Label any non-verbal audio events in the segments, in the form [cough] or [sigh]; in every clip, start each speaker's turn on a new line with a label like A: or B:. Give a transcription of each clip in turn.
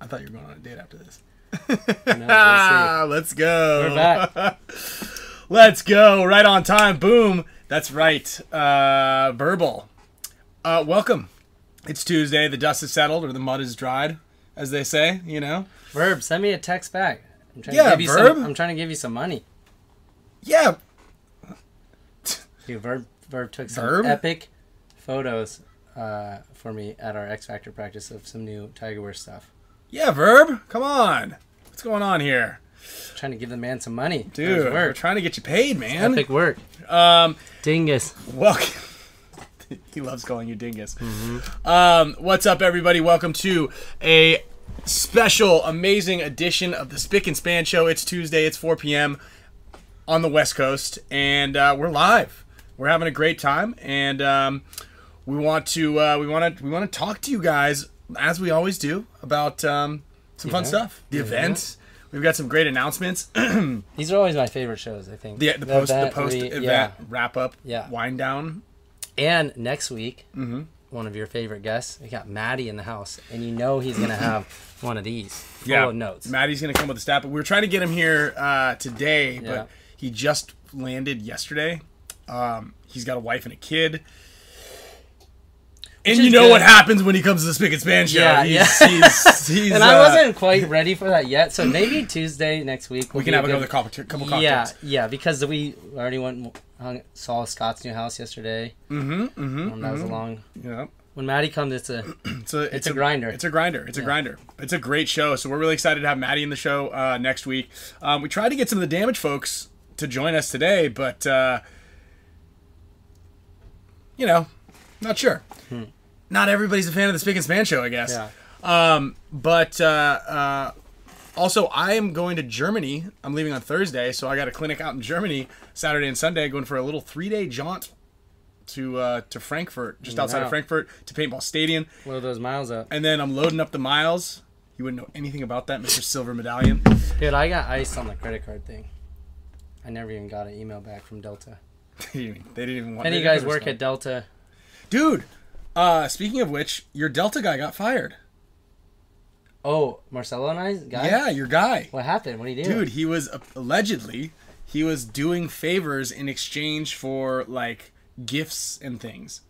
A: I thought you were going on a date after this.
B: [laughs]
C: Ah, let's go.
B: We're back.
C: Let's go. Right on time. Boom. That's right. Uh, verbal. Uh, welcome. It's Tuesday. The dust is settled, or the mud is dried, as they say. You know.
B: Verb, send me a text back. I'm trying
C: Yeah,
B: to give you
C: Verb.
B: Some, I'm trying to give you some money.
C: Yeah.
B: Dude, Verb, Verb took some
C: Verb?
B: epic photos uh, for me at our X Factor practice of some new Tigerware stuff.
C: Yeah. Verb. Come on. What's going on here,
B: trying to give the man some money. for his
C: dude? We're
B: work.
C: trying to get you paid, man.
B: Epic work.
C: Um.
B: Dingus.
C: Welcome. [laughs] he loves calling you dingus. Um, what's up, everybody? Welcome to a special, amazing edition of the Spick and Span Show. It's Tuesday. It's 4 p.m. on the West Coast, and uh, we're live. We're having a great time, and um, we want to uh, we want to we want to talk to you guys as we always do about um, some fun
B: Yeah.
C: stuff, the events. We've got some great announcements. [coughs]
B: These are always my favorite shows, I think.
C: The, the post
B: event,
C: the post
B: re-
C: event
B: yeah.
C: wrap up,
B: Yeah.
C: wind down.
B: And next week,
C: Mm-hmm.
B: one of your favorite guests, we got Maddie in the house, and you know he's
C: [clears throat]
B: gonna have one of these full of notes.
C: Maddie's gonna come with a stat, but we were trying to get him here uh, today,
B: Yeah.
C: but he just landed yesterday. Um, he's got a wife and a kid. And
B: is
C: you know
B: good.
C: what happens when he comes to the Spick and Span show.
B: Yeah,
C: he's,
B: yeah.
C: he's, he's,
B: [laughs] and
C: uh,
B: I wasn't quite ready for that yet,
C: [laughs]
B: so maybe Tuesday next week
C: We can have another cocktail, couple cocktails.
B: Yeah, yeah, because we already went hung, saw Scott's new house yesterday. Mm-hmm. Mm-hmm. that was a long.
C: Yeah.
B: When Maddie comes, it's a
C: It's a, it's,
B: a grinder.
C: It's a grinder. It's a
B: Yeah.
C: grinder. It's a great show. So we're really excited to have Maddie in the show uh, next week. Um, we tried to get some of the damage folks to join us today, but uh, you know, not sure. Not everybody's a fan of the Speak and Span show, I guess.
B: Hmm. yeah.
C: Um, but uh, uh, also, I am going to Germany. I'm leaving on Thursday, so I got a clinic out in Germany Saturday and Sunday, going for a little three day jaunt to uh, to Frankfurt, just outside of
B: Wow.
C: Frankfurt, to Paintball Stadium.
B: Blow those miles up,
C: And then I'm loading up the miles. You wouldn't know anything about that, Mr. Silver Medallion. [laughs]
B: dude. I got iced on the credit card thing. I never even got an email back from Delta.
C: they didn't even want.
B: Any
C: they didn't
B: of you guys work
C: respond.
B: at Delta?
C: Dude, uh, speaking of which, your Delta guy got fired.
B: Oh, Marcelo and I guy.
C: Yeah, your guy.
B: What happened? What do you do?
C: dude he was uh, allegedly he was doing favors in exchange for like gifts and things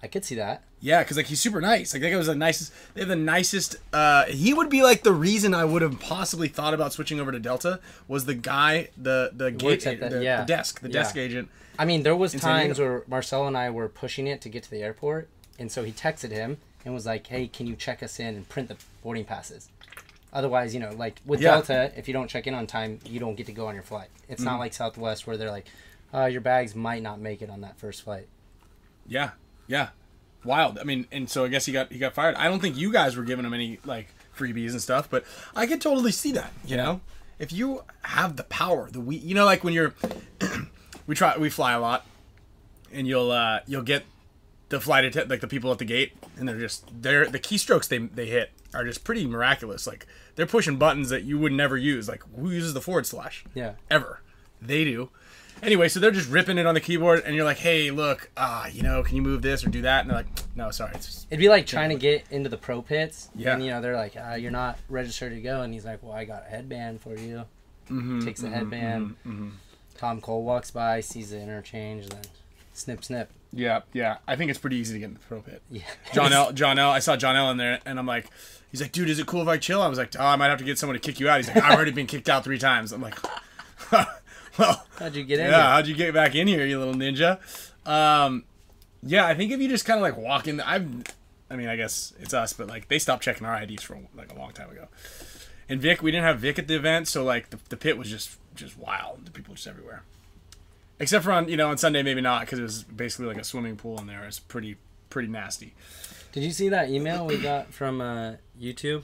B: I could see that.
C: yeah because like he's super nice like that guy was the nicest they have the nicest uh he would be like the reason i would have possibly thought about switching over to delta was the guy the the gate
B: works at
C: the,
B: the- yeah.
C: the desk the
B: Yeah.
C: desk agent
B: I mean, there was
C: San Diego.
B: times where Marcelo and I were pushing it to get to the airport, and so he texted him and was like, "Hey, can you check us in and print the boarding passes? Otherwise, you know, like with
C: Yeah.
B: Delta, if you don't check in on time, you don't get to go on your flight. It's
C: Mm-hmm.
B: not like Southwest where they're like, uh, your bags might not make it on that first flight.
C: yeah yeah wild i mean and so i guess he got he got fired i don't think you guys were giving him any like freebies and stuff but i could totally see that you know if you have the power the we you know like when you're [clears throat] we try we fly a lot and you'll uh you'll get the flight attendant like the people at the gate and they're just they're the keystrokes they they hit are just pretty miraculous like they're pushing buttons that you would never use like who uses the forward slash
B: Yeah.
C: ever they do anyway so they're just ripping it on the keyboard and you're like hey look ah you know can you move this or do that and they're like no sorry it's just
B: It'd be like trying to get into the pro pits,
C: Yeah.
B: and you know they're like, uh, "You're not registered to go," and he's like, "Well, I got a headband for you."
C: Mm-hmm,
B: Takes the headband. Tom Cole walks by, sees the interchange, then snip, snip.
C: yeah yeah i think it's pretty easy to get in the pro pit
B: Yeah. [laughs]
C: John L. John L. I saw John L. in there, and I'm like, he's like, dude, is it cool if I chill? I was like, oh, I might have to get someone to kick you out. He's like, I've already been kicked out three times. I'm like, [laughs] well,
B: How'd you get in?
C: yeah,
B: Yeah.
C: how'd you get back in here, you little ninja? Um, yeah, I think if you just kind of like walk in, I've, I mean, I guess it's us, but like they stopped checking our IDs for like a long time ago. And Vic, we didn't have Vic at the event, so like the, the pit was just just wild. The people just everywhere, except for on you know on Sunday maybe not because it was basically like a swimming pool in there. It's pretty pretty nasty.
B: Did you see that email we got from uh, YouTube?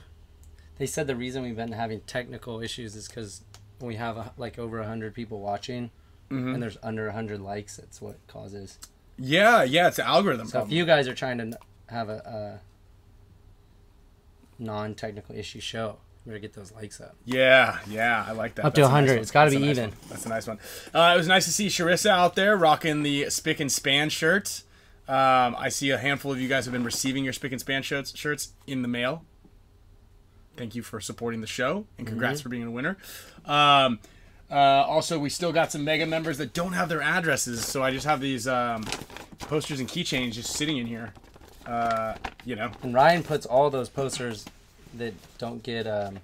B: They said the reason we've been having technical issues is because we have uh, like over hundred people watching,
C: Mm-hmm.
B: and there's under hundred likes. That's what causes.
C: Yeah, yeah, it's an algorithm
B: So if
C: problem.
B: you guys are trying to n- have a, a non-technical issue show, you better get those likes up.
C: yeah, yeah, I like that.
B: Up to
C: That's a
B: 100.
C: one.
B: It's gotta
C: That's
B: be
C: a nice
B: even.
C: one. That's a nice one. Uh, it was nice to see Sharissa out there rocking the Spick and Span shirt. Um, I see a handful of you guys have been receiving your Spick and Span shirts shirts in the mail. thank you for supporting the show
B: Mm-hmm.
C: and congrats for being a winner. Um, uh, also, we still got some mega members that don't have their addresses, so I just have these um, posters and keychains just sitting in here. Uh, you know,
B: And Ryan puts all those posters that don't get um,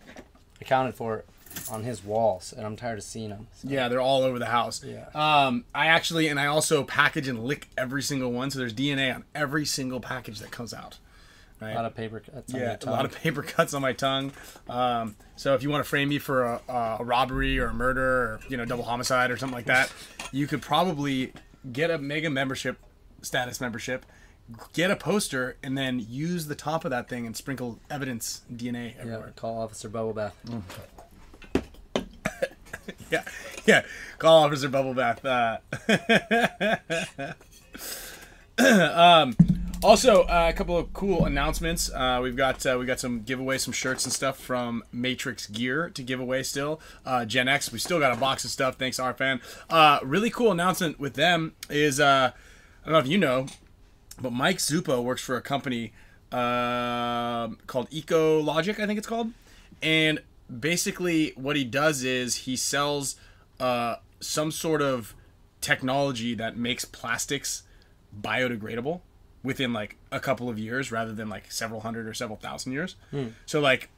B: accounted for on his walls, and I'm tired of seeing them. So
C: Yeah, they're all over the house.
B: Yeah.
C: Um, I actually and I also package and lick every single one, so there's DNA on every single package that comes out. Right.
B: A lot of paper cuts. on
C: yeah,
B: your
C: a lot
B: tongue.
C: of paper [laughs] cuts on my tongue. Um, so if you want to frame me for a, a robbery or a murder or you know double homicide or something like
B: [laughs]
C: that, you could probably get a mega membership, status membership, get a poster, and then use the top of that thing and sprinkle evidence DNA
B: Yeah,
C: everywhere.
B: call Officer Bubble Bath.
C: Hmm. [laughs] yeah, yeah. Call Officer Bubble Bath. Uh, [laughs] um, Um, also, uh, a couple of cool announcements. Uh, we've got uh, we got some giveaway, some shirts and stuff from Matrix Gear to give away. Still, uh, Gen X. We still got a box of stuff. Thanks, our fan. Uh, really cool announcement with them is uh, I don't know if you know, but Mike Zuppo works for a company um called EcoLogic, I think it's called. And basically, what he does is he sells uh, some sort of technology that makes plastics biodegradable within like a couple of years rather than like several hundred or several thousand years. So, like,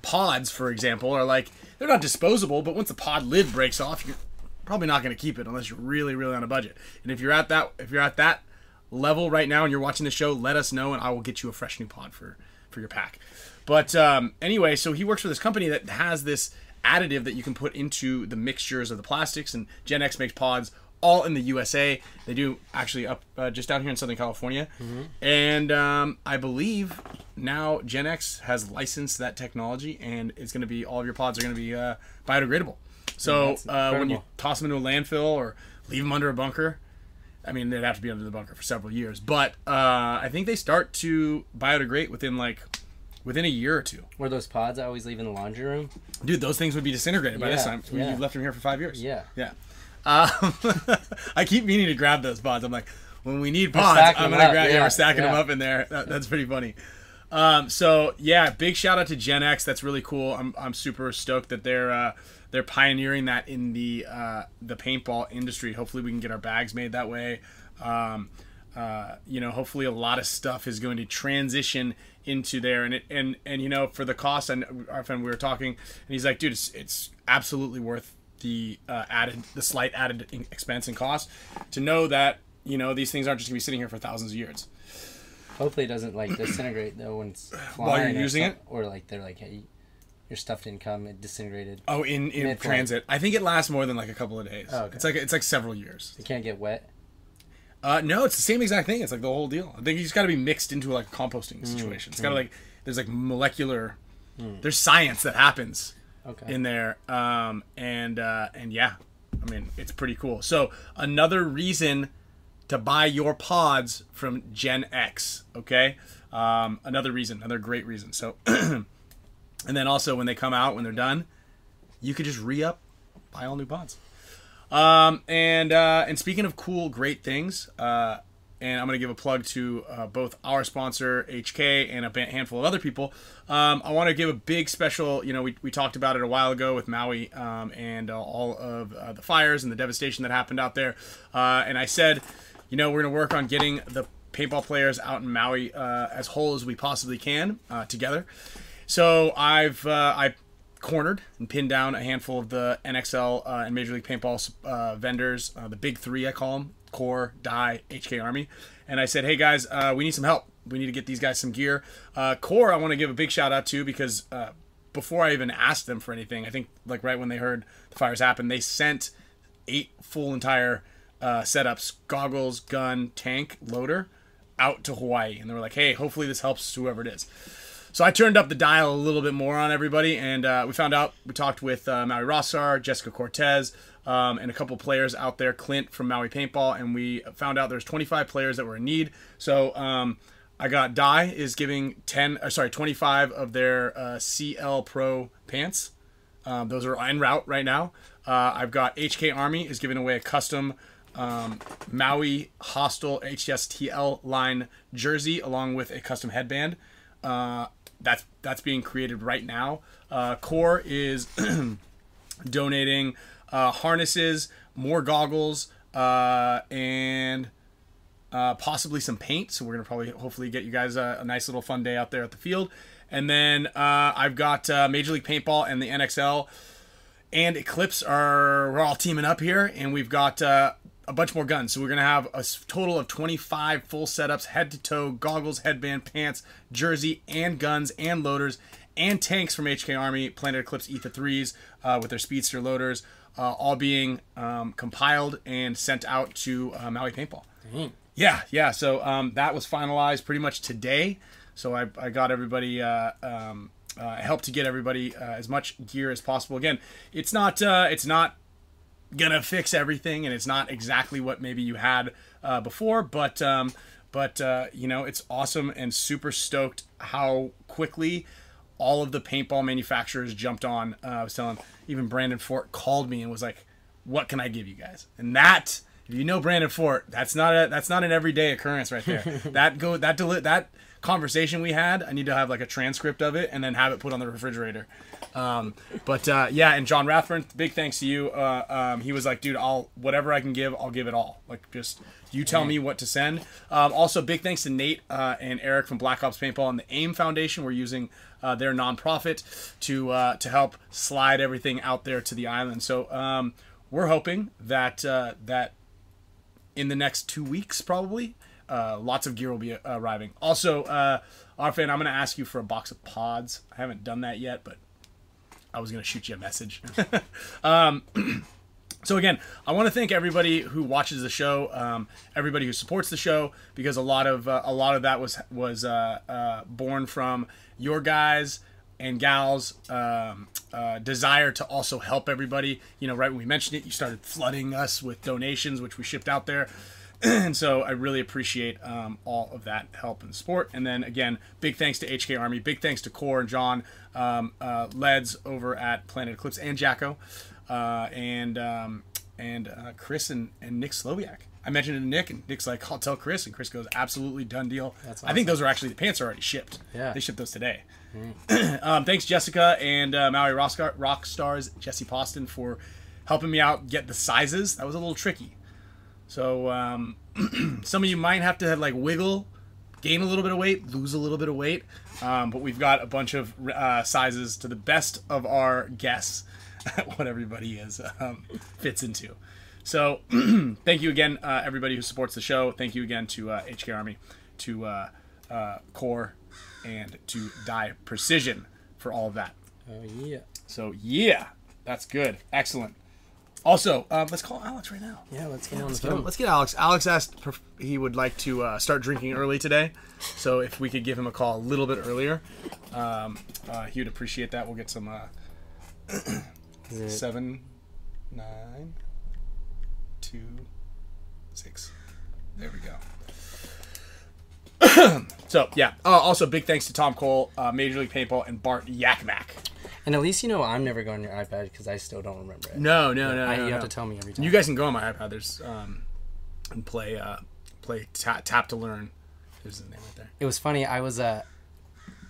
C: pods, for example, are like they're not disposable, but once the pod lid breaks off, you're probably not going to keep it unless you're really, really on a budget. And if you're at that, if you're at that level right now and you're watching the show, let us know, and I will get you a fresh new pod for for your pack. But um, anyway, so he works for this company that has this additive that you can put into the mixtures of the plastics, and Gen X makes pods all in the USA. They do actually up uh, just down here in Southern California,
B: Mm-hmm.
C: and um, I believe now Gen X has licensed that technology, and it's going to be all of your pods are going to be uh, biodegradable. So
B: that's
C: uh, when you
B: incredible.
C: toss them into a landfill or leave them under a bunker, I mean they'd have to be under the bunker for several years. But uh, I think they start to biodegrade within like within a year or two.
B: Were those pods I always leave in the laundry room?
C: Dude, those things would be disintegrated by this
B: Yeah,
C: time.
B: yeah.
C: You've left them here for five years.
B: Yeah.
C: Yeah. Um, [laughs] I keep meaning to grab those pods. I'm like, when we need pods,
B: stacking
C: I'm
B: them
C: gonna
B: up,
C: grab. Yeah,
B: yeah,
C: we're stacking them
B: yeah.
C: up in there. That, that's pretty funny. Um, so yeah, big shout out to Gen X. That's really cool. I'm, I'm super stoked that they're uh, they're pioneering that in the uh, the paintball industry. Hopefully, we can get our bags made that way. Um, uh, you know, hopefully, a lot of stuff is going to transition into there. And it, and and you know, for the cost, and our friend we were talking, and he's like, dude, it's it's absolutely worth the uh, added the slight added in- expense and cost to know that you know these things aren't just gonna be sitting here for thousands of years.
B: Hopefully, it doesn't like disintegrate though when it's flying
C: you're
B: or
C: using
B: some-
C: it?
B: or like they're like, hey, your stuff didn't come, it disintegrated.
C: Oh, in in
B: Mid-flight.
C: transit, I think it lasts more than like a couple of days.
B: Oh, okay.
C: It's like it's like several years.
B: It can't get wet.
C: Uh, no, it's the same exact thing. It's like the whole deal. I think you just got to be mixed into like a composting situation. It's got to like there's like molecular, there's science that happens
B: Okay.
C: in there, um, and uh, and yeah, I mean it's pretty cool. So another reason to buy your pods from Gen X. Okay, um, another reason, another great reason. So, [clears throat] and then also when they come out, when they're done, you could just re up, buy all new pods. Um, and uh, and speaking of cool, great things, uh, and I'm gonna give a plug to uh, both our sponsor HK and a ban- handful of other people. Um, I want to give a big special. You know, we, we talked about it a while ago with Maui um, and uh, all of uh, the fires and the devastation that happened out there. Uh, and I said, you know, we're gonna work on getting the paintball players out in Maui uh, as whole as we possibly can uh, together. So I've uh, I cornered and pinned down a handful of the NXL uh, and Major League Paintball uh, vendors, uh, the big three I call them: Core, Die, HK Army. And I said, hey guys, uh, we need some help. We need to get these guys some gear. Uh, Core, I want to give a big shout out to because uh, before I even asked them for anything, I think like right when they heard the fires happened, they sent eight full entire uh, setups goggles gun tank loader out to hawaii and they were like hey hopefully this helps whoever it is so i turned up the dial a little bit more on everybody and uh, we found out we talked with uh, maui rossar jessica cortez um, and a couple players out there clint from maui paintball and we found out there's 25 players that were in need so um, i got die is giving 10 uh, sorry 25 of their uh, cl pro pants um, those are en route right now. Uh, I've got HK Army is giving away a custom um, Maui Hostel HSTL line jersey along with a custom headband. Uh, that's that's being created right now. Uh, Core is [clears throat] donating uh, harnesses, more goggles, uh, and uh, possibly some paint. So we're gonna probably hopefully get you guys a, a nice little fun day out there at the field. And then uh, I've got uh, Major League Paintball and the NXL and Eclipse are we're all teaming up here, and we've got uh, a bunch more guns. So we're gonna have a s- total of 25 full setups, head to toe, goggles, headband, pants, jersey, and guns and loaders, and tanks from HK Army, Planet Eclipse Ether threes uh, with their speedster loaders, uh, all being um, compiled and sent out to uh, Maui Paintball. Yeah, yeah. So um, that was finalized pretty much today. So I, I got everybody, uh, um, uh, helped to get everybody uh, as much gear as possible. Again, it's not, uh, it's not gonna fix everything, and it's not exactly what maybe you had uh, before. But, um, but uh, you know, it's awesome and super stoked how quickly all of the paintball manufacturers jumped on. Uh, I was telling even Brandon Fort called me and was like, "What can I give you guys?" And that, if you know Brandon Fort, that's not a that's not an everyday occurrence right there. that go that deli- that conversation we had, I need to have like a transcript of it and then have it put on the refrigerator. Um, but uh, yeah, and John Rathburn, big thanks to you. Uh, um, he was like, "Dude, I'll whatever I can give, I'll give it all. Like just you tell me what to send." Um, also, big thanks to Nate uh, and Eric from Black Ops Paintball and the AIM Foundation. We're using uh, their nonprofit to uh, to help slide everything out there to the island. So um, we're hoping that uh, that in the next two weeks probably. Uh, lots of gear will be arriving. Also, uh, Arfan, I'm going to ask you for a box of pods. I haven't done that yet, but I was going to shoot you a message. [laughs] Um, [clears throat] So again, I want to thank everybody who watches the show, um, everybody who supports the show, because a lot of uh, a lot of that was was uh, uh, born from your guys and gals' um, uh, desire to also help everybody. You know, right when we mentioned it, you started flooding us with donations, which we shipped out there. [clears throat] And so I really appreciate um, all of that help and support. And then again, big thanks to HK Army, big thanks to Core and John, um, uh, Leds over at Planet Eclipse, and Jacko, uh, and um, and uh, Chris and, and Nick Sloviak. I mentioned it to Nick, and Nick's like, "I'll tell Chris," and Chris goes, "Absolutely done deal."
B: That's
C: I think those are actually the pants are already shipped.
B: Yeah.
C: they shipped those today. [clears throat] um, thanks Jessica and uh, Maui Rockstar, Rockstars Jesse Poston for helping me out get the sizes. That was a little tricky. So um, [clears throat] some of you might have to like wiggle, gain a little bit of weight, lose a little bit of weight. Um, but we've got a bunch of uh, sizes to the best of our guess [laughs] at what everybody is um, fits into. So [clears throat] thank you again, uh, everybody who supports the show. Thank you again to uh, HK Army, to uh, uh, Core, and to Die Precision for all of that.
B: Oh yeah.
C: So yeah, that's good, excellent. Also, um, let's call Alex right now.
B: Yeah, let's get on the
C: Get him-
B: phone.
C: Let's get Alex. Alex asked if he would like to uh, start drinking early today, so if we could give him a call a little bit earlier, um, uh, he would appreciate that. We'll get some uh,
B: Is it-
C: seven, nine, two, six. There we go. [coughs] so yeah. Uh, also, big thanks to Tom Cole, uh, Major League Paintball, and Bart Yakmack.
B: And at least you know I'm never going on your iPad because I still don't remember it.
C: No, no, no.
B: I,
C: no,
B: you have
C: no.
B: to tell me every time.
C: You guys can go on my iPad. There's um, and play uh, play ta- tap to learn. There's the name right there.
B: it was funny. I was uh,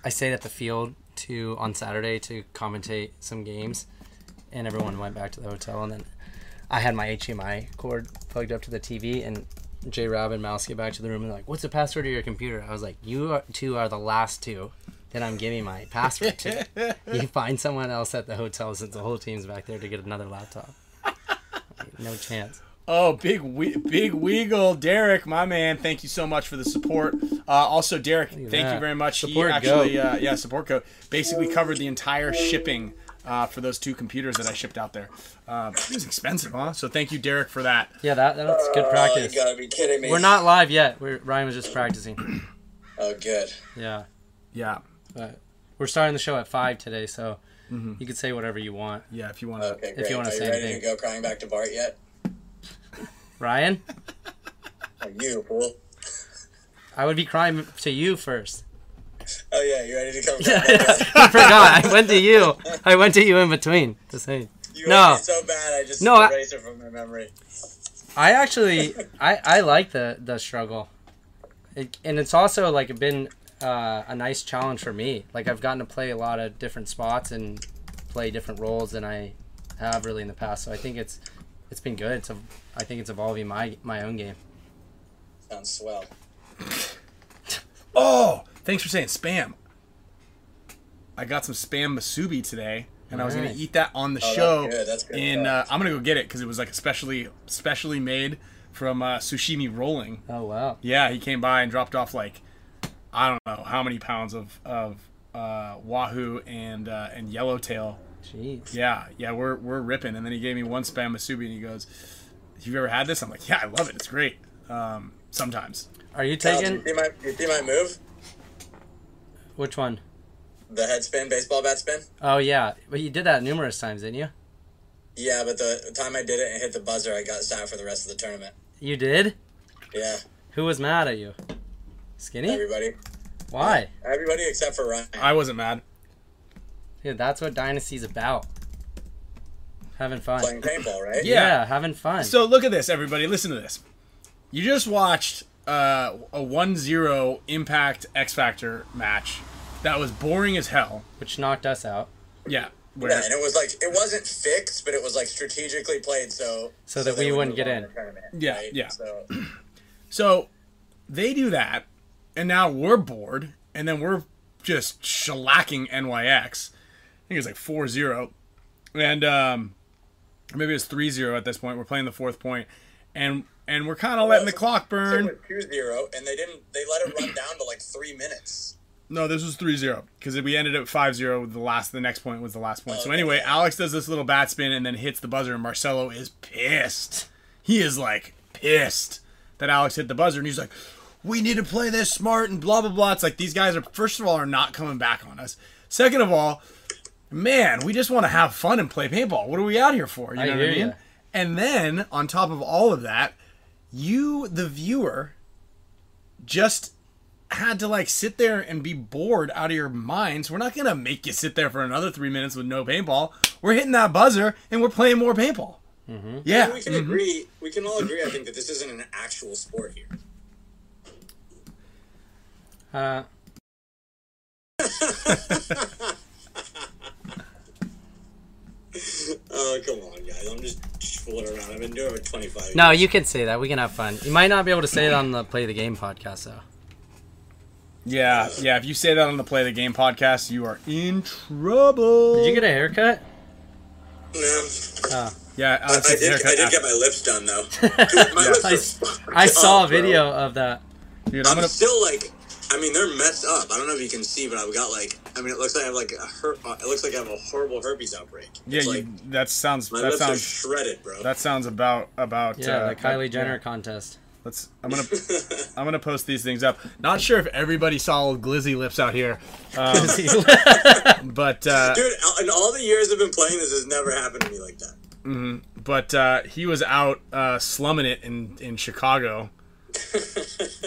B: I stayed at the field to on Saturday to commentate some games, and everyone went back to the hotel. And then I had my HDMI cord plugged up to the TV, and J. Rob and Mouse get back to the room and they're like, "What's the password to your computer?" I was like, "You are, two are the last two that I'm giving my password to. you find someone else at the hotel since the whole team's back there to get another laptop. no chance."
C: Oh, big we- big Weagle, Derek, my man. Thank you so much for the support. Uh, also, Derek, thank you
B: that.
C: very much.
B: Support
C: he actually,
B: goat.
C: uh, yeah, support code basically covered the entire shipping uh, for those two computers that I shipped out there. Uh, it was expensive, huh? So thank you, Derek, for that.
B: Yeah, that, that's good practice.
A: Oh, you gotta be kidding me.
B: We're not live yet. We're, Ryan was just practicing.
A: Oh, good.
B: Yeah.
C: Yeah,
B: But we're starting the show at five today, so you can say whatever you want.
C: yeah. If you want to,
A: Okay,
B: you
A: great.
B: wanna
A: Are
B: say
A: you ready
B: anything.
A: to go crying back to Bart yet?
B: Ryan,
A: Are you fool?
B: I would be crying to you first. [laughs]
A: Oh yeah, you ready to [laughs] come?
B: I [laughs]
A: Back?
B: forgot. I went to you. I went to you in between to say.
A: You
B: No.
A: were so bad. I just
B: No, I-
A: erased it from my memory.
B: I actually, I, I like the the struggle, it, and it's also like been uh, a nice challenge for me. Like I've gotten to play a lot of different spots and play different roles than I have really in the past. So I think it's it's been good. It's a, I think it's evolving my my own game.
A: Sounds swell.
C: Oh, thanks for saying spam. I got some spam masubi today, and I was gonna
B: Nice.
C: eat that on the
A: Oh, that's
C: show.
A: good, that's good
C: and uh,
A: stuff.
C: I'm gonna go get it because it was like specially specially made from uh, Sushimi Rolling.
B: Oh wow.
C: Yeah, he came by and dropped off like I don't know how many pounds of of uh, wahoo and uh, and yellowtail.
B: Jeez.
C: Yeah, yeah, we're we're ripping. And then he gave me one spam masubi, and he goes, "You've ever had this?" I'm like, "Yeah, I love it. It's great." Um, sometimes.
B: Are you
A: Kyle, did
B: taking
A: you see my, did you see my move?
B: which one?
A: The head spin, baseball bat spin?
B: Oh yeah, but you did that numerous times, didn't you?
A: Yeah, but the time I did it and hit the buzzer, I got stopped for the rest of the tournament.
B: You did.
A: Yeah,
B: Who was mad at you? Skinny?
A: everybody.
B: Why?
A: Everybody except for Ryan.
C: I wasn't mad.
B: Dude, that's what Dynasty's about. Having fun.
A: Playing paintball, right?
C: Yeah.
B: having fun.
C: So look at this, everybody. Listen to this. You just watched uh, a 1-0 Impact X Factor match that was boring as hell.
B: which knocked us out.
C: Yeah. Where,
A: Yeah, and it was like it wasn't fixed, but it was like strategically played so
B: So that
A: they
B: we
A: would
B: wouldn't
A: move
B: get
A: on
B: in.
A: the tournament,
C: Yeah,
A: right?
C: yeah.
A: So
C: So they do that, and now we're bored, and then we're just shellacking NYX. I think it's like 4 0. And um, maybe it's 3 0 at this point. We're playing the fourth point, and, and we're kind of letting the clock burn.
A: it was 2-0, and they didn't. They let it run down to like three minutes.
C: No, this was 3-0 because we ended up 5-0 with the last the next point was the last point. So
A: Okay.
C: anyway, Alex does this little bat spin and then hits the buzzer and Marcelo is pissed. He is like pissed that Alex hit the buzzer and he's like we need to play this smart and blah blah blah. It's like these guys are first of all are not coming back on us. Second of all, man, we just want to have fun and play paintball. What are we out here for? You
B: I
C: know what I
B: hear
C: mean?
B: ya.
C: And then on top of all of that, you the viewer just had to like sit there and be bored out of your minds. We're not gonna make you sit there for another three minutes with no paintball. We're hitting that buzzer and we're playing more paintball.
B: Mm-hmm.
C: Yeah,
A: We can agree. We can all agree. I think that this isn't an actual sport here.
B: Uh,
A: Oh come on, guys! I'm just fooling around. I've been doing it for 25.
B: no, you can say that. We can have fun. You might not be able to say it on the Play the Game podcast, though.
C: yeah, yeah. If you say that on the Play the Game podcast, you are in trouble.
B: Did you get a haircut?
A: years. No.
B: Oh.
C: yeah,
A: I,
C: Alex,
A: I
C: it's
A: did.
C: haircut
A: I did
C: after-
A: get my lips done though. Dude, my
B: I,
A: lips are fucked
B: I saw a
A: up, bro.
B: video of that.
C: Dude, I'm
A: I'm
C: gonna.
A: still like, I mean, they're messed up. I don't know if you can see, but I've got like, I mean, it looks like I have like a her- uh, it looks like I have a horrible herpes outbreak.
C: Yeah,
A: It's
C: you,
A: like,
C: that sounds.
A: my
C: That
A: lips are
C: sounds.
A: shredded, bro.
C: that sounds about about.
B: Yeah,
C: uh,
B: the Kylie Jenner contest.
C: Let's. I'm
A: [laughs]
C: gonna. I'm gonna post these things up. Not sure if everybody saw old glizzy lips out
B: [laughs]
C: here, Um, but uh,
A: Dude, al- in all the years I've been playing, this has never happened to me like that.
C: but uh, he was out uh, slumming it in in Chicago,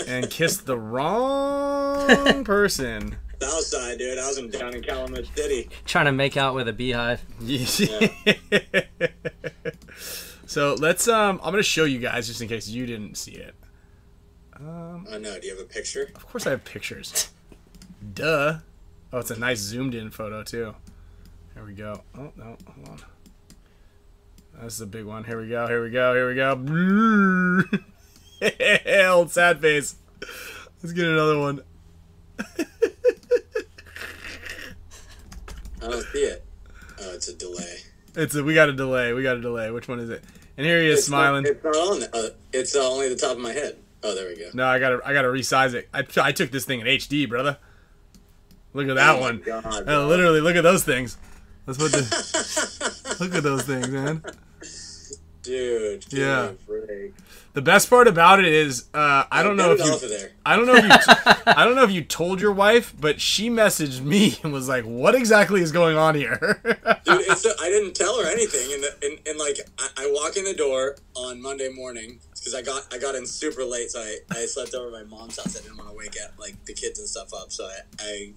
C: and kissed the wrong person.
A: Southside, dude, I was in down in Calumet City.
B: Trying to make out with a beehive.
C: [laughs] so let's. Um, I'm gonna show you guys just in case you didn't see it.
A: I know. Do you have a picture?
C: Of course, I have
A: [laughs]
C: pictures. Duh. Oh, it's a nice zoomed in photo too. Here we go. Oh no, hold on. This is a big one. Here we go. Here we go. Here we go. [laughs] Old sad face. Let's get another one.
A: I don't see it. Oh, it's a delay.
C: It's a, we got a delay. We got a delay. Which one is it? And here he is
A: It's not-
C: smiling.
A: it's not on. Uh, it's uh, only the top of my head. Oh, there we go.
C: No, I gotta I gotta resize it. I, I took this thing in HD, brother. Look at that
A: Oh my
C: one.
A: God,
C: Uh,
A: bro.
C: literally, look at those things. That's what the
A: [laughs]
C: look at those things, man.
A: Dude. give me
C: Yeah.
A: a break.
C: The best part about it is uh, I don't know if
A: Get it off of
C: you
A: there.
C: I don't know if you
A: [laughs]
C: I don't know if you told your wife, but she messaged me [laughs] and was like, "What exactly is going on here?" [laughs]
A: Dude, it's I I didn't tell her anything, and and, and like I, I walk in the door on Monday morning because I got I got in super late, so I, I slept over at my mom's house. I didn't want to wake up like the kids and stuff up, so I, I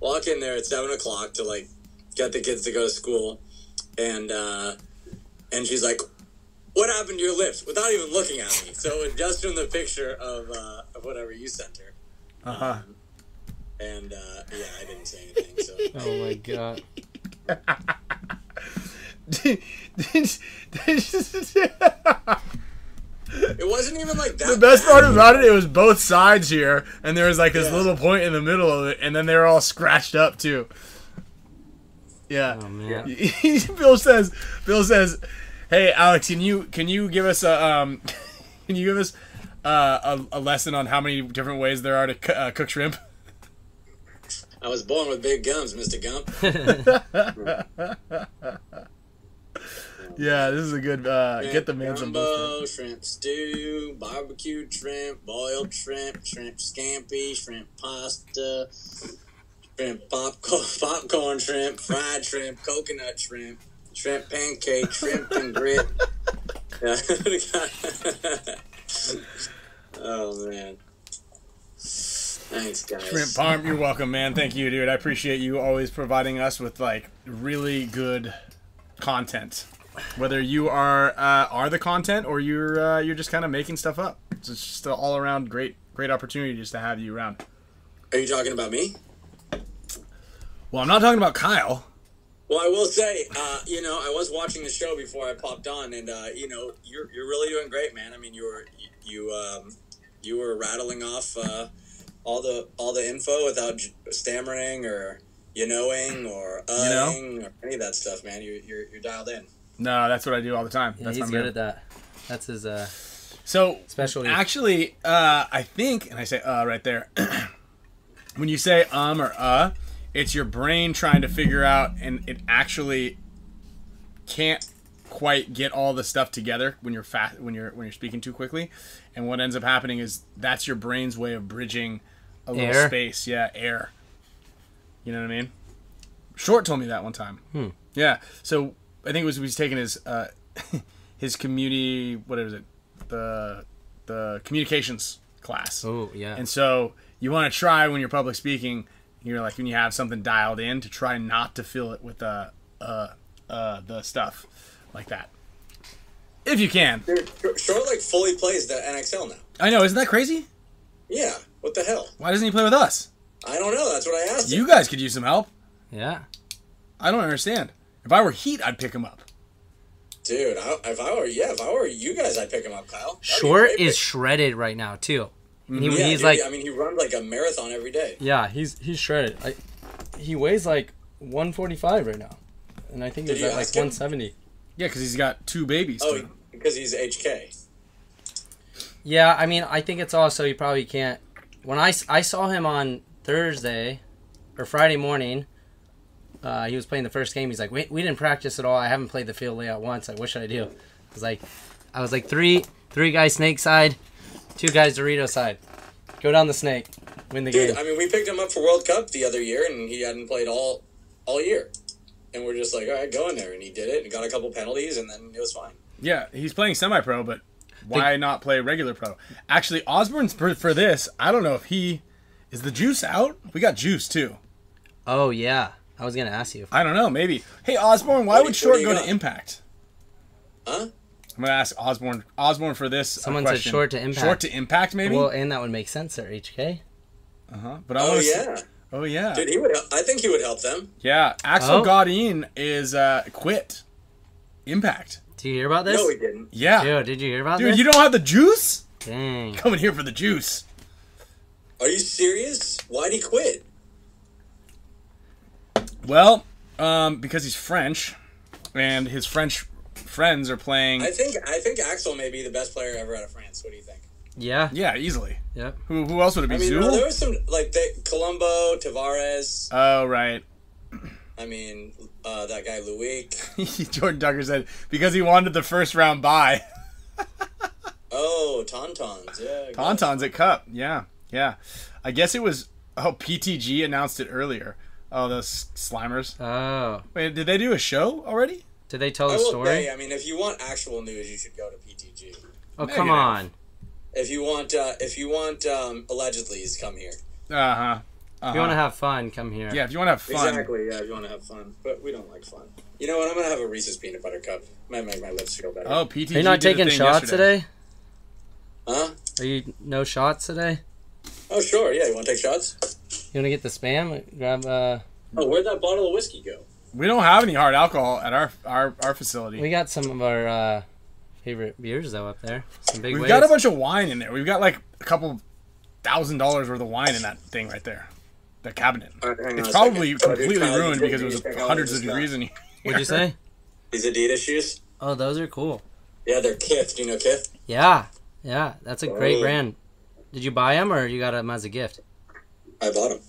A: walk in there at seven o'clock to like get the kids to go to school, and uh, and she's like, "What happened to your lips?" Without even looking at me, so it was just from the picture of uh, of whatever you sent her.
C: Uh-huh.
A: and uh, yeah, I didn't say anything.
C: [laughs]
A: So
B: Oh my [laughs] god.
C: the
A: it wasn't even like that.
C: best
A: bad.
C: part about it, it was both sides here, and there was like this
A: Hmm. Yeah.
C: little point in the middle of it, and then they were all scratched up too. Yeah.
B: Oh man.
C: [laughs] Bill says, Bill says, "Hey Alex, can you can you give us a um, [laughs] can you give us uh, a, a lesson on how many different ways there are to c- uh, cook shrimp?" [laughs]
A: I was born with big gums, Mr. Gump.
C: Yeah, this is a good uh, [laughs] get the man some. Bill
A: gumbo, shrimp stew, barbecue shrimp, boiled shrimp, shrimp scampi, shrimp pasta, shrimp popcorn, [laughs] popcorn shrimp, fried shrimp, coconut shrimp, shrimp pancake, shrimp and grit. [laughs] Yeah. oh man. Thanks, guys.
C: Shrimp Parm, you're welcome, man. Thank you, dude. I appreciate you always providing us with like really good content. Whether you are uh, are the content or you're uh, you're just kind of making stuff up, so it's just an all around great great opportunity just to have you around.
A: Are you talking about me?
C: Well, I'm not talking about Kyle.
A: Well, I will say, uh, you know, I was watching the show before I popped on, and uh, you know, you're you're really doing great, man. I mean, you were you um, you were rattling off uh, all the all the info without j- stammering or you knowing or
C: know?
A: uhing or any of that stuff, man. You you're, you're dialed in.
C: No, that's what I do all the time.
B: Yeah,
C: that's
B: he's
C: my
B: good
C: move.
B: at that. That's his uh
C: So
B: Specialty.
C: Actually, uh, I think, and I say uh right there. [clears throat] when you say um or uh, it's your brain trying to figure out, and it actually can't quite get all the stuff together when you're fast when you're when you're speaking too quickly. And what ends up happening is that's your brain's way of bridging a little
B: Air?
C: space. Yeah, air. You know what I mean? Short told me that one time. Yeah. So I think it was he was taking his uh, [laughs] his community what is it the the communications class.
B: Oh yeah.
C: And so you want to try when you're public speaking, you're like when you have something dialed in to try not to fill it with uh uh uh the stuff like that. If you can,
A: Dude, Short like fully plays the NXL now.
C: I know. Isn't that crazy?
A: Yeah, what the hell?
C: Why doesn't he play with us?
A: I don't know. That's what I asked. him.
C: You guys could use some help.
B: yeah.
C: I don't understand. If I were Heat, I'd pick him up.
A: dude. I, if I were yeah, if I were you guys, I'd pick him up, Kyle. That'd be a
B: Short
A: great
B: is
A: pick.
B: shredded right now too. And he,
A: Mm-hmm. yeah,
B: he's
A: dude,
B: like
A: I mean, he runs like a marathon every day.
B: Yeah, he's he's shredded. I, he weighs like 145 right now, and I think
A: Did
B: he's
A: you
B: at like
A: ask him?
B: 170.
C: Yeah, because he's got two babies.
A: Oh,
C: too.
A: because he's HK.
B: Yeah, I mean, I think it's also you probably can't. When I, s- I saw him on Thursday or Friday morning, uh, he was playing the first game. He's like, we, we didn't practice at all. I haven't played the field layout once. I wish I do. I was like, I was like three three guys snake side, two guys Dorito side. Go down the snake, win the
A: Dude,
B: game.
A: I mean, we picked him up for World Cup the other year, and he hadn't played all all year. And we're just like, all right, go in there, and he did it, and got a couple penalties, and then it was fine.
C: Yeah, he's playing semi-pro, but why not play regular pro? Actually, Osborne's for, for this. I don't know if he is the juice out. We got juice too.
B: oh yeah, I was gonna ask you.
C: I don't know. Maybe. Hey, Osborne, why
A: What do-
C: would
A: what
C: Short
A: do you
C: go
A: got?
C: to Impact?
A: Huh?
C: I'm gonna ask Osborne. Osborne for this. uh,
B: Someone said
C: question.
B: Short to Impact.
C: Short to Impact, maybe.
B: Well, and that would make sense there, HK.
C: uh-huh. But I
A: Oh
C: wanna see-
A: yeah,
C: Oh yeah.
A: dude, he would. I think he would help them.
C: Yeah. Axel
B: Oh.
C: Godin is uh, quit Impact.
B: Do you hear about this?
A: No, he didn't.
C: Yeah.
B: Dude, did you hear about
C: Dude,
B: this?
C: you don't have the juice?
B: Dang.
C: Coming here for the juice.
A: Are you serious? Why'd he quit?
C: Well, um, because he's French, and his French friends are playing.
A: I think I think Axel may be the best player ever out of France. What do you think?
B: Yeah.
C: yeah, easily.
B: Yep.
C: Who, who else would it be?
A: I mean,
C: Zool?
A: no, there was some like they, Colombo, Tavares.
C: oh right. [laughs]
A: I mean, uh, that guy Luick.
C: [laughs] Jordan Tucker said because he wanted the first round bye. [laughs]
A: Oh, Tauntauns. Yeah. got it.
C: Bonton's at Cup. Yeah, yeah. I guess it was. Oh, PTG announced it earlier. Oh, those slimers.
B: Oh.
C: Wait, did they do a show already?
B: Did they tell
A: I
B: the
A: will
B: story?
A: say, I mean, if you want actual news, you should go to PTG.
B: oh,
C: Negative.
B: come on.
A: If you want, uh, if you want, um, allegedly's come here.
C: Uh huh.
B: If you want to have fun, come here.
C: Uh, Yeah, if you want to have fun.
A: Exactly. Yeah, if you want to have fun, but we don't like fun. You know what? I'm gonna have a Reese's peanut butter cup. Might make my lips feel better.
C: Oh, PTG.
B: Are you not
C: did a
B: taking
C: thing
B: shots
C: yesterday.
B: today?
A: Huh?
B: Are you no shots today?
A: Oh, sure. Yeah. You want to take shots?
B: You want to get the spam? Grab. Uh,
A: Oh, where'd that bottle of whiskey go?
C: We don't have any hard alcohol at our our, our facility.
B: we got some of our uh, favorite beers though up there. Some big.
C: We've
B: waves.
C: got a bunch of wine in there. We've got like a couple thousand dollars worth of wine in that thing right there, that cabinet.
A: All right, hang on
C: It's
A: a
C: probably
A: second. So I did
C: completely
A: tell you
C: ruined
A: to
C: because it was
A: check out what
C: hundreds
A: this
C: of
A: got.
C: degrees in here. [laughs]
B: What'd you say?
A: These Adidas shoes?
B: Oh, those are cool.
A: Yeah, they're Kith. Do you know Kith?
B: Yeah, yeah. That's a great
A: Oh.
B: brand. Did you buy them or you got them as a gift?
A: I bought them.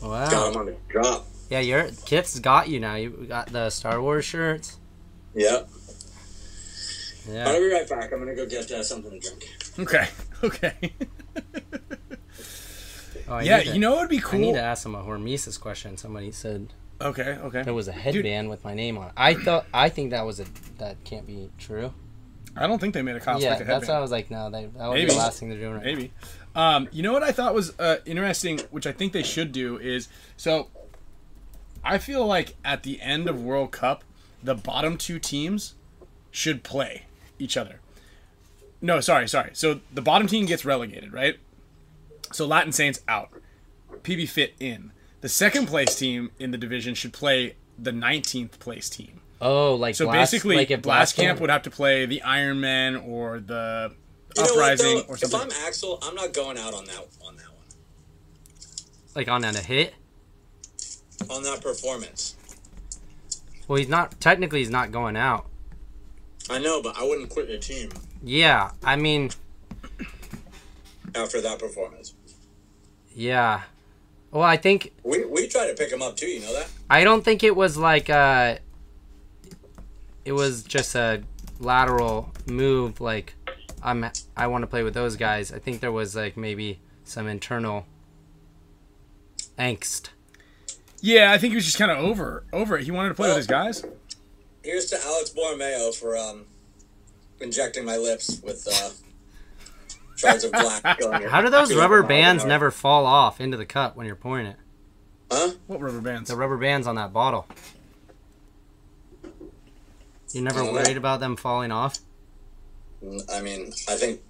A: Got
B: Wow.
A: them on the drop.
B: Yeah, your Kit's got you now. You got the Star Wars shirts.
A: Yep. I'll
B: Yeah.
A: be right back. I'm gonna go get uh, something to drink.
C: Okay, okay.
B: Oh, I
C: yeah,
B: need to-
C: you know it would be
B: I need
C: cool.
B: to ask them a Hormesis question. Somebody said
C: Okay, okay.
B: there was a headband with my name on it. I thought I think that was a that can't be true.
C: I don't think they made a costume.
B: yeah,
C: a
B: that's why I
C: headband.
B: was like, no, they, that would be
C: Maybe.
B: the last thing they're doing right now.
C: maybe. Um, you know what I thought was uh, interesting, which I think they should do is so. I feel like at the end of World Cup, the bottom two teams should play each other. No, sorry, sorry. So the bottom team gets relegated, right? So Latin Saints out, PB Fit in. The second place team in the division should play the 19th place team.
B: Oh, like
C: So
B: Blast-
C: basically,
B: like
C: like
B: if
C: Blast Camp would have to play the Iron Man or the
A: You know what
C: Uprising
A: though?
C: or
A: If
C: something.
A: I'm Axel, I'm not going out on that on that one.
B: like on a hit.
A: On that performance.
B: Well, he's not technically he's not going out.
A: I know, but I wouldn't quit your team
B: Yeah, I mean,
A: after that performance.
B: yeah. Well, I think
A: We we try to pick him up too. You know that?
B: I don't think it was like uh it was just a lateral move like I'm I want to play with those guys. I think there was like maybe some internal angst.
C: Yeah, I think he was just kind of over over it. He wanted to play with his guys.
A: Here's to Alex Borromeo for um, injecting my lips with uh, shards of black.
B: [laughs] How
A: How
B: do those rubber bands never fall off into the cup when you're pouring it?
A: Huh?
C: What rubber bands?
B: The rubber bands on that bottle. You're never worried about them falling off?
A: I mean, I think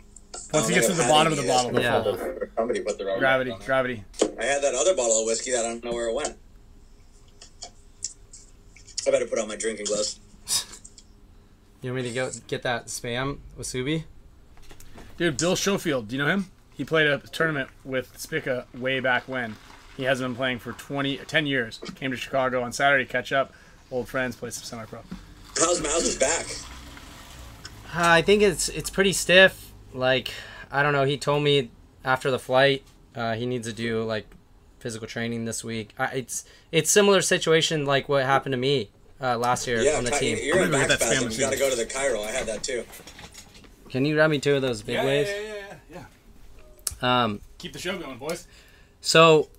C: Once he
A: I don't
C: gets to
A: think
C: the
A: I've
C: bottom
A: had
C: of the
A: any
C: bottle,
A: this
C: they'll
B: Yeah.
C: fall off.
A: before. Somebody put the rubber
C: Gravity,
A: band on
C: gravity.
A: it. I had that other bottle of whiskey that I don't know where it went. I better put on my drinking gloves.
B: You want me to go get that spam wasubi?
C: Dude, Bill Schofield, do you know him? He played a tournament with Spica way back when. He hasn't been playing for 20, 10 years. Came to Chicago on Saturday, catch up, old friends, played some semi-pro.
A: How's Mouse's back?
B: Uh, I think it's it's pretty stiff. Like I don't know. He told me after the flight uh, he needs to do like physical training this week. I, it's it's similar situation like what happened to me uh, last year
A: Yeah,
B: on the
A: Ty-
B: team.
A: you're
C: I'm
A: in
C: gonna
A: back
C: get that
A: spasm.
C: spam
A: You got to
C: machine.
A: go to the Cairo. I had that too.
B: Can you grab me two of those big waves?
C: yeah, yeah.
B: Um,
C: Keep the show going, boys.
B: So,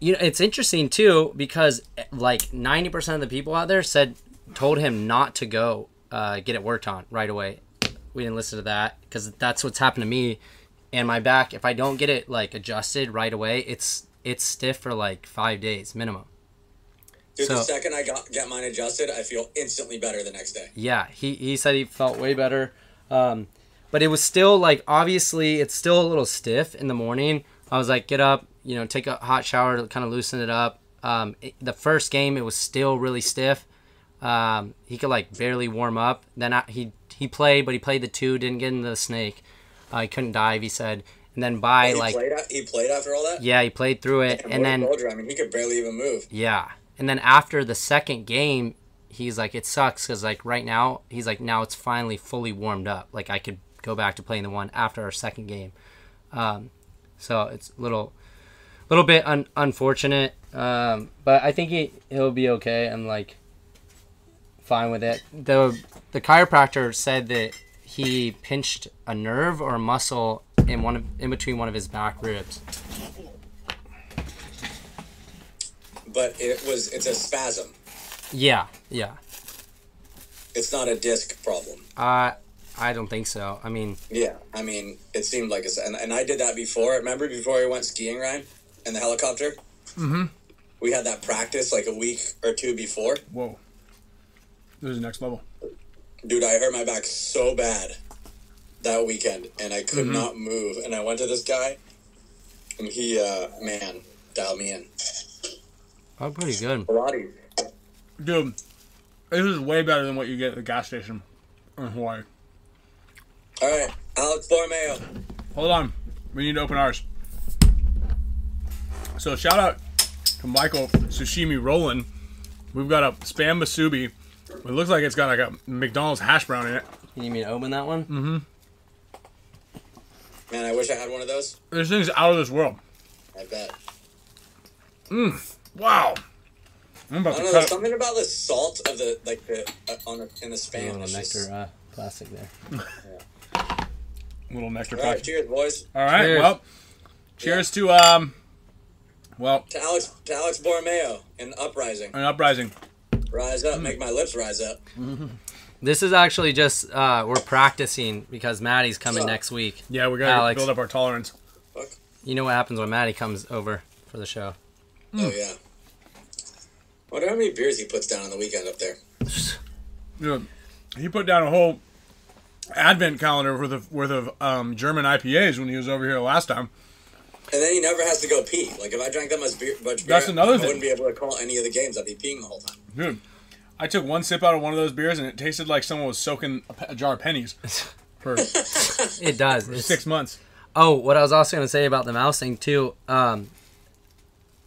B: you know, it's interesting too because eh, like ninety percent of the people out there said told him not to go uh, get it worked on right away. We didn't listen to that because that's what's happened to me and my back. If I don't get it like adjusted right away, it's it's stiff for like five days minimum.
A: Dude, the
B: So-
A: second I got get mine adjusted, I feel instantly better the next day.
B: Yeah, he, he said he felt way better. Um, but it was still like, obviously, it's still a little stiff in the morning. I was like, get up, you know, take a hot shower to kind of loosen it up. Um, it- the first game, it was still really stiff. Um, he could like barely warm up. Then I, he he played, but he played the two, didn't get into the snake. Uh, he couldn't dive, he said. And then by
A: He
B: like,
A: played. a- He played after all that.
B: yeah, he played through it.
A: What a
B: and then
A: soldier. I mean, he could barely even move.
B: yeah. And then after the second game, he's like, it sucks because, like, right now, he's like, now it's finally fully warmed up. Like, I could go back to playing the one after our second game. Um, so it's a little, little bit un- unfortunate. Um, but I think he, he'll be okay. I'm like, fine with it. The, the chiropractor said that he pinched a nerve or a muscle in one of, in between one of his back ribs.
A: But it was. It's a spasm.
B: Yeah. Yeah.
A: It's not a disc problem.
B: Uh, I don't think so. I mean,
A: Yeah, I mean, it seemed like it's and, and I did that before. Remember before we went skiing, Ryan, in the helicopter. Mm-hmm. We had that practice like a week or two before.
C: Whoa. This is the next level.
A: Dude, I hurt my back so
C: Mm-hmm.
A: bad that weekend, and I could not move. And I went to this guy, And he, uh, man, dialed me in.
B: Oh, pretty good.
A: Karate.
C: Dude, this is way better than what you get at the gas station in Hawaii.
A: All right, Alex Bormeo.
C: Hold on. We need to open ours. So shout out to Michael Sushimi Roland. We've got a spam masubi. It looks like it's got like a McDonald's hash brown in it.
B: You need me to open that one?
A: Man, I wish I had one of those.
C: This thing's out of this world.
A: I bet.
C: Wow. I'm about
A: I
C: to
A: don't know.
C: cut
A: There's
C: it.
A: something about the salt of the like the uh, on the in the
B: A
A: span.
B: little
A: It's just-
B: nectar uh, plastic there.
C: little nectar
A: All right,
C: packet.
A: cheers, boys.
C: All right.
B: Cheers.
C: Well, cheers to um, well,
A: To Alex, to Alex Bormeo and Uprising.
C: an uprising.
A: Rise
C: Mm.
A: up, make my lips rise up.
B: This is actually just uh, we're practicing because Maddie's coming
A: So-
B: next week.
C: Yeah, we gotta
B: Alex.
C: build up our tolerance.
A: Fuck.
B: You know what happens when Maddie comes over for the show?
A: Oh
C: Mm.
A: yeah. Wonder how many beers he puts down on the weekend up there.
C: Dude, he put down a whole advent calendar worth of worth of um, German IPAs when he was over here last time.
A: And then he never has to go pee. Like if I drank that much beer, much beer
C: That's another
A: I
C: thing.
A: wouldn't be able to call any of the games. I'd be peeing the whole time.
C: Dude, I took one sip out of one of those beers and it tasted like someone was soaking a, pe- a jar of pennies for
B: It does. It's-
C: six months.
B: Oh, what I was also gonna say about the mouse thing too. Um,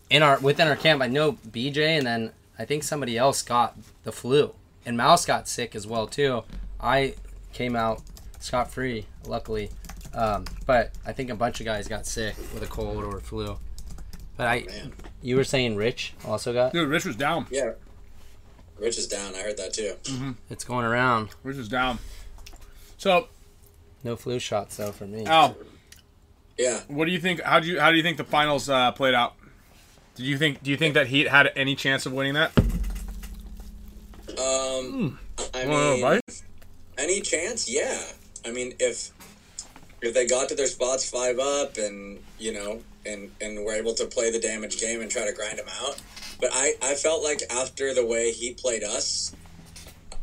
B: in our within our camp, I know BJ, and then I think somebody else got the flu, and mouse got sick as well too. I came out scot free, luckily, um, but I think a bunch of guys got sick with a cold or flu. But I,
A: Man.
B: you were saying Rich also got
C: Dude, Rich was down.
A: Yeah. Rich is down. I heard that too.
C: Mm-hmm.
B: it's going around.
C: Rich was down. So,
B: No flu shots though for me.
C: Al,
A: Yeah.
C: what do you think? How do you how do you think the finals uh, played out? Do you think do you think that Heat had any chance of winning that?
A: Um. I
C: Wanna
A: mean,
C: bite?
A: any chance? Yeah. I mean, if if they got to their spots five up and you know and and were able to play the damage game and try to grind them out, but I I felt like after the way he played us,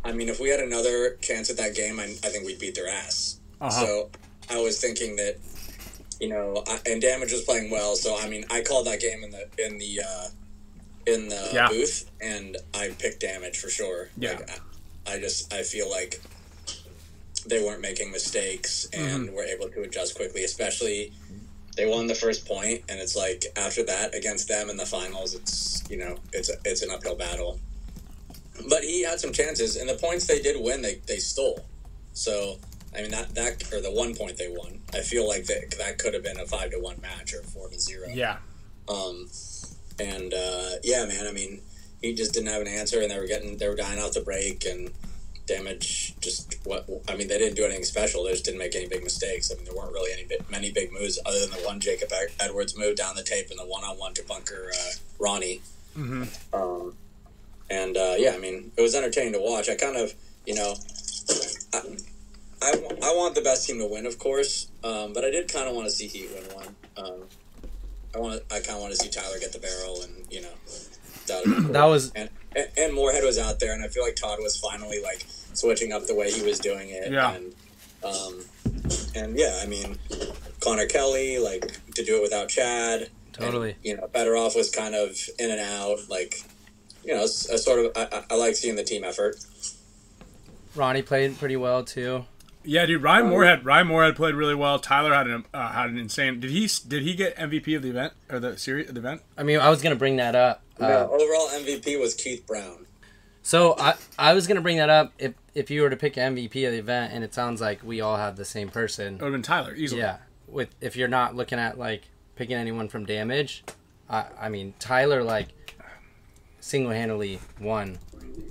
A: I mean, if we had another chance at that game, I, I think we'd beat their ass.
C: Uh-huh.
A: So I was thinking that. You know, I, and Damage was playing well, so I mean, I called that game in the in the uh, in the
C: Yeah.
A: booth, and I picked Damage for sure.
C: Yeah.
A: Like, I, I just I feel like they weren't making mistakes and
C: Mm-hmm.
A: were able to adjust quickly, especially they won the first point and it's like after that against them in the finals it's you know it's it's an uphill battle but he had some chances and the points they did win they, they stole so i mean that that or the one point they won i feel like that that could have been a five to one match or four to zero
C: Yeah.
A: um, and uh, yeah, man, I mean, he just didn't have an answer, and they were getting they were dying out the break and damage. Just what I mean, they didn't do anything special. They just didn't make any big mistakes. I mean, there weren't really any bi- many big moves other than the one Jacob Ed- Edwards move down the tape and the one on one to bunker uh, Ronnie. Um, and uh, yeah, I mean, it was entertaining to watch. I kind of, you know. I, I, w- I want the best team to win, of course, um, but I did kind of want to see Heat win one. Um, I want. to. I kind of want to see Tyler get the barrel, and you know, that
B: That was
A: and, and and Moorhead was out there, and I feel like Todd was finally like switching up the way he was doing it.
C: Yeah.
A: And, um, and yeah, I mean, Connor Kelly like to do it without Chad.
B: Totally.
A: And, you know, better off was kind of in and out, like you know, s- a sort of. I, I- I like seeing the team effort.
B: Ronnie played pretty well too.
C: Yeah, dude. Ryan Moorhead. Ryan Moorhead played really well. Tyler had an uh, had an insane. Did he did he get MVP of the event or the series of the event?
B: I mean, I was gonna bring that up. Uh,
A: Uh, overall MVP was Keith Brown.
B: So I, I was gonna bring that up if if you were to pick an MVP of the event, and it sounds like we all have the same person.
C: It would have been Tyler easily.
B: Yeah, with if you're not looking at like picking anyone from damage, I I mean Tyler like single handedly won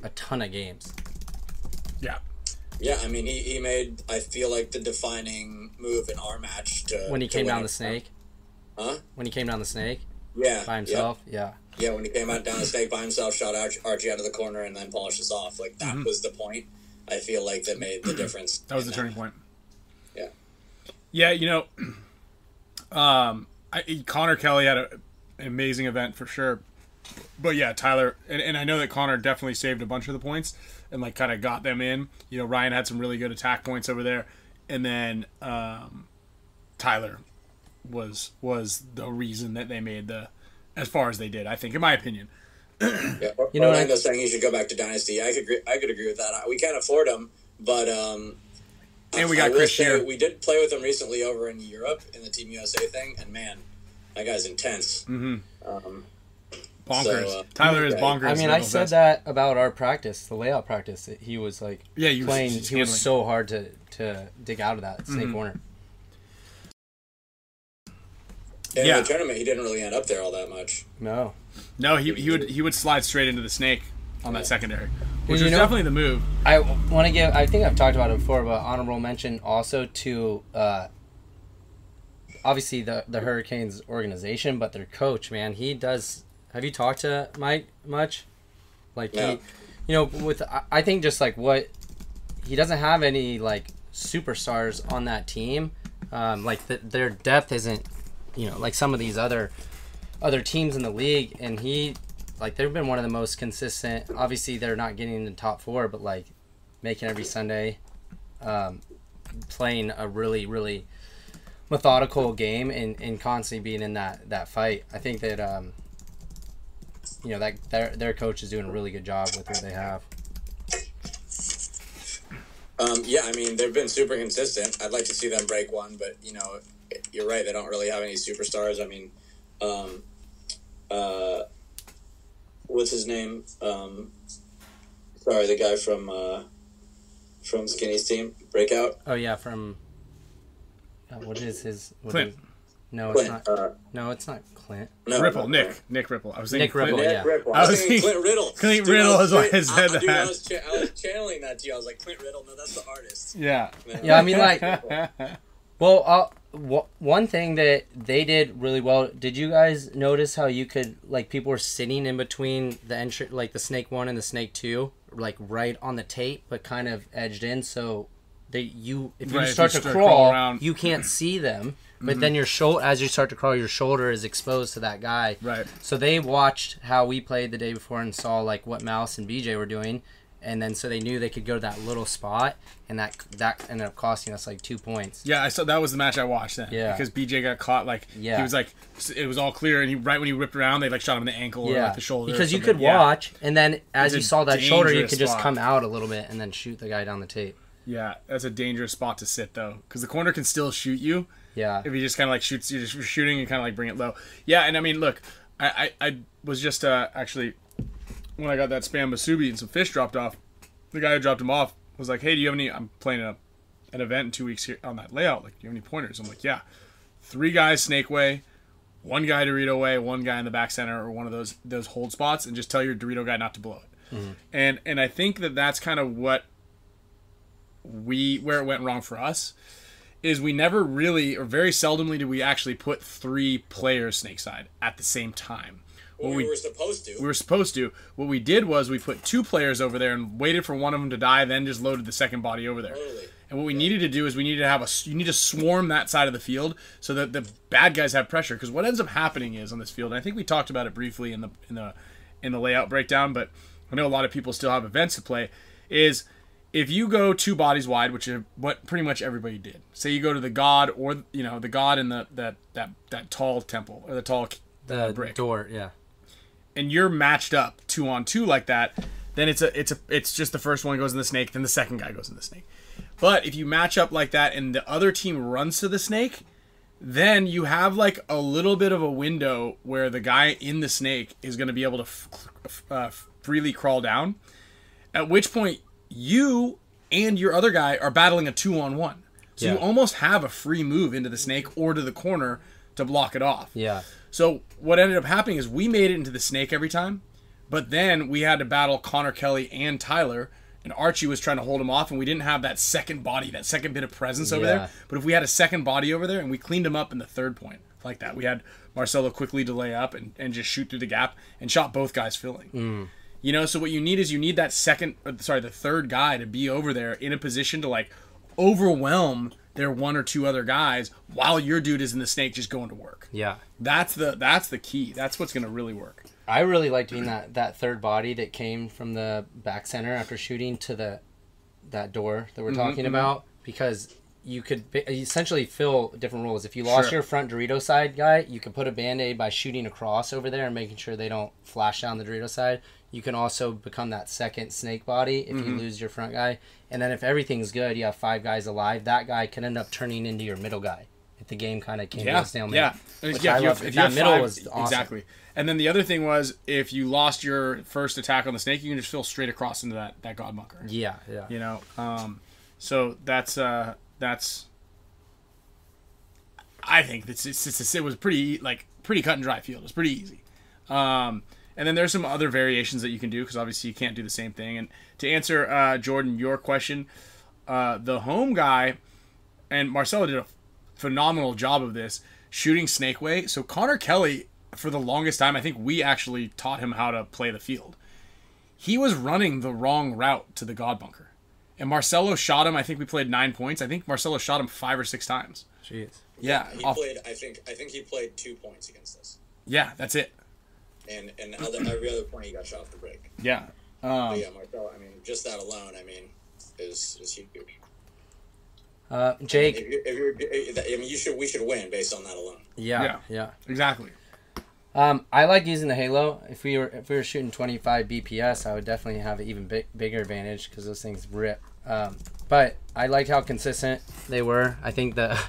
B: a ton of games.
C: Yeah.
A: Yeah, I mean, he, he made I feel like the defining move in our match to
B: When he
A: to
B: came down
A: winning.
B: the snake,
A: Huh?
B: when he came down the snake
A: Yeah,
B: by
A: yep.
B: himself, yeah.
A: Yeah, when he came out down the snake by himself, shot Arch- Archie out of the corner, and then polished us off. Like that was the point. I feel like that made the difference.
C: Mm-hmm. That was
A: in
C: the turning point.
A: Yeah.
C: Yeah, you know, [clears throat] um, I, Connor Kelly had a, an amazing event for sure. But yeah, Tyler, and, and I know that Connor definitely saved a bunch of the points and like kind of got them in. You know, Ryan had some really good attack points over there, and then um, Tyler was was the reason that they made the as far as they did. I think, in my opinion.
A: Yeah, or-
B: You know what I-
A: Orlando's saying he should go back to Dynasty. I could agree, I could agree with that. I- We can't afford him, but um,
C: And we
A: I
C: got
A: will
C: Chris
A: say
C: Shear.
A: We did play with him recently over in Europe in the Team USA thing, and man, that guy's intense.
C: Mm-hmm. Bonkers.
A: So, uh,
C: Tyler is
A: yeah.
C: bonkers.
B: I mean,
C: in
B: I
C: that
B: said
C: sense.
B: that about our practice, the layout practice. that He was like,
C: Yeah, you was
B: playing.
C: just
B: he was
C: handling. Mm-hmm.
B: so hard to to dig out of that snake corner.
A: In
C: Yeah.
A: the tournament, he didn't really end up there all that much.
B: No,
C: No, he, he would he would slide straight into the snake on that secondary, which
B: you
C: was
B: know-
C: definitely the move.
B: I want to give. I think I've talked about it before, but honorable mention also to uh, obviously the the Hurricanes organization, but their coach, man, he does. Have you talked to Mike much? Like
A: No.
B: he, you know, with I, I think just like what he doesn't have any like superstars on that team. Um, like th their depth isn't, you know, like some of these other other teams in the league, and he like they've been one of the most consistent. Obviously, they're not getting in the top four, but like making every Sunday, um, playing a really really methodical game and, and constantly being in that that fight. I think that um, you know that their their coach is doing a really good job with what they have.
A: Um, yeah, I mean, they've been super consistent. I'd like to see them break one, but you know, you're right. They don't really have any superstars. I mean, um, uh, what's his name? Um, sorry, the guy from uh, from Skinny's team, Breakout.
B: Oh yeah, from uh, what is his what
C: Clint.
B: is- no, it's
A: Clint.
B: not.
A: Uh,
B: No, it's not Clint.
A: no,
C: Ripple,
A: no,
C: Nick, Nick Ripple. I was thinking
B: Nick Ripple,
C: Clint-
A: Nick
B: yeah.
A: Ripple.
C: I
A: I
C: was
A: was thinking
C: thinking-
A: Clint Riddle.
C: [laughs] Clint
A: Dude, I
C: Riddle
A: was
C: is why
A: tra-
C: I
A: I,
C: said
A: I, dude, I
C: that.
A: was, cha- I was channeling that to you. I was like, Clint Riddle. No, that's the artist.
C: Yeah.
A: [laughs]
B: Yeah, I mean like Well, uh, wh- one thing that they did really well. Did you guys notice how you could like people were sitting in between the entry, like the snake one and the snake two, like right on the tape, but kind of edged in. So they you if you
C: Right, if
B: start
C: you
B: to
C: start
B: crawl,
C: crawling around.
B: you can't see them.
C: Mm-hmm.
B: But then your shoulder, as you start to crawl, your shoulder is exposed to that guy.
C: Right.
B: So they watched how we played the day before and saw like what Mouse and BJ were doing, and then so they knew they could go to that little spot, and that that ended up costing us like two points.
C: Yeah, I saw that was the match I watched then.
B: Yeah.
C: Because BJ got caught like
B: Yeah.
C: he was like s- it was all clear and he right when he ripped around they like shot him in the ankle or like the shoulder. or
B: Because you
C: something.
B: could
C: Yeah.
B: watch, and then as
C: It's
B: you
C: a
B: saw that shoulder, you
C: dangerous
B: could just
C: spot.
B: come out a little bit and then shoot the guy down the tape.
C: Yeah, that's a dangerous spot to sit though, because the corner can still shoot you
B: Yeah.
C: if you just kind of like shoots you're just shooting and kind of like bring it low. Yeah, and I mean, look, I I, I was just uh, actually when I got that spam basubi and some fish dropped off, the guy who dropped him off was like, "Hey, do you have any? I'm playing a, an event in two weeks here on that layout. Like, do you have any pointers?" I'm like, "Yeah, three guys snake way." One guy Dorito way, one guy in the back center, or one of those those hold spots, and just tell your Dorito guy not to blow it. And and I think that that's kind of what we where it went wrong for us is we never really or very seldomly do we actually put three players snake side at the same time. What
A: we,
C: we,
A: were supposed to.
C: we were supposed to, what we did was we put two players over there and waited for one of them to die, then just loaded the second body over there.
A: Totally.
C: And what we needed to do is we needed to have a s- you need to swarm that side of the field so that the bad guys have pressure. Because what ends up happening is on this field, and I think we talked about it briefly in the in the in the layout breakdown, but I know a lot of people still have events to play. Is if you go two bodies wide, which is what pretty much everybody did. Say you go to the god or you know the god in the that that that tall temple or the tall
B: The
C: brick
B: door, yeah.
C: and you're matched up two on two like that, then it's a it's a it's just the first one goes in the snake, then the second guy goes in the snake. But if you match up like that and the other team runs to the snake, then you have like a little bit of a window where the guy in the snake is going to be able to f- f- uh, freely crawl down. At which point you and your other guy are battling a two on one, so you
B: Yeah.
C: almost have a free move into the snake or to the corner to block it off.
B: Yeah.
C: So what ended up happening is we made it into the snake every time, but then we had to battle Connor Kelly and Tyler, and Archie was trying to hold him off, and we didn't have that second body, that second bit of presence over
B: Yeah.
C: there. But if we had a second body over there and we cleaned him up in the third point like that, we had Marcelo quickly delay up and, and just shoot through the gap and shot both guys filling. You know, so what you need is you need that second, or, sorry, the third guy to be over there in a position to like overwhelm their one or two other guys while your dude is in the snake just going to work.
B: Yeah.
C: That's the that's the key. That's what's gonna really work.
B: I really liked being that, that third body that came from
C: Mm-hmm,
B: the back center after shooting to the that door that we're talking about because you could ba- essentially fill different roles. If you lost
C: Sure.
B: your front Dorito side guy, you could put a band aid by shooting across over there and making sure they don't flash down the Dorito side. You can also become that second snake body if
C: Mm-hmm.
B: you lose your front guy. And then if everything's good, you have five guys alive. That guy can end up turning into your middle guy if the game kind of came to
C: Yeah,
B: a stalemate.
C: yeah, And
B: Which
C: yeah.
B: I
C: If you
B: love.
C: have,
B: If
C: if you
B: that
C: have
B: middle
C: five,
B: was awesome.
C: exactly. And then the other thing was, if you lost your first attack on the snake, you can just fill straight across into that that god bunker.
B: Yeah, yeah.
C: You know, um, so that's uh, that's. I think that's it's, it's, it was pretty like pretty cut and dry field. It was pretty easy. Um, and then there's some other variations that you can do because obviously you can't do the same thing. And to answer uh, Jordan your question, uh, the home guy and Marcelo did a phenomenal job of this shooting snake way. So Connor Kelly, for the longest time, I think we actually taught him how to play the field. He was running the wrong route to the God bunker, and Marcelo shot him. I think we played nine points. I think Marcelo shot him five or six times.
B: Jeez.
C: Yeah,
A: He
C: off-
A: played. I think. I think he played two points against us,
C: yeah, that's it.
A: and and other, every other point he got shot off the break.
C: Yeah,
B: Um.
A: But yeah, Marcel. I mean, just that alone. I mean, is is huge.
B: Uh,
A: If
B: Jake.
A: you if you're, I mean, you should we should win based on that alone.
C: Yeah.
B: Yeah, yeah.
C: exactly.
B: Um, I like using the Halo. If we were if we were shooting 25 BPS, I would definitely have an even big, bigger advantage because those things rip. Um, but I liked how consistent they were. I think the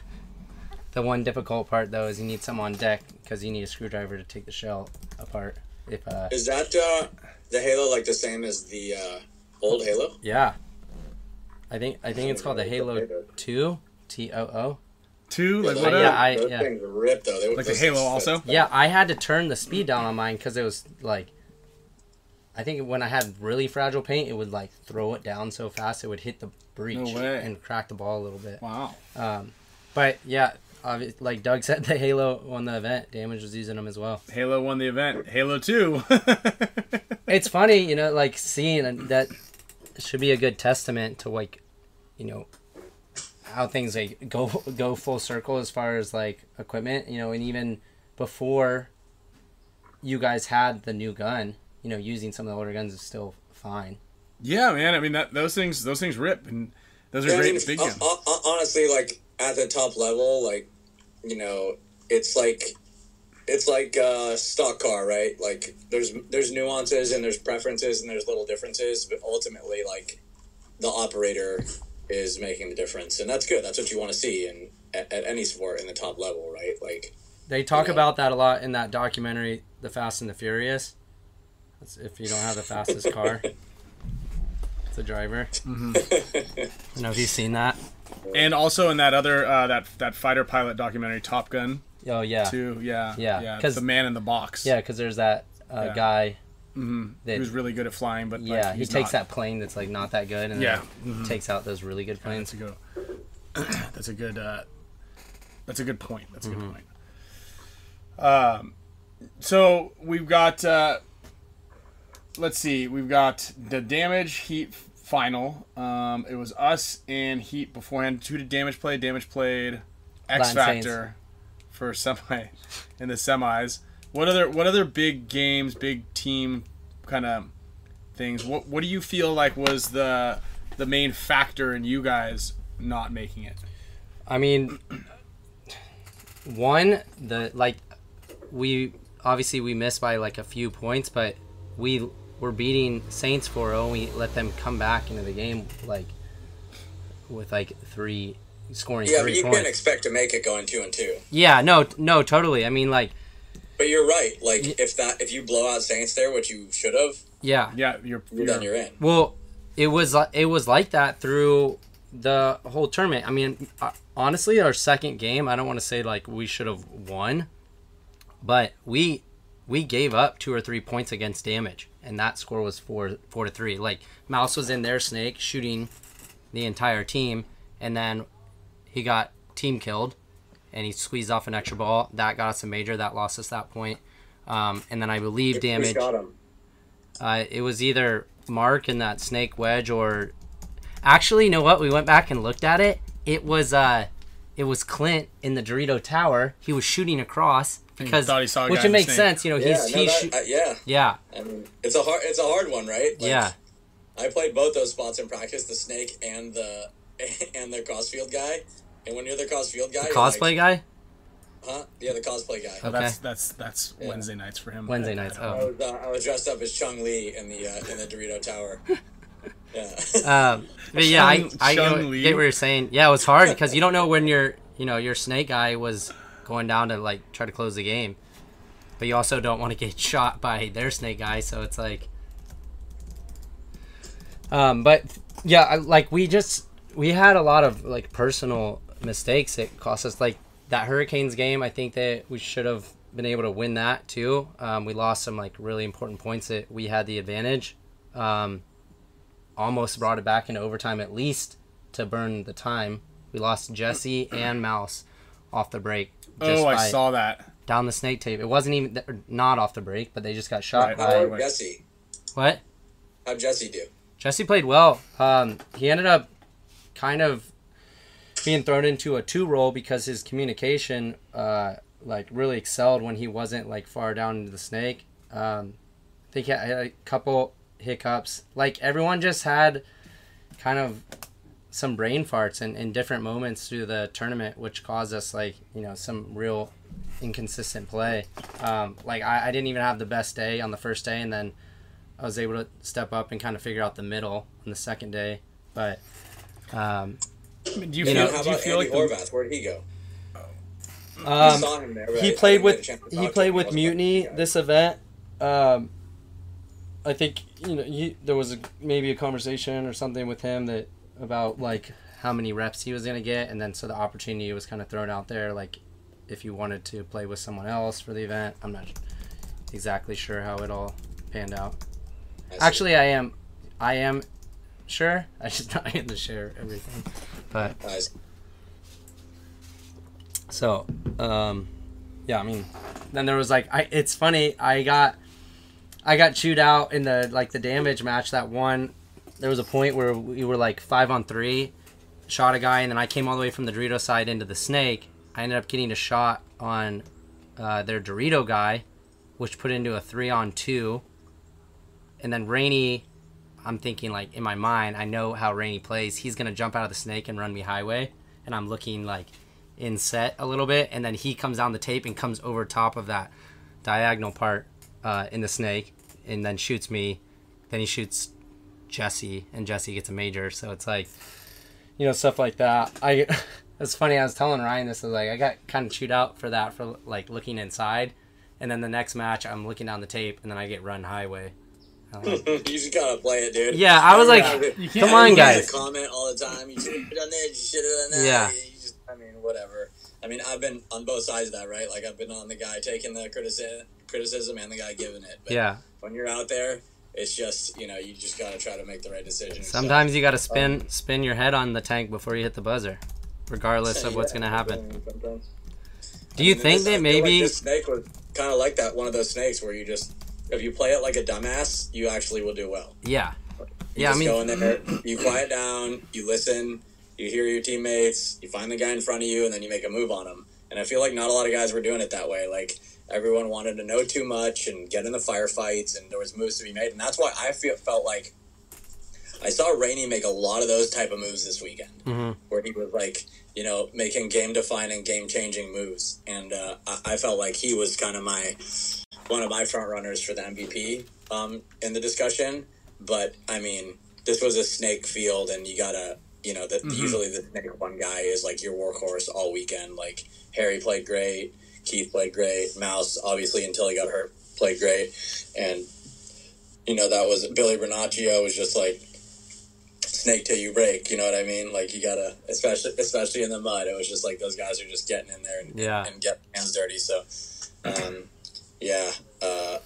B: [laughs] the one difficult part though is you need some on deck because you need a screwdriver to take the shell apart. If uh,
A: Is that uh, the Halo like the same as the uh, old Halo?
B: yeah, I think I think it's called the Halo Two T O O.
C: Two, like what? a-
B: yeah, I-
A: those
B: yeah.
A: things rip though. They,
C: like the
A: those-
C: Halo also.
B: Yeah, I had to turn the speed down on mine because it was like, I think when I had really fragile paint, it would like throw it down so fast it would hit the breach
C: No way.
B: and crack the ball a little bit.
C: Wow.
B: But yeah, obvi- like Doug said, [laughs] the Halo won the event. Damage was using them as well.
C: Halo won the event. Halo two. [laughs]
B: It's funny, you know, like seeing and that should be a good testament to like, you know, how things like go go full circle as far as like equipment, you know, and even before you guys had the new gun, you know, using some of the older guns is still fine.
C: yeah, man. I mean, that those things those things rip, and those are
A: Yeah, I
C: great
A: mean,
B: uh,
C: big
A: hon-
C: guns.
A: hon- hon- uh, honestly, like at the top level, like you know, it's like it's like a stock car, right? Like there's there's nuances and there's preferences and there's little differences, but ultimately, like the operator is making the difference, and that's good. That's what you want to see in at, at any sport in the top level, right? Like
B: They talk
A: Yeah.
B: about that a lot in that documentary, The Fast and the Furious. That's if you don't have the fastest [laughs] car, it's a driver. Mm-hmm. I don't know if you've seen that.
C: And also in that other uh, that that fighter pilot documentary, Top Gun,
B: Oh yeah.
C: too. Yeah,
B: Yeah,
C: yeah.
B: 'cause-
C: The man in the box.
B: Yeah, because there's that uh,
C: Yeah.
B: guy
C: he
B: that
C: was Mm-hmm. really good at flying, but
B: yeah
C: like,
B: he
C: he's
B: takes
C: not. Mm-hmm.
B: that plane that's like not that good and
C: Yeah.
B: then takes out those really good
C: That's
B: planes.
C: a good. That's a good. [clears throat] Uh, that's a good point. That's a good point. Um, so we've got. Uh, let's see. We've got the damage heat final. Um, it was us and heat beforehand. Two to damage play. Damage played. X
B: Latin Saints.
C: Factor for semi in the semis. What other what other big games, big team kind of things? What what do you feel like was the the main factor in you guys not making it?
B: I mean, one the like we obviously we missed by like a few points, but we were beating Saints 4-0. We let them come back into the game like with like three scoring
A: yeah, but
B: three
A: you
B: points.
A: can't expect to make it going two and two.
B: yeah, no, t- no, totally. I mean, like
A: But you're right. Like if that if you blow out Saints there, which you should have,
B: yeah,
C: Yeah, you're, you're,
A: then you're in.
B: Well, it was li- it was like that through the whole tournament. I mean, uh, honestly, our second game, I don't want to say like we should have won, but we we gave up two or three points against damage, and that score was four four to three. Like Mouse was in there, Snake shooting the entire team, and then he got team killed, and he squeezed off an extra ball that got us a major that lost us that point. Um, and then I believe
A: We
B: damage.
A: shot him.
B: Uh, it was either Mark and that snake wedge, or actually, you know what? We went back and looked at it. It was uh, it was Clint in the Dorito Tower. He was shooting across because
C: thought he saw a
B: which
C: guy
B: would
C: in the
B: make
C: snake.
B: sense. You know,
A: Yeah,
B: he's
A: no,
B: he's
A: that-
B: shoo-
A: I- yeah.
B: yeah,
A: I mean, it's a hard, it's a hard one, right? Like,
B: yeah,
A: [laughs] I played both those spots in practice, the snake and the and the crossfield guy, And when you're the Cosfield guy,
B: The
A: you're
B: cosplay
A: like,
B: guy?
A: huh? Yeah, the cosplay guy.
C: Oh,
B: Okay.
C: That's that's that's Wednesday nights for him.
B: Wednesday nights.
A: I
B: Oh.
A: was, uh, I was dressed up as Chung Lee in the uh, in the Dorito Tower. Yeah.
B: Um, but yeah, I,
C: Chung-
B: I get,
C: Chung
B: what-
C: Lee.
B: get what you're saying. Yeah, it was hard because you don't know when your you know your snake guy was going down to like try to close the game, but you also don't want to get [laughs] shot by their snake guy. So it's like, um, but yeah, I- like we just we had a lot of like personal mistakes. It cost us like that Hurricanes game. I think that we should have been able to win that too. Um, we lost some like really important points that we had the advantage. Um, almost brought it back in overtime at least to burn the time. We lost Jesse and Mouse off the break.
C: Oh,
B: by-
C: I saw that.
B: down the snake tape. It wasn't even th- not off the break, but they just got
C: Right.
B: shot
A: [laughs] How
B: by
C: Right.
A: would Jesse?
B: what?
A: How'd Jesse do?
B: Jesse played well. Um, he ended up kind of being thrown into a two role because his communication uh, like really excelled when he wasn't like far down into the snake. Um, I think he had a couple hiccups. Like everyone just had kind of some brain farts in, in different moments through the tournament, which caused us like you know some real inconsistent play. Um, like I, I didn't even have the best day on the first day, and then I was able to step up and kind of figure out the middle on the second day. But um,
C: I mean, Do you,
B: You
C: feel?
B: know,
A: how
C: do you
A: about
C: feel
A: Andy
C: like the-
A: Horvath? Where'd he go? I
B: um,
A: saw him there. but I-
B: he
A: I
B: played
A: didn't get a
B: with
A: chance to
B: he
A: talk to
B: played
A: him.
B: with
A: wasn't talking to
B: Mutiny
A: you guys.
B: this event. Um, I think you know you, there was a, maybe a conversation or something with him that about like how many reps he was gonna get, and then so the opportunity was kind of thrown out there, like if you wanted to play with someone else for the event. I'm not exactly sure how it all panned out.
A: I see.
B: Actually, I am, I am sure. [laughs] I just not in to share everything, but
A: I see.
B: so, um, yeah, I mean, then there was like, I, it's funny, I got, I got chewed out in the, like the damage match that one, there was a point where we were like five on three, shot a guy, and then I came all the way from the Dorito side into the snake. I ended up getting a shot on, uh, their Dorito guy, which put into a three on two. And then Rainey, I'm thinking like in my mind, I know how Rainey plays. He's gonna jump out of the snake and run me highway, and I'm looking like in set a little bit, and then he comes down the tape and comes over top of that diagonal part uh, in the snake, and then shoots me. Then he shoots Jesse, and Jesse gets a major. So it's like, you know, stuff like that. I [laughs] it's funny. I was telling Ryan this. I was like, I got kind of chewed out for that for like looking inside, and then the next match, I'm looking down the tape, and then I get run highway.
A: [laughs] you just gotta play it, dude.
B: Yeah, I was like,
A: You
C: can't-
B: come on,
A: Everyone has
B: guys.
A: a Comment all the time. You should have done this. You should have done that.
B: Yeah.
A: You just, I mean, whatever. I mean, I've been on both sides of that, right? Like I've been on the guy taking the criticism, criticism, and the guy giving it. But
B: Yeah.
A: When you're out there, it's just you know you just gotta try to make the right decision.
B: Sometimes you gotta spin spin your head on the tank before you hit the buzzer, regardless of what's gonna happen. Do you think that
A: like
B: maybe
A: this snake was kind of like that? One of those snakes where you just if you play it like a dumbass, you actually will do well.
B: yeah.
A: You
B: Yeah, I
A: just go
B: mean
A: in there, you quiet down, you listen, you hear your teammates, you find the guy in front of you, and then you make a move on him. And I feel like not a lot of guys were doing it that way. Like everyone wanted to know too much and get in the firefights, and there was moves to be made, and that's why I feel felt like I saw Rainey make a lot of those type of moves this weekend,
B: Mm-hmm.
A: where he was like, you know, making game defining, game changing moves, and uh, I-, I felt like he was kind of my one of my front runners for the MVP um, in the discussion. But I mean, this was a snake field, and you gotta, you know, that usually the snake one guy is like your workhorse all weekend. Like Harry played great, Keith played great, Mouse obviously until he got hurt played great, and you know that was Billy Bernaccio was just like snake till you break. You know what I mean? Like you gotta, especially especially in the mud. It was just like those guys are just getting in there and
B: Yeah.
A: and get hands dirty. So, um, yeah, uh,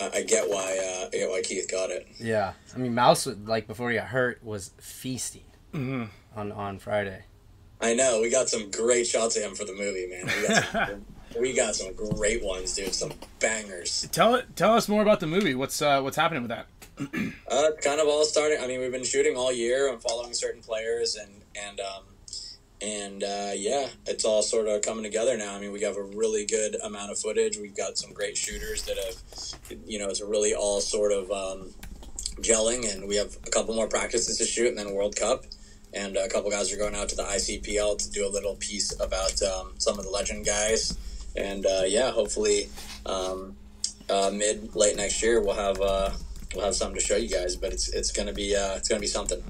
A: I, I get why uh, I get why Keith got it.
B: Yeah, I mean, Mouse was- like before he got hurt was feasting on on Friday.
A: I know we got some great shots of him for the movie, man. We got some, we got some great ones, dude. Some bangers.
C: Tell it. Tell us more about the movie. What's uh, what's happening with that?
A: Uh, it's kind of all starting. I mean, we've been shooting all year and following certain players, and and um, and uh, yeah, it's all sort of coming together now. I mean, we have a really good amount of footage. We've got some great shooters that have, you know, it's really all sort of um, gelling, and we have a couple more practices to shoot, and then World Cup, and a couple guys are going out to the ICPL to do a little piece about um, some of the legend guys. And uh, yeah, hopefully, um, uh, mid late next year we'll have uh, we'll have something to show you guys. But it's it's gonna be uh, it's gonna be something.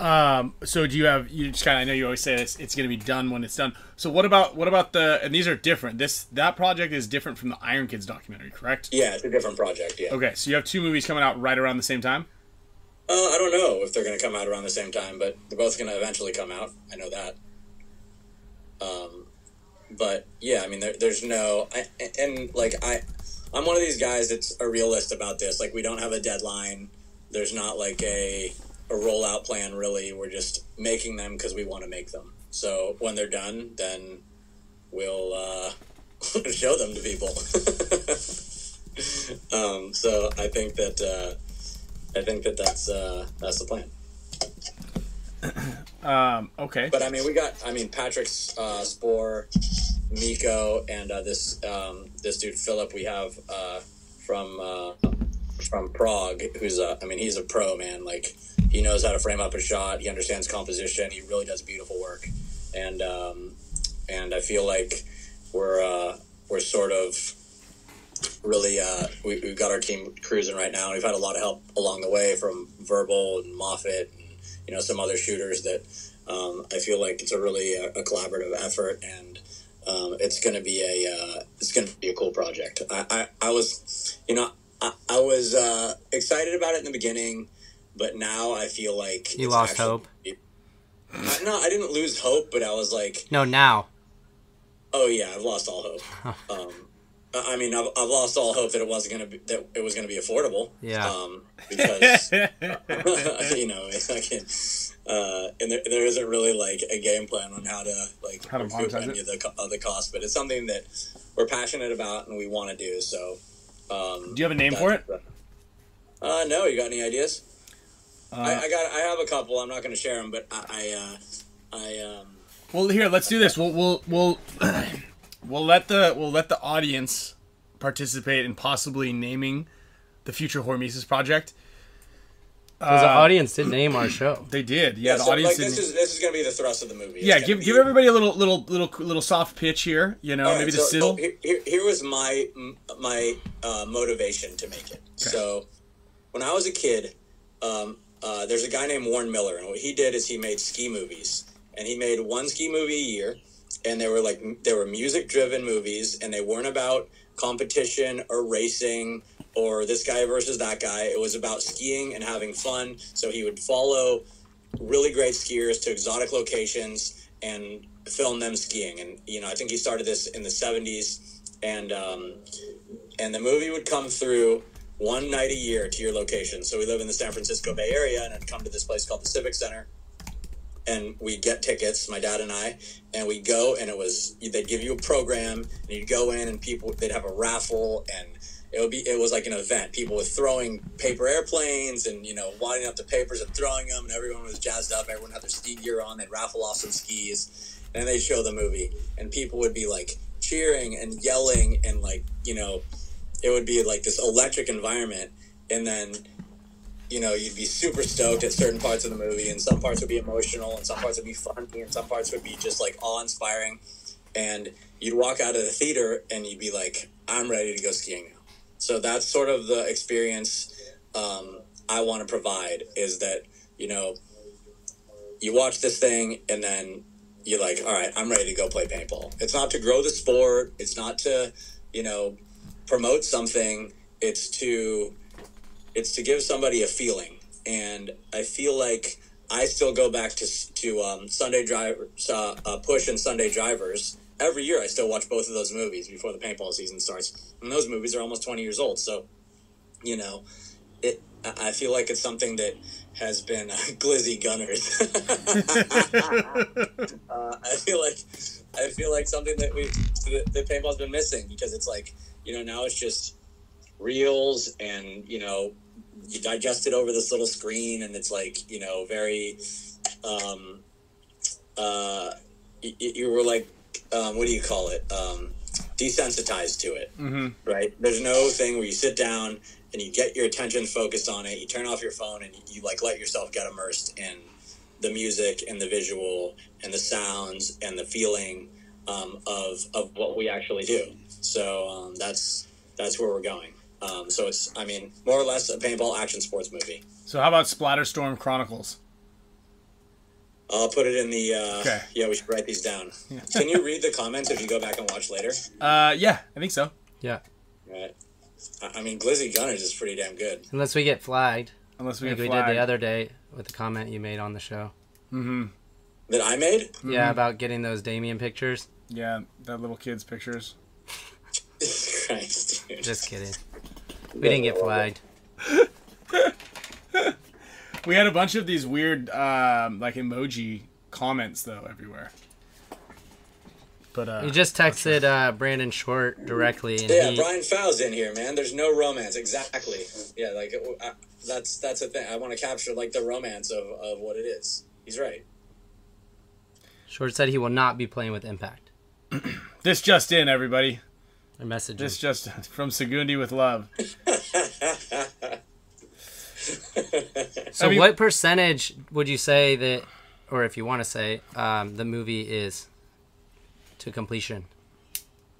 C: Um, so do you have you just kind of I know you always say this it's going to be done when it's done. So what about what about the and these are different. This that project is different from the Iron Kids documentary, correct?
A: Yeah, it's a different project. Yeah.
C: Okay, so you have two movies coming out right around the same time.
A: Uh, I don't know if they're going to come out around the same time, but they're both going to eventually come out. I know that. Um, but yeah, I mean, there, there's no, I, and like I, I'm one of these guys that's a realist about this. Like, we don't have a deadline. There's not like a a rollout plan really. We're just making them because we want to make them. So when they're done, then we'll uh, [laughs] show them to people. [laughs] um, so I think that. Uh, I think that that's uh, that's the plan.
C: Um, okay. [laughs]
A: But I mean, we got I mean Patrick's uh, Spore, Miko, and uh, this um, this dude Philip we have uh, from uh, from Prague, who's a, I mean he's a pro man. Like he knows how to frame up a shot. He understands composition. He really does beautiful work, and um, and I feel like we're uh, we're sort of really uh, we, we've got our team cruising right now. We've had a lot of help along the way from Verbal and Moffitt and you know some other shooters that um, I feel like it's a really uh, a, a collaborative effort and um, it's going to be a uh, it's going to be a cool project. I, I, I was you know I, I was uh, excited about it in the beginning, but now I feel like
B: You
A: it's
B: lost
A: actually-
B: hope?
A: I- no, I didn't lose hope, but I was like,
B: No, now.
A: oh yeah, I've lost all hope. Um, I I mean, I've, I've lost all hope that it wasn't gonna be that it was gonna be affordable.
B: Yeah.
A: Um, because [laughs] you know, [laughs] I can, uh, and there, there isn't really like a game plan on how to like
C: How to
A: recoup
C: monetize
A: any
C: it?
A: of the co- of the costs, but it's something that we're passionate about and we want to do. So, um,
C: Do you have a name for it?
A: Uh, no, you got any ideas?
C: Uh,
A: I, I got. I have a couple. I'm not going to share them, but I, I, uh, I um,
C: Well, here, let's do this. We'll we'll we'll [clears throat] we'll let the we'll let the audience participate in possibly naming the future Hormesis project.
B: Because the audience did name our show.
C: They did, yeah. the
A: so,
C: audience
A: like this
C: did.
A: is this is going to be the thrust of the movie. It's
C: yeah,
A: gonna
C: give
A: be-
C: give everybody a little little little little soft pitch here. You know,
A: All right,
C: maybe the
A: so- oh,
C: sizzle.
A: so here, here- here was my m- my uh, motivation to make it. So, when I was a kid, um, uh, there's a guy named Warren Miller, and what he did is he made ski movies, and he made one ski movie a year, and they were like m- they were music driven movies, and they weren't about competition or racing or this guy versus that guy. It was about skiing and having fun. So he would follow really great skiers to exotic locations and film them skiing. And you know, I think he started this in the '70s, and um, and the movie would come through one night a year to your location. So we live in the San Francisco Bay Area, and I'd come to this place called the Civic Center, and we'd get tickets, my dad and I, and we'd go, and it was they'd give you a program, and you'd go in, and people they'd have a raffle, and it would be it was like an event. People were throwing paper airplanes, and you know, wadding up the papers and throwing them, and everyone was jazzed up. Everyone had their ski gear on. They'd raffle off some skis, and they'd show the movie, and people would be like cheering and yelling, and like you know, it would be like this electric environment, and then you know, you'd be super stoked at certain parts of the movie, and some parts would be emotional, and some parts would be funny, and some parts would be just like awe inspiring. And you'd walk out of the theater and you'd be like, I'm ready to go skiing now. So that's sort of the experience um, I want to provide is that, you know, you watch this thing and then you're like, all right, I'm ready to go play paintball. It's not to grow the sport, it's not to, you know, promote something, it's to it's to give somebody a feeling and i feel like i still go back to to um, sunday driver uh, uh, push and sunday drivers every year i still watch both of those movies before the paintball season starts and those movies are almost 20 years old so you know it I- I feel like it's something that has been uh, [laughs] glizzy gunners. uh, I feel like I feel like something that we that, that paintball's been missing because it's like you know now it's just reels and you know you digest it over this little screen and it's like you know very um uh y- y- you were like um what do you call it um desensitized to it
C: Mhm.
B: Mm-hmm.
A: right there's no thing where you sit down and you get your attention focused on it. You turn off your phone and you like let yourself get immersed in the music and the visual and the sounds and the feeling um, of of what we actually do. So um, that's that's where we're going. Um, so it's I mean more or less a paintball action sports movie.
C: So how about Splatterstorm Chronicles?
A: I'll put it in the. Uh,
C: Okay.
A: Yeah, we should write these down. [laughs] Can you read the comments if you go back and watch later?
C: Uh, yeah, I think so.
B: [clears throat] Yeah.
A: Right. I I mean, Glizzy Gunners is pretty damn good.
B: Unless we get flagged,
C: Unless we
B: like
C: get
B: we did
C: flagged.
B: the other day with the comment you made on the show.
A: That I made?
B: Yeah, about getting those Damien pictures.
C: Yeah, that little kid's pictures.
A: Christ, dude.
B: Just kidding. We didn't get flagged.
C: We had a bunch of these weird um, like emoji comments though everywhere. But uh,
B: You just texted uh, Brandon Short directly, and
A: Yeah,
B: he,
A: Brian Fowles in here, man. There's no romance. Exactly. Yeah, like it- I, that's that's a thing. I want to capture like the romance of, of what it is. He's right.
B: Short said he will not be playing with Impact.
C: this just in, everybody.
B: I messaged him.
C: This just [laughs] from Segundi with love.
B: So,
C: I mean-
B: what percentage would you say that, or if you want to say, um, the movie is to completion?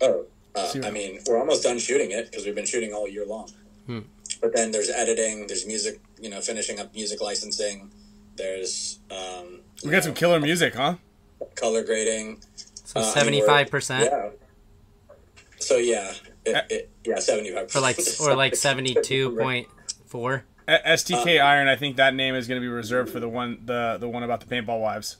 A: Oh, uh,
C: Zero.
A: I mean, we're almost done shooting it because we've been shooting all year long.
B: Hmm.
A: But then there's editing. There's music. You know, finishing up music licensing. There's um,
C: We got some killer music, huh?
A: color grading.
B: So,
A: Uh, I mean, we're-
B: seventy-five percent,
A: Yeah. So yeah,
C: Uh,
A: it, it, yeah, seventy five
B: or like,
A: [laughs]
B: or like seventy-two point four.
C: A- STK Iron. I think that name is going to be reserved for the one the the one about the paintball wives.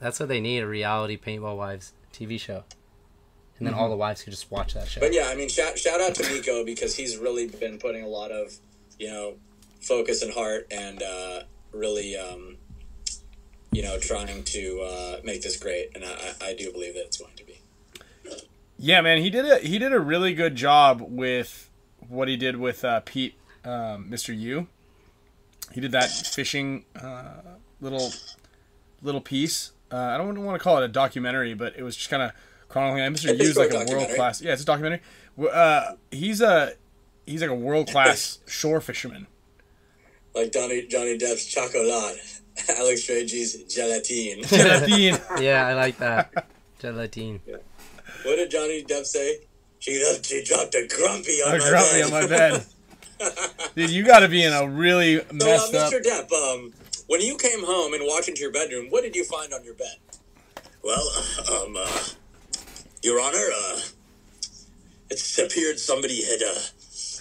B: That's what they need—a reality paintball wives TV show, and then all the wives could just watch that show.
A: Mm-hmm. But yeah, I mean, shout, shout out to Nico because he's really been putting a lot of, you know, focus and heart and uh, really, um, you know, trying to uh, make this great. And I, I I do believe that it's going to be.
C: Yeah, man, he did a he did a really good job with what he did with uh, Pete, um, Mr. U. He did that fishing uh, little little piece. Uh, I don't want to call it a documentary, but it was just kind of chronicling. and Mr.
A: It's
C: U's like
A: still a
C: a
A: documentary.
C: world class. Yeah, it's a documentary. W- Uh, he's a he's like a world class shore fisherman.
A: Like Johnny Johnny Depp's chocolat, [laughs] Alex Trage's gelatine.
C: Gelatine.
B: yeah, I like that. Gelatine.
A: [laughs] what did Johnny Depp say? She left, she dropped a grumpy on
C: A
A: my
C: grumpy
A: bed.
C: on my bed. Dude, you got to be in a really
A: So, uh,
C: messed up.
A: Mr. Depp, um, when you came home and walked into your bedroom, what did you find on your bed? Well, uh, um, uh, Your Honor, uh, it appeared somebody had uh,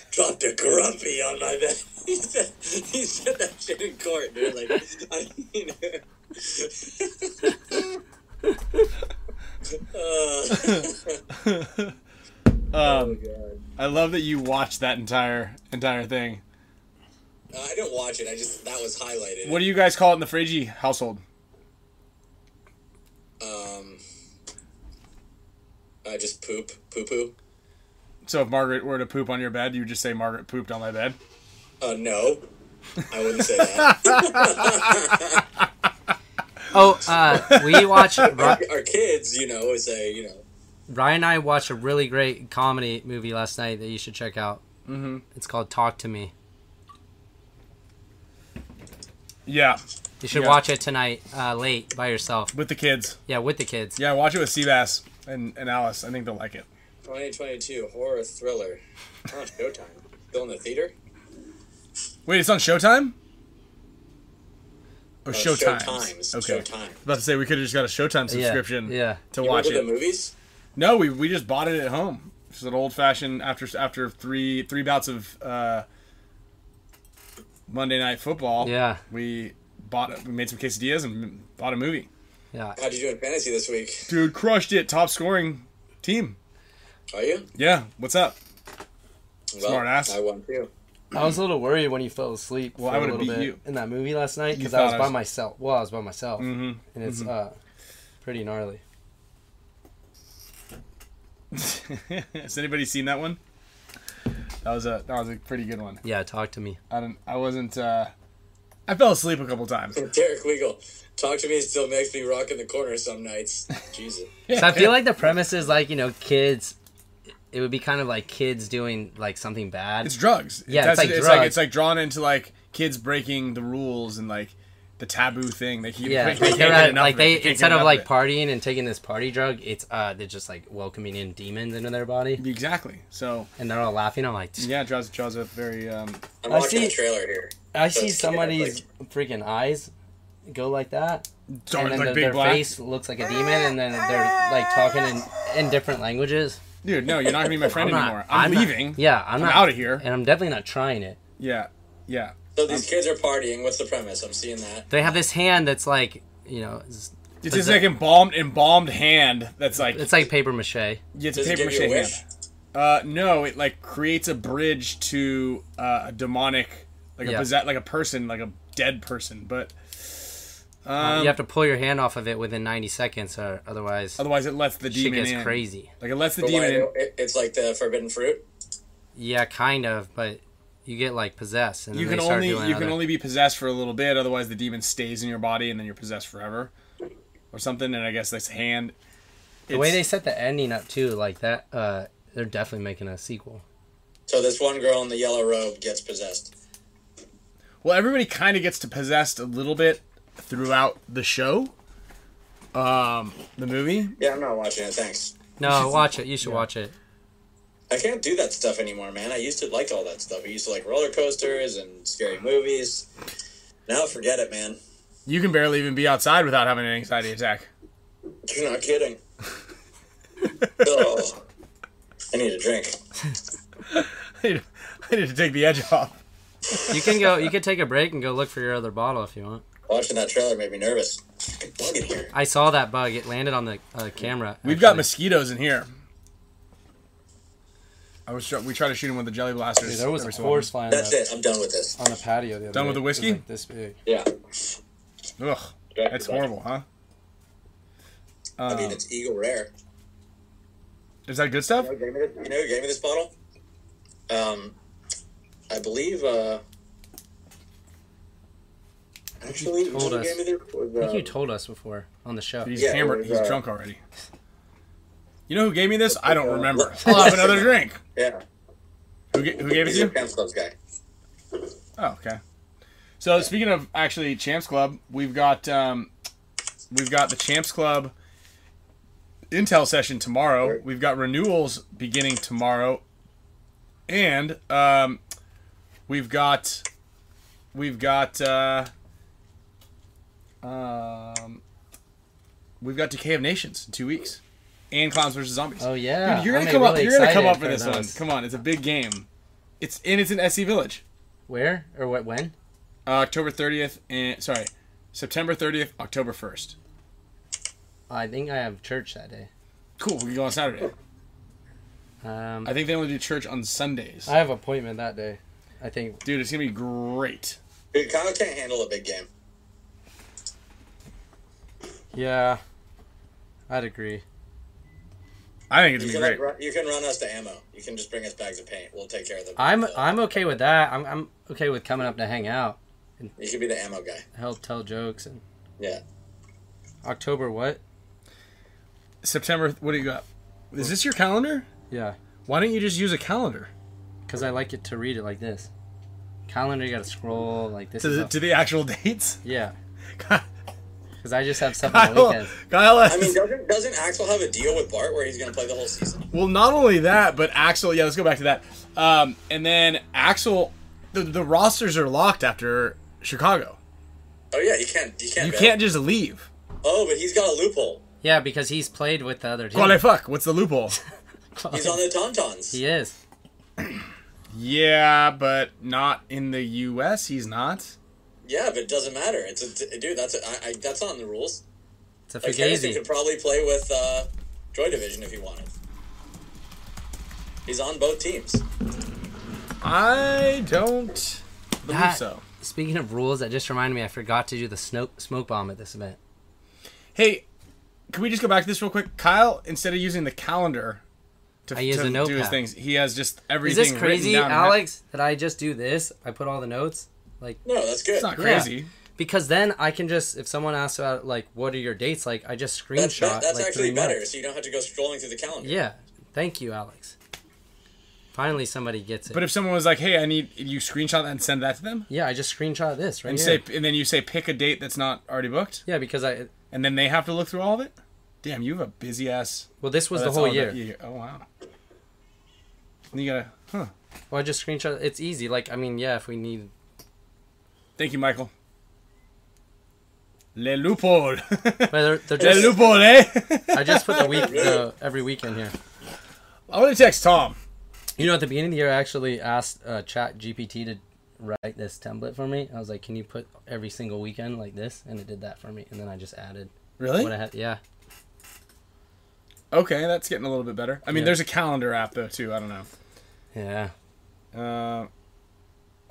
A: dropped a grumpy on my bed. [laughs] he, said, he said that shit in court, dude. Like, I mean, [laughs]
C: Um, I love that you watched that entire entire thing.
A: I didn't watch it. I just that was highlighted.
C: What do you guys call it in the Fragi household?
A: um, I just poop, poo poo.
C: So if Margaret were to poop on your bed, you would just say Margaret pooped on my bed.
A: Uh, no, I wouldn't
C: [laughs]
A: say that.
B: Oh, uh,
A: [laughs]
B: we watched. Ri-
A: Our kids, you know, would say, you know.
B: Ryan and I watched a really great comedy movie last night that you should check out. Mm-hmm. It's called Talk to Me.
C: Yeah,
B: You should
C: Yeah.
B: watch it tonight, uh, late by yourself.
C: with the kids.
B: Yeah, with the kids.
C: Yeah, watch it with Seabass and, and Alice. I think they'll like it.
A: 2022 horror thriller. Oh, Showtime. Still in the theater? Oh,
C: Wait, it's on Showtime. Or
A: Uh,
C: Showtime.
A: Showtimes.
C: Okay.
A: Showtime.
C: I was about to say we could have just got a Showtime
B: Yeah,
C: subscription.
B: yeah.
C: To
A: You
C: watch
A: remember
C: it.
A: the movies?
C: No, we, we just bought it at home. It's an old fashioned after after three three bouts of uh, Monday night football.
B: Yeah.
C: we bought we made some quesadillas and bought a movie.
B: Yeah.
A: How would you do in fantasy this week?
C: Dude, crushed it. Top scoring team.
A: Are you?
C: Yeah, what's up? [laughs]
A: Well,
C: Smartass.
A: I won too. [laughs]
B: I was a little worried when you fell asleep.
C: Well,
B: for
C: I
B: a
C: would've
B: little
C: beat
B: bit
C: you.
B: in that movie last night because
C: You
B: I was
C: thought I
B: by
C: was- Mm-hmm.
B: myself. Well, I was by myself, and it's uh, pretty gnarly.
C: Has anybody seen that one? That was a that was a pretty good one.
B: Yeah, talk to me.
C: I don't I wasn't uh I fell asleep a couple times.
A: Derek Weagle. Talk to me
C: [laughs]
A: still makes me rock in the corner some nights. Jesus.
B: So I feel like the premise is like you know kids it would be kind of like kids doing like something bad.
C: It's drugs.
B: Yeah,
C: That's-
B: it's like
C: it's
B: drugs.
C: like it's like drawn into like kids breaking the rules and like the taboo thing. They keep
B: yeah,
C: they
B: like,
C: can't
B: they're
C: get
B: at-
C: enough
B: like
C: of it. They
B: they
C: can't get
B: instead of
C: enough
B: like
C: it.
B: partying and taking this party drug, it's uh they're just like welcoming in demons into their body,
C: exactly. So
B: and they're all laughing. I'm like,
C: yeah, it draws draws a very um,
A: I'm
B: I
A: watching
B: see-
A: the trailer here.
B: I
A: So
B: see
A: it's kind of
B: somebody's freaking eyes go like that,
C: dark,
B: and then
C: like
B: the-
C: big
B: their
C: black.
B: face looks like a demon, and then they're like talking in, in different languages.
C: Dude, no, you're not gonna be my friend
B: I'm not-
C: anymore. I'm,
B: I'm not-
C: leaving.
B: Yeah, I'm,
C: I'm
B: not
C: outta here.
B: and I'm definitely not trying it.
C: yeah, yeah.
A: So these kids are partying. What's the premise? I'm seeing that.
B: They have this hand that's like you know, it's,
C: It's
B: Does
C: just
B: it-
C: like embalmed, embalmed hand. That's like
B: it's like paper mache.
C: it's a
A: Does it
C: paper mache
A: give you a
C: hand.
A: wish?
C: Uh, no, it like creates a bridge to uh, a demonic, like
B: Yeah.
C: a possess, like a person, like a dead person. But
B: Um, you have to pull your hand off of it within 90 seconds, or otherwise
C: otherwise, it lets the
B: shit
C: demon
B: gets
C: in.
B: crazy.
C: Like it lets the
A: But why
C: demon in.
A: do- it- it's like the forbidden fruit.
B: Yeah, kind of, but you get like possessed, and then
C: You
B: they
C: can
B: start
C: only you
B: doing
C: can
B: other-
C: only be possessed for a little bit. Otherwise, the demon stays in your body, and then you're possessed forever, or something. And I guess that's hand.
B: the way they set the ending up too, like that. Uh, they're definitely making a sequel.
A: So this one girl in the yellow robe gets possessed.
C: Well, everybody kind of gets to possessed a little bit throughout the show, um, the movie.
A: Yeah, I'm not watching it. Thanks.
B: [laughs] No, watch it. You should watch it.
A: I can't do that stuff anymore, man. I used to like all that stuff. I used to like roller coasters and scary movies. Now forget it, man. [laughs]
C: You can barely even be outside without having an anxiety attack. [laughs]
A: You're
B: [laughs]
A: not kidding. oh, I need a drink.
C: I need, I need to take the edge off.
B: You can go. You can take a break and go look for your other bottle if you want.
A: Watching that trailer made me nervous. Fucking Bug in here.
B: I saw that bug. It landed on the uh, camera.
C: We've got
B: actually.
C: mosquitoes in here. I was tr- we tried to shoot him with the jelly blasters.
B: Dude, there was a
C: every so
B: horse
C: often.
B: flying on
A: That's
B: the,
A: it. I'm done with this.
B: on the patio the other
C: Done with
B: day.
C: the whiskey?
B: It was, like, this big.
A: Yeah.
C: Ugh, that's horrible, huh?
A: I mean,
B: Um,
A: it's Eagle Rare.
C: Is that good stuff?
A: You know, who gave me this, you know who gave me this bottle? Um, I believe. Uh, actually, you
B: told
A: know who
B: us.
A: gave me this was,
B: I think you
A: um,
B: told us before on the show.
C: He's
A: Yeah, it
C: hammered.
A: was,
C: He's
A: uh,
C: drunk already. You know who gave me this? I don't
A: [laughs]
C: remember. I'll have another drink.
A: Yeah,
C: Who, ga- who gave it to
A: he's a
C: you?
A: Pants Clubs guy.
C: Oh, okay. So speaking of actually Champs Club, we've got um, we've got the Champs Club Intel session tomorrow. We've got renewals beginning tomorrow, and um, we've got we've got uh, um, we've got Decay of Nations in two weeks, and Clowns versus Zombies.
B: Oh yeah,
C: Dude, you're
B: I'm
C: gonna come up.
B: really
C: You're gonna come up
B: excited
C: for this one.
B: those.
C: Come on, it's a big game. It's and it's in SC Village.
B: Where or what? When?
C: Uh, October 30th and sorry, September 30th, October 1st.
B: I think I have church that day.
C: Cool, we can go on Saturday.
B: Um,
C: I think they only do church on Sundays.
B: I have appointment that day. I think.
C: Dude, it's gonna be great.
A: Dude, Kyle can't handle a big game.
B: Yeah, I'd agree.
C: I think it's gonna
A: You can,
C: be
A: like,
C: great.
A: run, you can run us to ammo. You can just bring us bags of paint. We'll take care of them.
B: I'm I'm okay with that. I'm I'm okay with coming up to hang out,
A: You could be the ammo guy.
B: help tell jokes and.
A: Yeah.
B: October what?
C: September, what do you got? Is this your calendar?
B: Yeah,
C: Why don't you just use a calendar
B: because I like it to read it like this. Calendar, you gotta scroll like this.
C: to
B: is
C: the,
B: a-
C: to the actual [laughs] dates?
B: yeah,
C: Kyle,
B: because I just have stuff
C: [laughs]
B: on the
C: Kyle,
B: weekends.
A: I mean,
C: has,
A: doesn't doesn't Axel have a deal with Bart where he's going to play the whole season?
C: well, not only that, but Axel. Yeah, let's go back to that. Um, and then Axel, the, the rosters are locked after Chicago.
A: Oh yeah, you can't. You can't.
C: You
A: bail.
C: can't just leave.
A: Oh, but he's got a loophole.
B: Yeah, because he's played with the other team.
C: Quale fuck? What's the loophole?
A: He's on the Tauntauns.
B: He is.
C: Yeah, but not in the U.S. He's not.
A: Yeah, but it doesn't matter. It's a, dude. That's a, I, I, that's not in the rules.
B: It's a
A: Like Harrison
B: fugazi.
A: could probably play with uh, Joy Division if he wanted. He's on both teams.
C: I don't believe
B: That-
C: so.
B: Speaking of rules, that just reminded me. I forgot to do the smoke smoke bomb at this event.
C: Hey, can we just go back to this real quick? Kyle, instead of using the calendar to,
B: I use
C: to
B: a
C: do his
B: notepad.
C: things, he has just
B: Is
C: everything.
B: this crazy,
C: written down.
B: Alex? That I just do this? I put all the notes. Like
A: No, that's good.
C: It's not
B: Yeah.
C: crazy.
B: because then I can just if someone asks about like what are your dates like I just
A: That's,
B: screenshot.
A: that's
B: like,
A: actually
B: three
A: better.
B: months.
A: So you don't have to go scrolling through the calendar.
B: Yeah. Thank you, Alex. Finally, somebody gets it.
C: But if someone was like, "Hey, I need you screenshot that and send that to them,"
B: yeah, I just screenshot this right
C: and
B: here.
C: say, and then you say pick a date that's not already booked,
B: yeah, because I
C: and then they have to look through all of it. Damn, you have a busy ass.
B: well, this was
C: oh,
B: the
C: that's
B: whole
C: all
B: year.
C: that year. Oh wow. And you gotta, huh?
B: Well, I just screenshot. It's easy. Like I mean, yeah, if we need
C: Thank you, Michael. Le
B: [laughs]
C: loophole.
B: But they're, they're
C: Le
B: just,
C: loophole, eh? [laughs]
B: I just put the week the, every weekend here.
C: I want to text Tom.
B: You know, at the beginning of the year, I actually asked uh, Chat GPT to write this template for me. I was like, "Can you put every single weekend like this?" And it did that for me. And then I just added
C: Really?
B: what I had. Yeah,
C: Okay, that's getting a little bit better. I mean,
B: Yeah.
C: there's a calendar app though too. I don't know.
B: yeah.
C: Uh,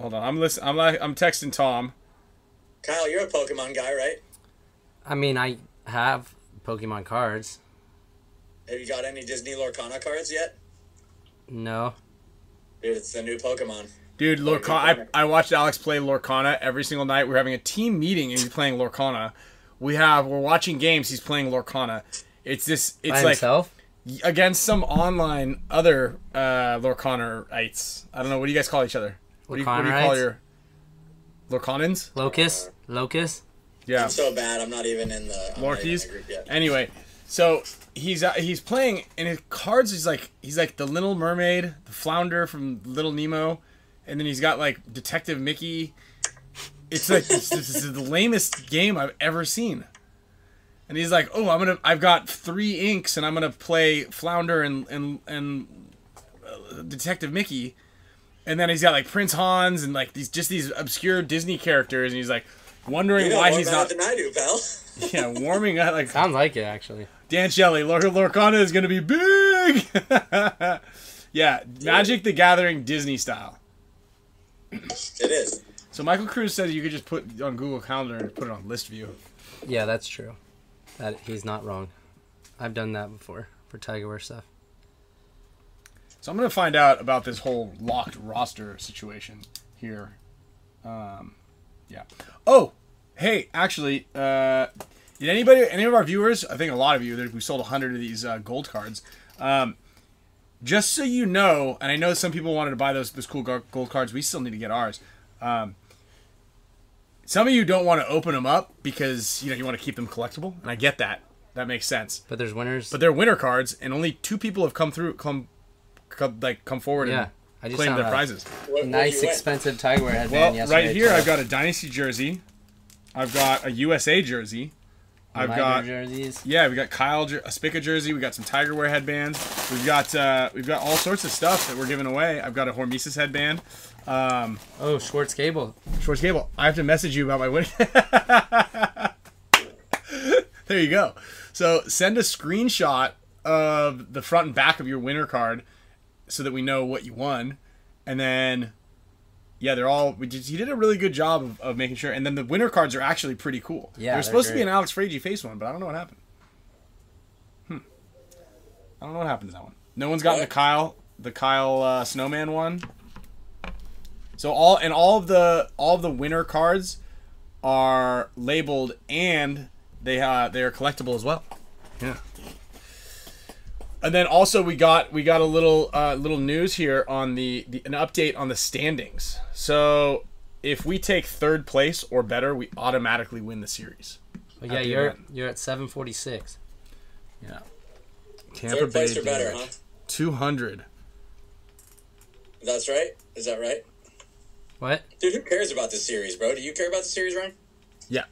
C: hold on. I'm listening. I'm like, I'm texting Tom.
A: Kyle, you're a Pokemon guy, right?
B: I mean, I have Pokemon cards.
A: Have you got any Disney Lorcana cards yet?
B: No,
A: Dude, it's the new Pokemon.
C: Dude, Lorcana. I, I watched Alex play Lorcana every single night. We're having a team meeting and he's playing Lorcana. We have we're watching games. He's playing Lorcana. It's this. It's
B: by
C: like
B: himself.
C: against some online other uh, Lorcanerites. I don't know. What do you guys call each other? What do you, what do you call
B: Lorcanerites?
C: your Lorcanans?
B: Locus, Locus.
C: Yeah.
A: I'm so bad. I'm not even in the I'm not even in the
C: Lorkies.
A: group yet.
C: Anyway, so he's uh, he's playing and his cards is like he's like the Little Mermaid, the Flounder from Little Nemo, and then he's got like Detective Mickey. It's like this, this is the lamest game I've ever seen. And he's like, "Oh, I'm gonna. I've got three inks, and I'm gonna play Flounder and and and uh, Detective Mickey." And then he's got like Prince Hans and like these just these obscure Disney characters, and he's like wondering
A: You know
C: why
A: more
C: he's
A: about
C: not
A: it than I do, pal.
C: [laughs]
A: [laughs]
C: yeah warming up like
B: Sounds like it actually.
C: Dan Shelley, Lor- Lorcana is going to be big. [laughs] yeah, Magic the Gathering Disney style.
A: It is.
C: So Michael Cruz said you could just put on Google Calendar and put it on list view.
B: Yeah, that's true. That he's not wrong. I've done that before for Tiger Wear stuff.
C: So I'm going to find out about this whole locked roster situation here. Um, yeah. Oh, hey, actually, uh, did anybody, any of our viewers, I think a lot of you, that we sold 100 of these uh, gold cards. Um, just so you know, and I know some people wanted to buy those those cool gar- gold cards. We still need to get ours. Um, some of you don't want to open them up because you know you want to keep them collectible, and I get that. That makes sense.
B: But there's winners.
C: But they're winter cards, and only two people have come through, come, come like come forward
B: Yeah,
C: and
B: I just
C: claim
B: found
C: their
B: out.
C: prizes.
A: What,
B: nice expensive Tiger Wear
C: Well,
B: headband yesterday.
C: right here
B: too.
C: I've got a dynasty jersey, I've got a USA jersey, I've
B: Liger
C: got
B: jerseys.
C: yeah, we got Kyle jer- a Spica jersey. We got some Tiger Wear headbands. We've got uh, we've got all sorts of stuff that we're giving away. I've got a Hormesis headband. Um,
B: Oh, Schwartz Gable.
C: Schwartz Gable, I have to message you about my win. [laughs] there you go. So send a screenshot of the front and back of your winner card, so that we know what you won, and then. Yeah, they're all. We just, he did a really good job of, of making sure. And then the winner cards are actually pretty cool.
B: Yeah,
C: they're
B: they're
C: supposed to be
B: great.
C: an Alex Fragi face one, but I don't know what happened. Hmm. I don't know what happened to that one. No one's gotten
A: What?
C: the Kyle, the Kyle uh, Snowman one. So all and all of the all of the winner cards are labeled and they uh, they are collectible as well. Yeah. And then also we got we got a little uh, little news here on the, the an update on the standings. So if we take third place or better, we automatically win the series.
B: But yeah,
C: Happy
B: you're
C: event.
B: you're at 746.
C: Yeah. Tampa
A: Third place
C: Bay
A: or better, huh?
C: two hundred.
A: That's right. Is that right?
B: What?
A: Dude, who cares about this series, bro? Do you care about the series, Ryan?
C: Yeah.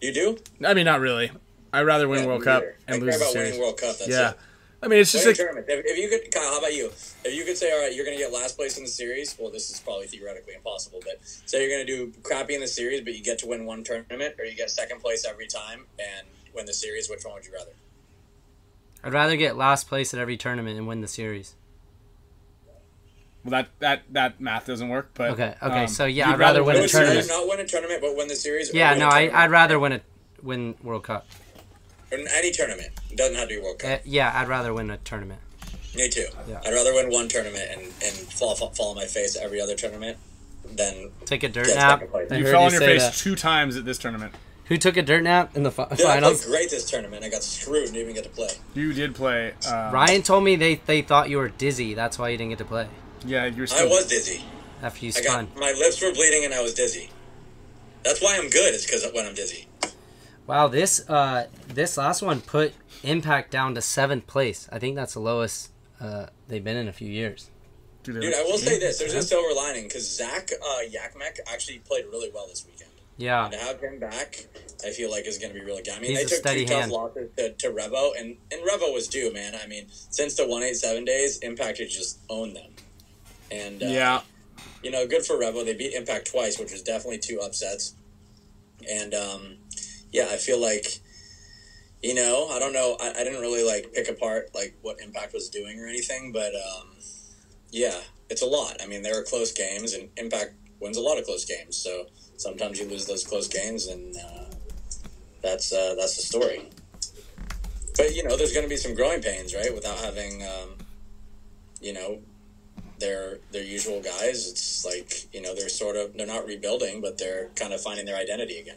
A: You do?
C: I mean, not really. I'd rather win
A: Yeah,
C: World
A: me
C: Cup
A: neither. I
C: and
A: care
C: lose the
A: about
C: series.
A: winning World Cup. That's
C: yeah.
A: it.
C: I mean, it's just
A: Winning
C: like
A: tournament. If, if you could, Kyle, how about you? If you could say, all right, you're going to get last place in the series. Well, this is probably theoretically impossible, but say you're going to do crappy in the series, but you get to win one tournament, or you get second place every time and win the series. Which one would you rather?
B: I'd rather get last place at every tournament and win the series.
C: well, that that that math doesn't work. But um,
B: Okay, okay, so yeah,
C: you'd
B: I'd rather win a
A: Win a
C: the
A: series,
B: tournament.
A: not win a tournament, but win the series. or
B: Yeah,
A: win a
B: no, I, I'd
A: tournament.
B: rather win a win World Cup.
A: In any tournament. It doesn't have to be World Cup.
B: Uh, yeah, I'd rather win a tournament.
A: Me too.
B: Yeah.
A: I'd rather win one tournament and, and fall, fall fall on my face every other tournament than
B: Take a dirt
A: Yeah,
B: nap.
A: second place.
B: I
C: You
B: heard
C: fell on your
B: say
C: face
B: that.
C: two times at this tournament.
B: Who took a dirt nap in the fi-
A: Dude, I played
B: finals?
A: great this tournament. I got screwed. Didn't even get to play.
C: You did play. Um,
B: Ryan told me they, they thought you were dizzy. That's why you didn't get to play.
C: Yeah, you're
A: I
C: still.
B: Hmm.
A: was dizzy.
B: after you
A: I
B: spun.
A: got my lips were bleeding and I was dizzy. That's why I'm good. Is because when I'm dizzy.
B: Wow, this uh, this last one put Impact down to seventh place. I think that's the lowest uh, they've been in a few years.
A: Dude, I will say this: there's a silver lining because Zach uh, Yakmek actually played really well this weekend.
B: Yeah,
A: To have him back, I feel like is going to be really good. I mean,
B: He's
A: they
B: a
A: took
B: steady
A: two tough
B: hand.
A: losses to, to Revo, and and Revo was due, man. I mean, since the one eight seven days, Impact had just owned them, and uh,
C: Yeah.
A: you know, good for Revo. They beat Impact twice, which was definitely two upsets. And um, yeah, I feel like, you know, I don't know. I, I didn't really like pick apart like what Impact was doing or anything, but um, yeah, it's a lot. I mean, there are close games, and Impact wins a lot of close games. So sometimes you lose those close games, and uh, that's uh, that's the story. But you know, there's going to be some growing pains, right? Without having, um, you know, their their usual guys. It's like you know they're sort of they're not rebuilding, but they're kind of finding their identity again.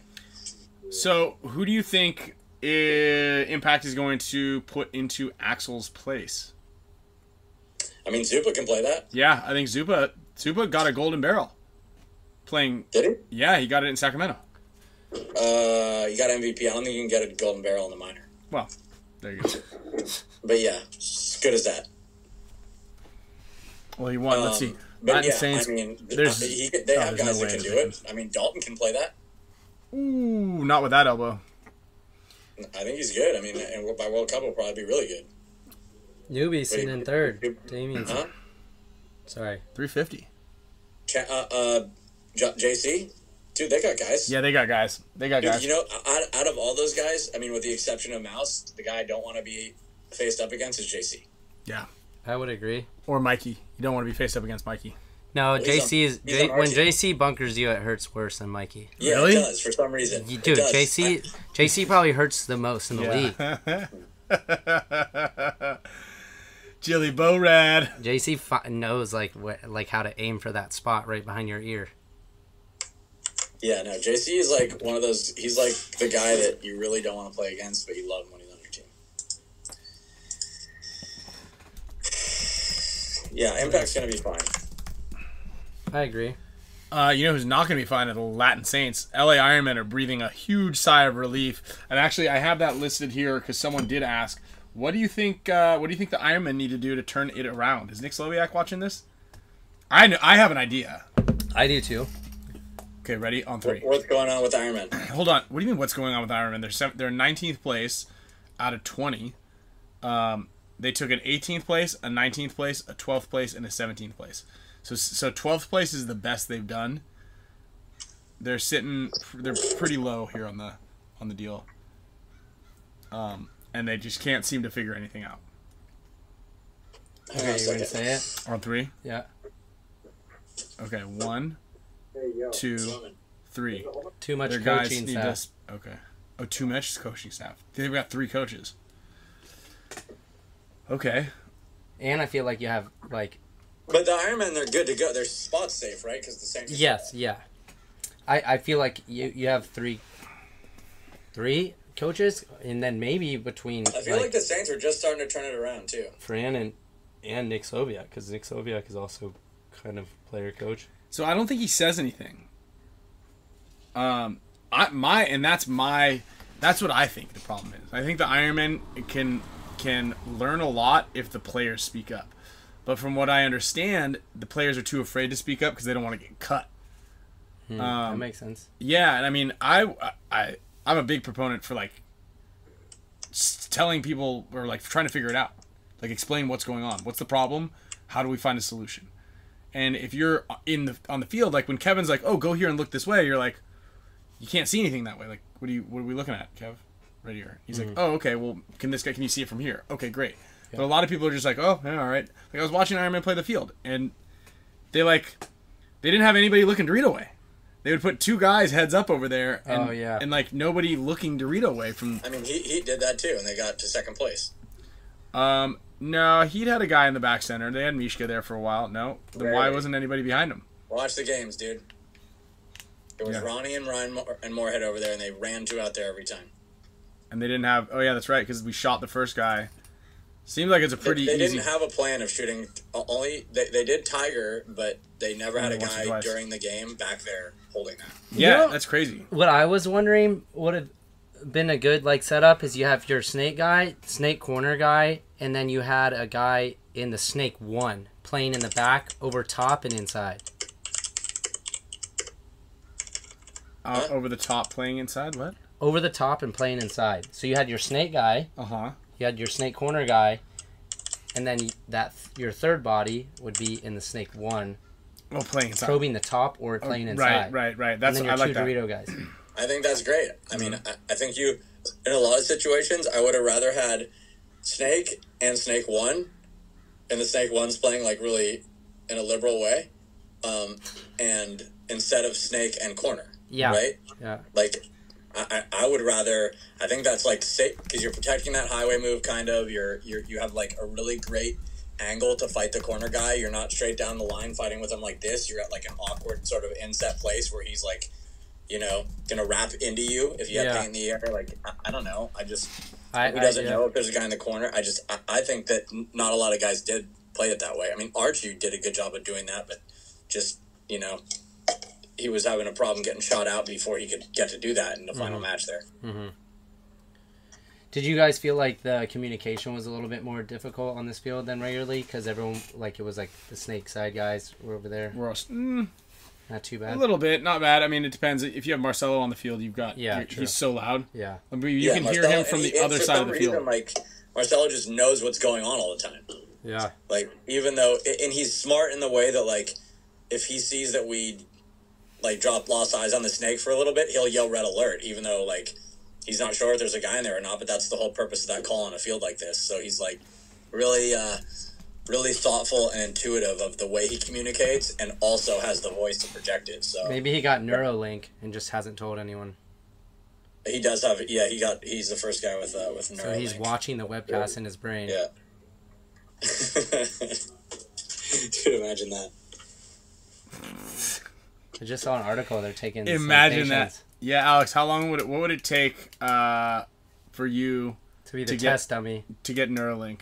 C: So, who do you think uh, Impact is going to put into Axel's place?
A: I mean, Zupa can play that,
C: Yeah, I think Zupa Zupa got a golden barrel. Playing,
A: did
C: yeah, he got it in Sacramento.
A: he? Uh, you got MVP. I don't think you can get a golden barrel in the minor,
C: Well, there you go.
A: but yeah, as good as that.
C: Well, he won. Let's see.
A: Um, but
C: Latin
A: yeah,
C: Saints.
A: I mean, th-
C: there's-
A: he, they
C: oh,
A: have
C: there's
A: guys
C: no way
A: that can do
C: they
A: it. I mean, Dalton can play that.
C: Ooh, not with that elbow.
A: I think he's good. I mean, and by World Cup will probably be really good.
B: newbie sitting in third.
A: Wait.
B: Damien's
A: Huh?
B: sorry.
C: 350.
A: Cha- uh, uh, J- JC, dude, they got guys.
C: Yeah, they got guys. They got
A: Dude,
C: guys.
A: you know, out, out of all those guys, I mean, with the exception of Mouse, the guy I don't want to be faced up against is JC.
C: yeah.
B: I would agree.
C: Or Mikey. You don't want to be faced up against Mikey.
B: No,
A: he's
B: JC
A: on-
B: is
A: he's
B: J,
A: on our
B: when
A: team.
B: JC bunkers you, it hurts worse than Mikey.
A: Yeah,
C: Really?
A: it does for some reason.
B: You,
A: It
B: dude,
A: does.
B: JC
A: I-
B: JC probably hurts the most in the league.
C: [laughs] Jilly Borad.
B: JC fi- knows like what like how to aim for that spot right behind your ear.
A: yeah, no, JC is like one of those. He's like the guy that you really don't want to play against, but you love him when he's on your team. Yeah, Impact's gonna be fine.
B: I agree.
C: Uh, you know who's not going to be fine are the Latin Saints. LA Ironmen are breathing a huge sigh of relief. And actually, I have that listed here because someone did ask, "What do you think? Uh, what do you think the Ironmen need to do to turn it around?" Is Nick Sloviak watching this? I know, I have an idea.
B: I do too.
C: Okay, ready on three.
A: What's going on with Iron Man?
C: Hold on. What do you mean? What's going on with Ironman? They're seven, they're nineteenth place out of twenty. Um, they took an eighteenth place, a nineteenth place, a twelfth place, and a seventeenth place. So so twelfth place is the best they've done. They're sitting. They're pretty low here on the on the deal. Um, and they just can't seem to figure anything out.
A: Hang on
B: Okay,
A: a
B: you
A: second.
B: gonna say it?
C: On three.
B: Yeah.
C: Okay, one, two, three.
B: Too much
C: Their guys
B: coaching
C: need
B: staff.
C: to. sp- Okay. Oh, too much coaching staff. They've got three coaches. Okay.
B: And I feel like you have like
A: But the Iron Man, they're good to go. Their spot's safe, right? Because the same.
B: yes, yeah. I I feel like you you have three three coaches and then maybe between
A: I feel like the Saints are just starting to turn it around too.
B: Fran and and Nick Soviak because Nick Soviak is also kind of player coach.
C: So I don't think he says anything. Um, I my and that's my that's what I think the problem is. I think the Ironman can can learn a lot if the players speak up. But from what I understand, the players are too afraid to speak up because they don't want to get cut.
B: that makes sense.
C: Yeah, and I mean, I I I'm a big proponent for like s- telling people or like trying to figure it out, like explain what's going on, what's the problem, how do we find a solution, and if you're in the on the field, like when Kevin's like, oh, go here and look this way, you're like, you can't see anything that way. Like, what are you? What are we looking at, Kev? Right here. He's
B: Mm-hmm.
C: like, oh, okay. Well, can this guy? Can you see it from here? Okay, great. But a lot of people are just like, oh, yeah, all right. Like I was watching Iron Man play the field, and they like, they didn't have anybody looking Dorito way. They would put two guys heads up over there, and,
B: Oh, yeah.
C: and like nobody looking Dorito way from.
A: I mean, he, he did that too, and they got to second place.
C: Um, no, he'd had a guy in the back center. They had Mishka there for a while. No, then why
A: Right.
C: wasn't anybody behind him?
A: Watch the games, dude. It was
C: Yeah.
A: Ronnie and Ryan Mo- and Moorhead over there, and they ran two out there every time.
C: And they didn't have. Oh yeah, that's right, because we shot the first guy, Seems like it's a pretty
A: they
C: easy.
A: didn't have a plan of shooting. Only they, they did Tiger, but they never had a
C: Only once or
A: guy
C: twice.
A: during the game back there holding that.
C: yeah,
B: You know-
C: that's crazy.
B: What I was wondering would have been a good like setup is you have your snake guy, snake corner guy, and then you had a guy in the snake one playing in the back, over top, and inside.
C: Uh, over the top, playing inside. What?
B: Over the top and playing inside. So you had your snake guy,
C: Uh huh.
B: you had your snake corner guy, and then that your third body would be in the snake one,
C: Well, Oh, playing inside.
B: probing the top or playing
C: Oh, right,
B: inside.
C: right, right.
B: And
C: That's
B: then
C: I
B: your
C: like
B: two
C: that.
B: Dorito guys.
C: [clears throat]
A: I think that's great. I mean, I, I think you, in a lot of situations, I would have rather had Snake and Snake One, and the Snake One's playing like really in a liberal way, um, and instead of Snake and Corner.
B: Yeah.
A: Right.
B: Yeah.
A: like I, I I would rather I think that's like safe because you're protecting that highway move kind of you're you're you have like a really great angle to fight the corner guy you're not straight down the line fighting with him like this you're at like an awkward sort of inset place where he's like you know gonna wrap into you if you have
B: Yeah.
A: pain in the air like I, I don't know I just
B: I,
A: who
B: I-
A: doesn't
B: yeah.
A: know if there's a guy in the corner I just I, I think that n- not a lot of guys did play it that way I mean Archie did a good job of doing that but just you know he was having a problem getting shot out before he could get to do that in the final
C: Mm-hmm.
A: match there.
B: Did you guys feel like the communication was a little bit more difficult on this field than regularly? Because everyone, like, it was like the snake side guys were over there.
C: We're all- mm,
B: Not too
C: a
B: bad.
C: little bit, not bad. I mean, it depends. If you have Marcelo on the field, you've got.
B: Yeah,
C: you're-
B: true.
C: he's so loud.
B: Yeah.
C: I mean, you
A: Yeah,
C: can hear
A: Marcelo-
C: him from
A: and
C: the
A: he- and
C: other
A: for
C: side of
A: some
C: the
A: reason,
C: field.
A: Like Marcelo just knows what's going on all the time.
B: Yeah.
A: Like even though, and he's smart in the way that like if he sees that we like drop lost eyes on the snake for a little bit, he'll yell red alert, even though like he's not sure if there's a guy in there or not. But that's the whole purpose of that call on a field like this. So he's like really. uh Really thoughtful and intuitive of the way he communicates, and also has the voice to project it. So
B: Maybe he got Neuralink and just hasn't told anyone.
A: He does have, yeah. He got. He's the first guy with uh, with Neuralink.
B: So he's watching the webcast in his brain.
A: Yeah. [laughs] Dude, imagine that.
B: I just saw an article. They're taking.
C: Imagine
B: some
C: that.
B: patients
C: Yeah, Alex. How long would it? What would it take uh, for you
B: To be the
C: To get-
B: test dummy.
C: to get Neuralink?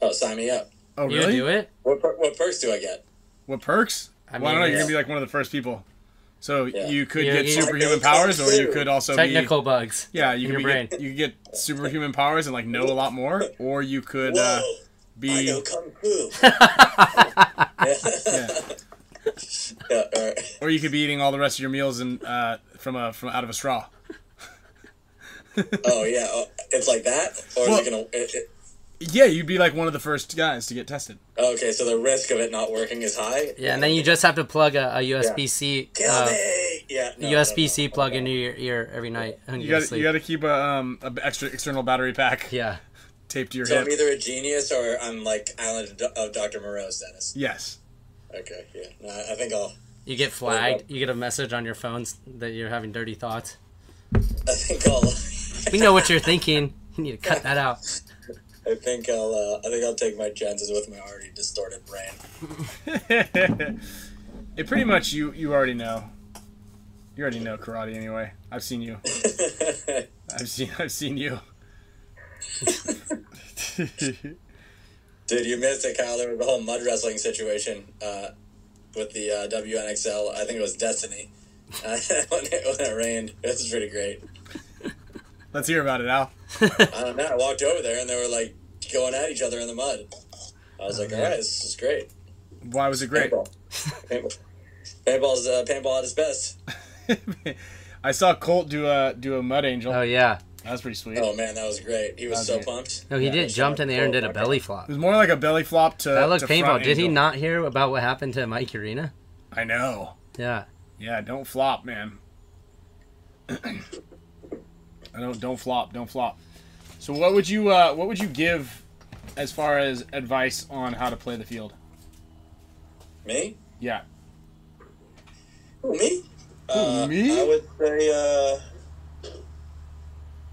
A: Oh, sign me up.
C: Oh,
B: You
C: really?
B: do it?
A: What per- what perks do I get?
C: What perks?
B: I
C: well, I don't
B: mean,
C: know. You're
B: it's-
C: gonna be like one of the first people. So
A: Yeah.
C: you could
B: Yeah,
C: get
B: you-
C: superhuman powers, or you
A: Dude.
C: could also
B: Technical bugs.
C: be yeah, you could
B: in your
C: be
B: brain.
C: Get, you could get superhuman powers and like know a lot more, or you could
A: Whoa!
C: uh,
A: I
C: be
A: know kung fu. [laughs]
C: yeah.
A: yeah, all right.
C: or you could be eating all the rest of your meals and uh, from a from out of a straw.
A: Oh yeah, oh, it's like that, or is
C: Well-
A: it gonna? It, it,
C: Yeah, you'd be like one of the first guys to get tested.
A: okay, so the risk of it not working is high.
B: Yeah, and then you just have to plug a, a USB C
A: Kill
B: uh,
A: me! Yeah. no,
B: USB C
A: no, no.
B: plug into your ear every night. when
C: You
B: go to
C: got you
B: sleep.
C: got to keep a um a b- extra external battery pack
B: Yeah.
C: taped to your
A: So
C: hip.
A: I'm either a genius or I'm like Island of Dr. Moreau status.
C: Yes. [laughs]
A: Okay, yeah. No, I I think I'll.
B: You get flagged. You get a message on your phone s- that you're having dirty thoughts.
A: I think I'll.
B: We
A: [laughs]
B: know what you're thinking. You need to cut that
C: [laughs]
B: out.
A: I think I'll. Uh, I think I'll take my chances with my already distorted brain. [laughs]
C: it pretty much you you already know. You already know karate anyway. I've seen you. I've seen I've seen you. [laughs]
A: Dude, you missed it, Kyle. There was the whole mud wrestling situation uh, with the uh, WNXL. I think it was Destiny. [laughs] Uh, when, it, when it rained, it was pretty great.
C: Let's hear about it, Al.
A: I don't know. I walked over there and they were like going at each other in the mud. I
B: Oh,
A: was like, all right, this is great.
C: Why was it great? [laughs]
A: Paintball. Paintball. Paintball's uh, paintball at its best.
C: I saw Colt do a do a mud angel.
B: Oh yeah.
C: That was pretty sweet.
A: Oh man, that was great. He was so
C: Love it.
A: pumped.
B: No, he did jumped in the air and did a belly flop.
C: It was more like a belly flop to
B: That looked
C: to
B: painful.
C: front
B: Did he
C: angel.
B: not hear about what happened to Mike Arena?
C: I know.
B: Yeah.
C: Yeah, don't flop, man. [clears throat] I don't don't flop, don't flop. So what would you uh, what would you give as far as advice on how to play the field?
A: Me?
C: Yeah.
A: Who, me? Uh,
C: me?
A: I would say. Uh,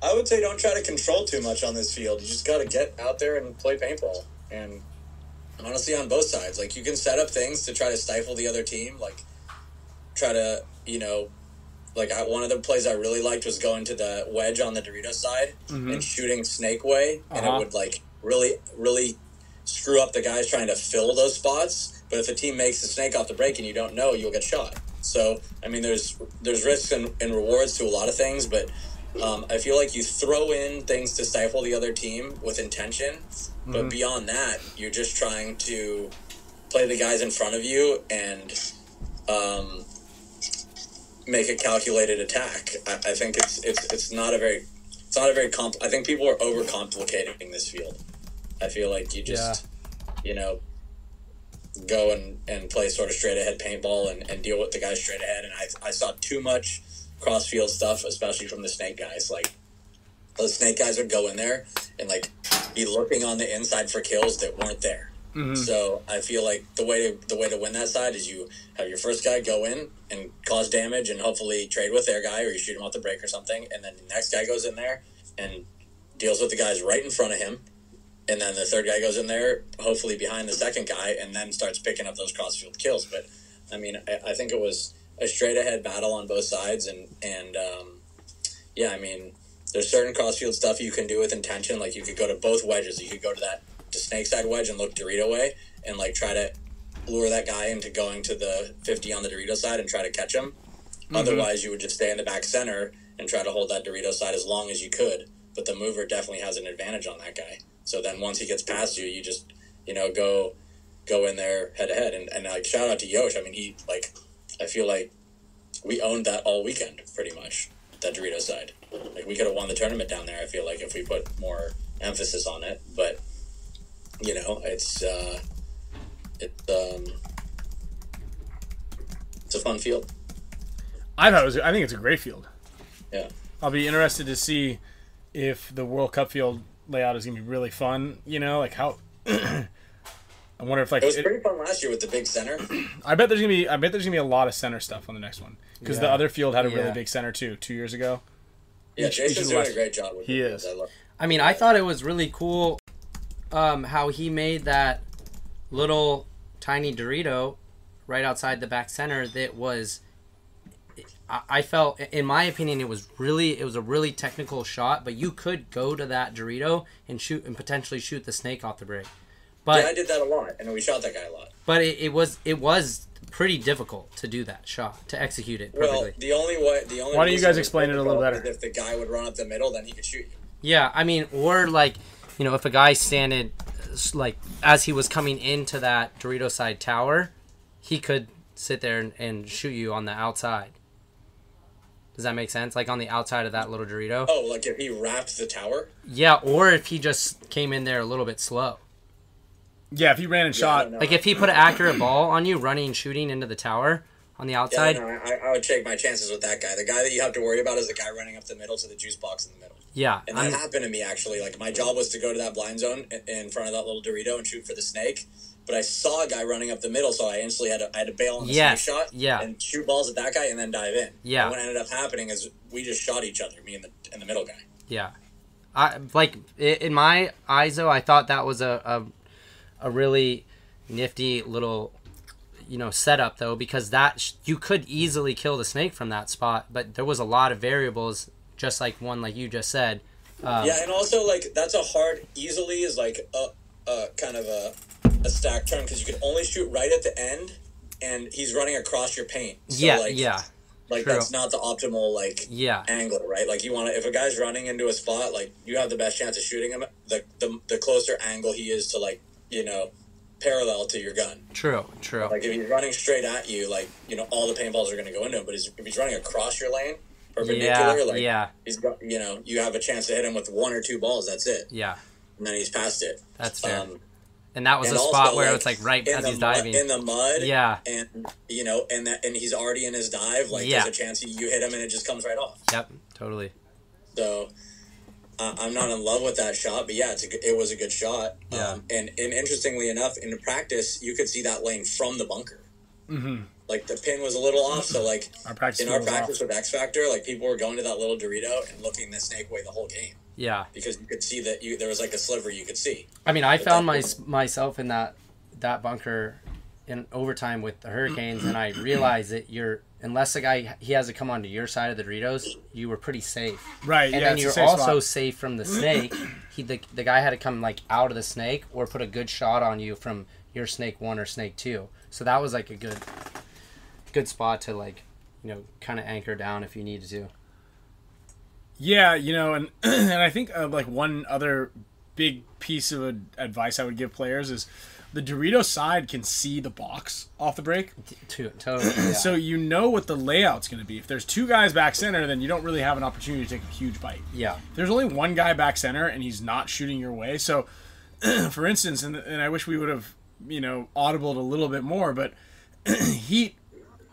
A: I would say don't try to control too much on this field. You just got to get out there and play paintball. And honestly, on both sides, like you can set up things to try to stifle the other team. Like try to, you know, like I, one of the plays I really liked was going to the wedge on the Dorito side and shooting snake way, and
C: Uh-huh.
A: it would like really, really screw up the guys trying to fill those spots. But if a team makes the snake off the break and you don't know, you'll get shot. So I mean, there's there's risks and, and rewards to a lot of things, but um, I feel like you throw in things to stifle the other team with intention. But beyond that, you're just trying to play the guys in front of you and um, make a calculated attack. I, I think it's it's it's not a very it's not a very comp. I think people are overcomplicating this field. I feel like you just you know go and, and play sort of straight ahead paintball and, and deal with the guys straight ahead. And I, I saw too much cross field stuff, especially from the snake guys. Like those snake guys would go in there and like be looking on the inside for kills that weren't there. So I feel like the way to the way to win that side is you have your first guy go in and cause damage and hopefully trade with their guy or you shoot him off the break or something, and then the next guy goes in there and deals with the guys right in front of him, and then the third guy goes in there, hopefully behind the second guy, and then starts picking up those crossfield kills. But I mean, I, I think it was a straight ahead battle on both sides, and and um, yeah, I mean, there's certain crossfield stuff you can do with intention. Like you could go to both wedges. You could go to that to snake side wedge and look Dorito way, and like try to lure that guy into going to the 50 on the Dorito side and try to catch him. Otherwise, you would just stay in the back center and try to hold that Dorito side as long as you could. But the mover definitely has an advantage on that guy. So then once he gets past you, you just you know go go in there head to head. And and like shout out to Yosh. I mean, he like I feel like we owned that all weekend pretty much. That Dorito side, like we could have won the tournament down there. I feel like if we put more emphasis on it, but you know, it's uh, it's um, it's a fun field.
C: I thought it was. I think it's a great field.
A: Yeah.
C: I'll be interested to see if the World Cup field layout is gonna be really fun. You know, like how. [clears throat] I wonder if like
A: It was
C: it-
A: pretty fun last year with the
C: [clears throat]
A: big center.
C: I bet there's gonna be I bet there's gonna be a lot of center stuff on the next one because the
B: Yeah.
C: other field had a really
B: Yeah.
C: big center too two years ago.
A: Yeah,
C: Each- each
A: Jason's
C: of the
A: doing
C: last-
A: a great job with
C: He
A: it.
C: is.
A: I love-
B: I mean, I thought it was really cool um, how he made that little tiny Dorito right outside the back center. That was, I, I felt, in my opinion, it was really, it was a really technical shot. But you could go to that Dorito and shoot and potentially shoot the snake off the break. But
A: Yeah, I did that a lot, and we shot that guy a lot.
B: but it, it was it was pretty difficult to do that shot to execute it perfectly.
A: Well, the only way, the only
C: Why don't you
A: reason
C: guys
A: was
C: explain it a little
A: difficult
C: better?
A: is If the guy would run up the middle, then he could shoot you.
B: Yeah, I mean, or like, you know, if a guy standed like as he was coming into that Dorito side tower, he could sit there and, and shoot you on the outside. Does that make sense? Like on the outside of that little Dorito.
A: Oh, like if he wrapped the tower.
B: Yeah, or if he just came in there a little bit slow.
C: Yeah, if he ran and
A: Yeah, I
C: shot,
A: don't know.
B: Like if he put an accurate ball on you, running and shooting into the tower on the
A: Yeah, I
B: outside.
A: don't know. I, I would take my chances with that guy. The guy that you have to worry about is the guy running up the middle to the juice box in the middle.
B: Yeah,
A: And that
B: I'm-
A: happened to me actually. Like my job was to go to that blind zone i- in front of that little Dorito and shoot for the snake. But I saw a guy running up the middle, so I instantly had to, I had to bail on the
B: Yes,
A: snake shot
B: yeah.
A: and shoot balls at that guy and then dive in.
B: Yeah.
A: And what ended up happening is we just shot each other, me and the and the middle guy.
B: Yeah, I like i- in my eyes though. I thought that was a a, a really nifty little you know setup though because that sh- you could easily kill the snake from that spot, but there was a lot of variables. Just like one, like you just said. Uh.
A: yeah, and also like that's a hard easily is like a, a kind of a, a stack turn because you can only shoot right at the end, and he's running across your paint. So,
B: yeah,
A: like,
B: yeah,
A: like
B: true.
A: that's not the optimal like
B: yeah,
A: angle, right? Like you want to, if a guy's running into a spot, like you have the best chance of shooting him. The the, the closer angle he is to like you know parallel to your gun.
B: true, true.
A: Like if he's running straight at you, like you know all the paintballs are going to go into him. But he's, if he's running across your lane, perpendicular,
B: Yeah,
A: like
B: yeah,
A: he's got you know you have a chance to hit him with one or two balls. That's it,
B: yeah.
A: and then he's past it. Um,
B: That's fair. and that was a
A: and
B: spot
A: also,
B: where it's like right
A: in
B: as
A: the
B: he's
A: mud-
B: diving.
A: in the mud.
B: Yeah.
A: and you know, and that, and he's already in his dive. Like
B: Yeah.
A: there's a chance you hit him and it just comes right off.
B: Yep, totally.
A: So uh, I'm not in love with that shot, but yeah, it's a, g- it was a good shot.
B: Yeah.
A: Um, and and interestingly enough, in practice, you could see that lane from the bunker. Mm-hmm. Like the pin was a little off, so like
C: [clears throat] our practice
A: in
C: field
A: our
C: was off.
A: practice with X Factor, like people were going to that little Dorito and looking the snake way the whole game
B: Yeah.
A: because you could see that you there was like a sliver you could see.
B: I mean, I
A: that-
B: found my, myself in that that bunker in overtime with the Hurricanes, and
C: [clears throat]
B: I realized that you're unless the guy he has to come onto your side of the Doritos, you were pretty safe.
C: Right.
B: And
C: yeah.
B: then
C: it's a
B: you're
C: safe spot.
B: also
C: [clears throat]
B: safe from the snake. He the, the guy had to come like out of the snake or put a good shot on you from your snake one or snake two. So that was like a good good spot to like you know kind of anchor down if you needed to.
C: Yeah, you know, and [clears throat] and I think uh, like one other big piece of ad- advice I would give players is the Dorito side can see the box off the break,
B: T- To
C: [clears throat]
B: totally. Yeah.
C: so you know what the layout's going to be. If there's two guys back center, then you don't really have an opportunity to take a huge bite.
B: yeah.
C: There's only one guy back center, and he's not shooting your way. So, [clears throat] for instance, and and I wish we would have you know audibled a little bit more, but [clears throat] Heat,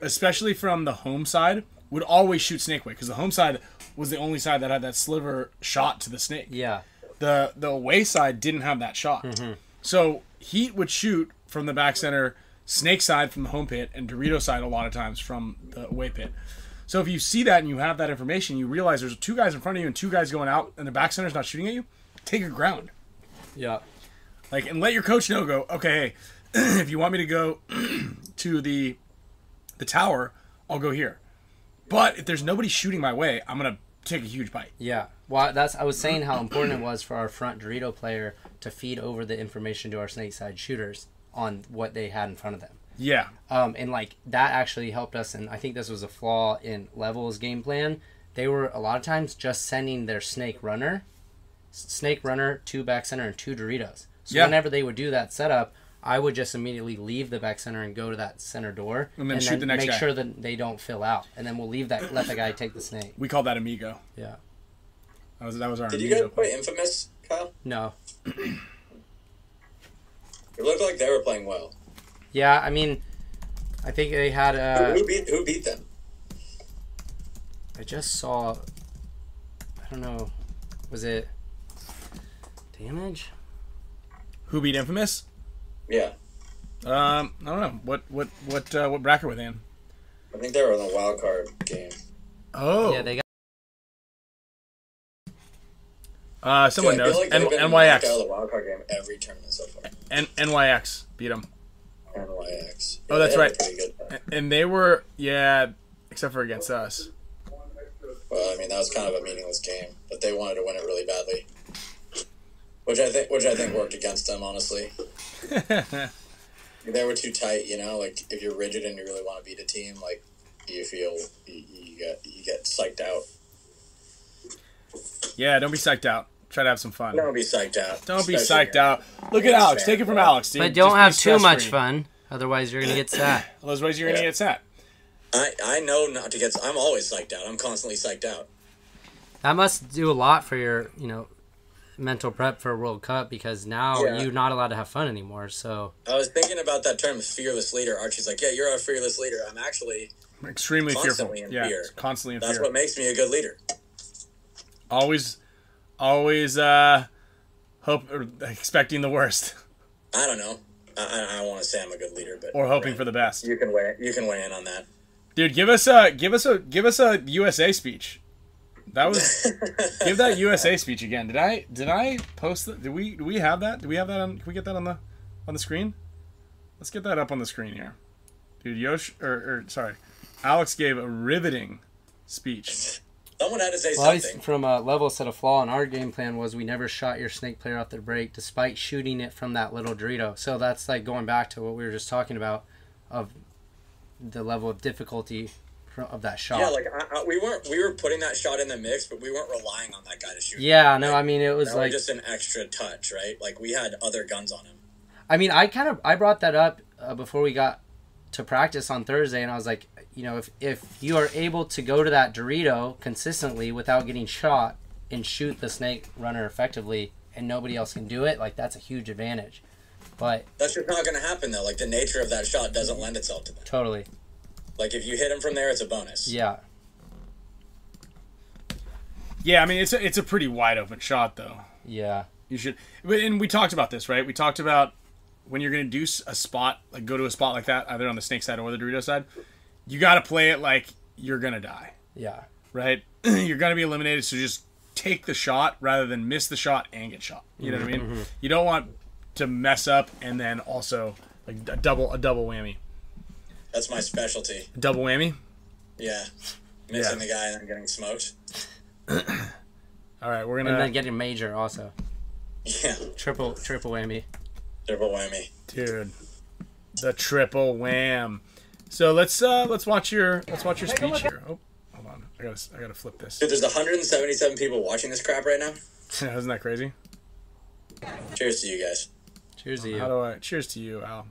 C: especially from the home side, would always shoot snake way because the home side was the only side that had that sliver shot to the snake.
B: Yeah.
C: The the away side didn't have that shot. So Heat would shoot from the back center, snake side from the home pit, and Dorito side a lot of times from the away pit. So if you see that and you have that information, you realize there's two guys in front of you and two guys going out, and the back center's not shooting at you. Take your ground
B: Yeah.
C: like and let your coach know go okay hey, [clears throat] if you want me to go to the the tower i'll go here but if there's nobody shooting my way i'm gonna take a huge bite
B: Yeah. Well, that's I was saying how important it was for our front Dorito player to feed over the information to our snake side shooters on what they had in front of them.
C: yeah
B: Um, and like that actually helped us. And I think this was a flaw in Level's game plan. They were a lot of times just sending their snake runner, s- snake runner, two back center, and two Doritos. So
C: Yeah.
B: whenever they would do that setup, I would just immediately leave the back center and go to that center door,
C: And then shoot the next
B: make
C: guy.
B: sure that they don't fill out, and then we'll leave that let the guy take the snake.
C: we called that amigo
B: Yeah.
C: that was that was our
A: Did you
C: amigo
A: guys play Infamous, Kyle?
B: No.
A: It looked like they were playing well.
B: Yeah. I mean, I think they had
A: Who-
B: a.
A: who beat Who beat them?
B: I just saw. I don't know. Was it damage?
C: who beat infamous
A: Yeah,
C: um i don't know what what what uh, what bracket were they in
A: I think they were in the wild card game.
C: oh
B: Yeah, they got.
C: uh someone
A: I feel
C: knows
A: like they've
C: N-
A: been in
C: nyx
A: knocked out of the wild card game every tournament so far.
C: N- nyx beat them
A: NYX.
C: Oh, that's
A: they had a
C: right.
A: pretty good time.
C: and they were yeah except for against us
A: Well, I mean, that was kind of a meaningless game, but they wanted to win it really badly, which I think, which I think worked against them. Honestly,
C: [laughs]
A: they were too tight. You know, like if you're rigid and you really want to beat a team, like you feel you, you get you get psyched out.
C: yeah don't be psyched out try to have some fun
A: Don't be psyched out.
C: Don't be
A: Especially-
C: psyched out. Look at Alex.
A: fan.
C: Take it from Alex, dude.
B: But don't
C: Just be
B: have too much
C: stress-free.
B: fun, otherwise you're gonna get sad.
C: Otherwise, you're gonna
A: Yeah.
C: get sat.
A: I I know not to get. I'm always psyched out. I'm constantly psyched out.
B: that must do a lot for your, you know, mental prep for a World Cup because now
A: Yeah.
B: you're not allowed to have fun anymore. So
A: I was thinking about that term, fearless leader. Archie's like, yeah, you're a fearless leader. I'm actually.
C: Extremely
A: Constantly
C: fearful.
A: in
C: yeah,
A: fear.
C: it's constantly in
A: That's
C: fear.
A: what makes me a good leader.
C: always, always uh, hope or expecting the worst [laughs]
A: I don't know. I, I, I want to say I'm a good leader, but
C: or hoping for the best.
A: You can weigh you can weigh in on that. [laughs]
C: Dude, give us a give us a give us a USA speech. That was
A: [laughs]
C: give that USA speech again. Did I did I post that? Did we do we have that? Do we have that on? Can we get that on the on the screen? Let's get that up on the screen here, dude. Yosh or, or sorry, Alex gave a riveting speech.
A: Someone had to say
B: well,
A: something.
B: from a level set of flaw in our game plan was we never shot your snake player off the break despite shooting it from that little Dorito. So that's like going back to what we were just talking about of the level of difficulty fro- of that shot.
A: Yeah, like I, I, we weren't we were putting that shot in the mix, but we weren't relying on that guy to shoot.
B: yeah, no, I mean it was
A: that
B: like
A: was just an extra touch, right? Like we had other guns on him.
B: I mean, I kind of I brought that up uh, before we got to practice on Thursday, and I was like, you know, if if you are able to go to that Dorito consistently without getting shot and shoot the snake runner effectively, and nobody else can do it, like that's a huge advantage. But
A: That's just not going to happen though. Like the nature of that shot doesn't lend itself to that.
B: totally,
A: Like if you hit him from there, it's a bonus.
B: yeah,
C: Yeah, I mean it's a, it's a pretty wide open shot though.
B: yeah,
C: You should. but- And we talked about this, right? We talked about when you're going to do s- a spot, like go to a spot like that, either on the snake side or the Dorito side, you got to play it like you're going to die,
B: yeah,
C: right? [clears throat] you're going to be eliminated. So just take the shot rather than
B: Mm-hmm.
C: miss the shot and get shot. You know what I mean? You don't want to mess up and then also like a double a double whammy,
A: That's my specialty.
C: double whammy.
A: Yeah. Missing the guy and then getting smoked. [laughs]
C: All right, we're
B: and
C: gonna
B: then getting major also.
A: Yeah.
B: Triple triple whammy.
A: Triple whammy.
C: dude the triple wham. So let's uh let's watch your let's watch your speech here. Oh, hold on, I gotta I gotta flip this.
A: Dude, there's 177 people watching this crap right now.
C: [laughs] Isn't that crazy?
A: Cheers to you guys.
B: Cheers to
C: How
B: you.
C: do I? Cheers to you, Al.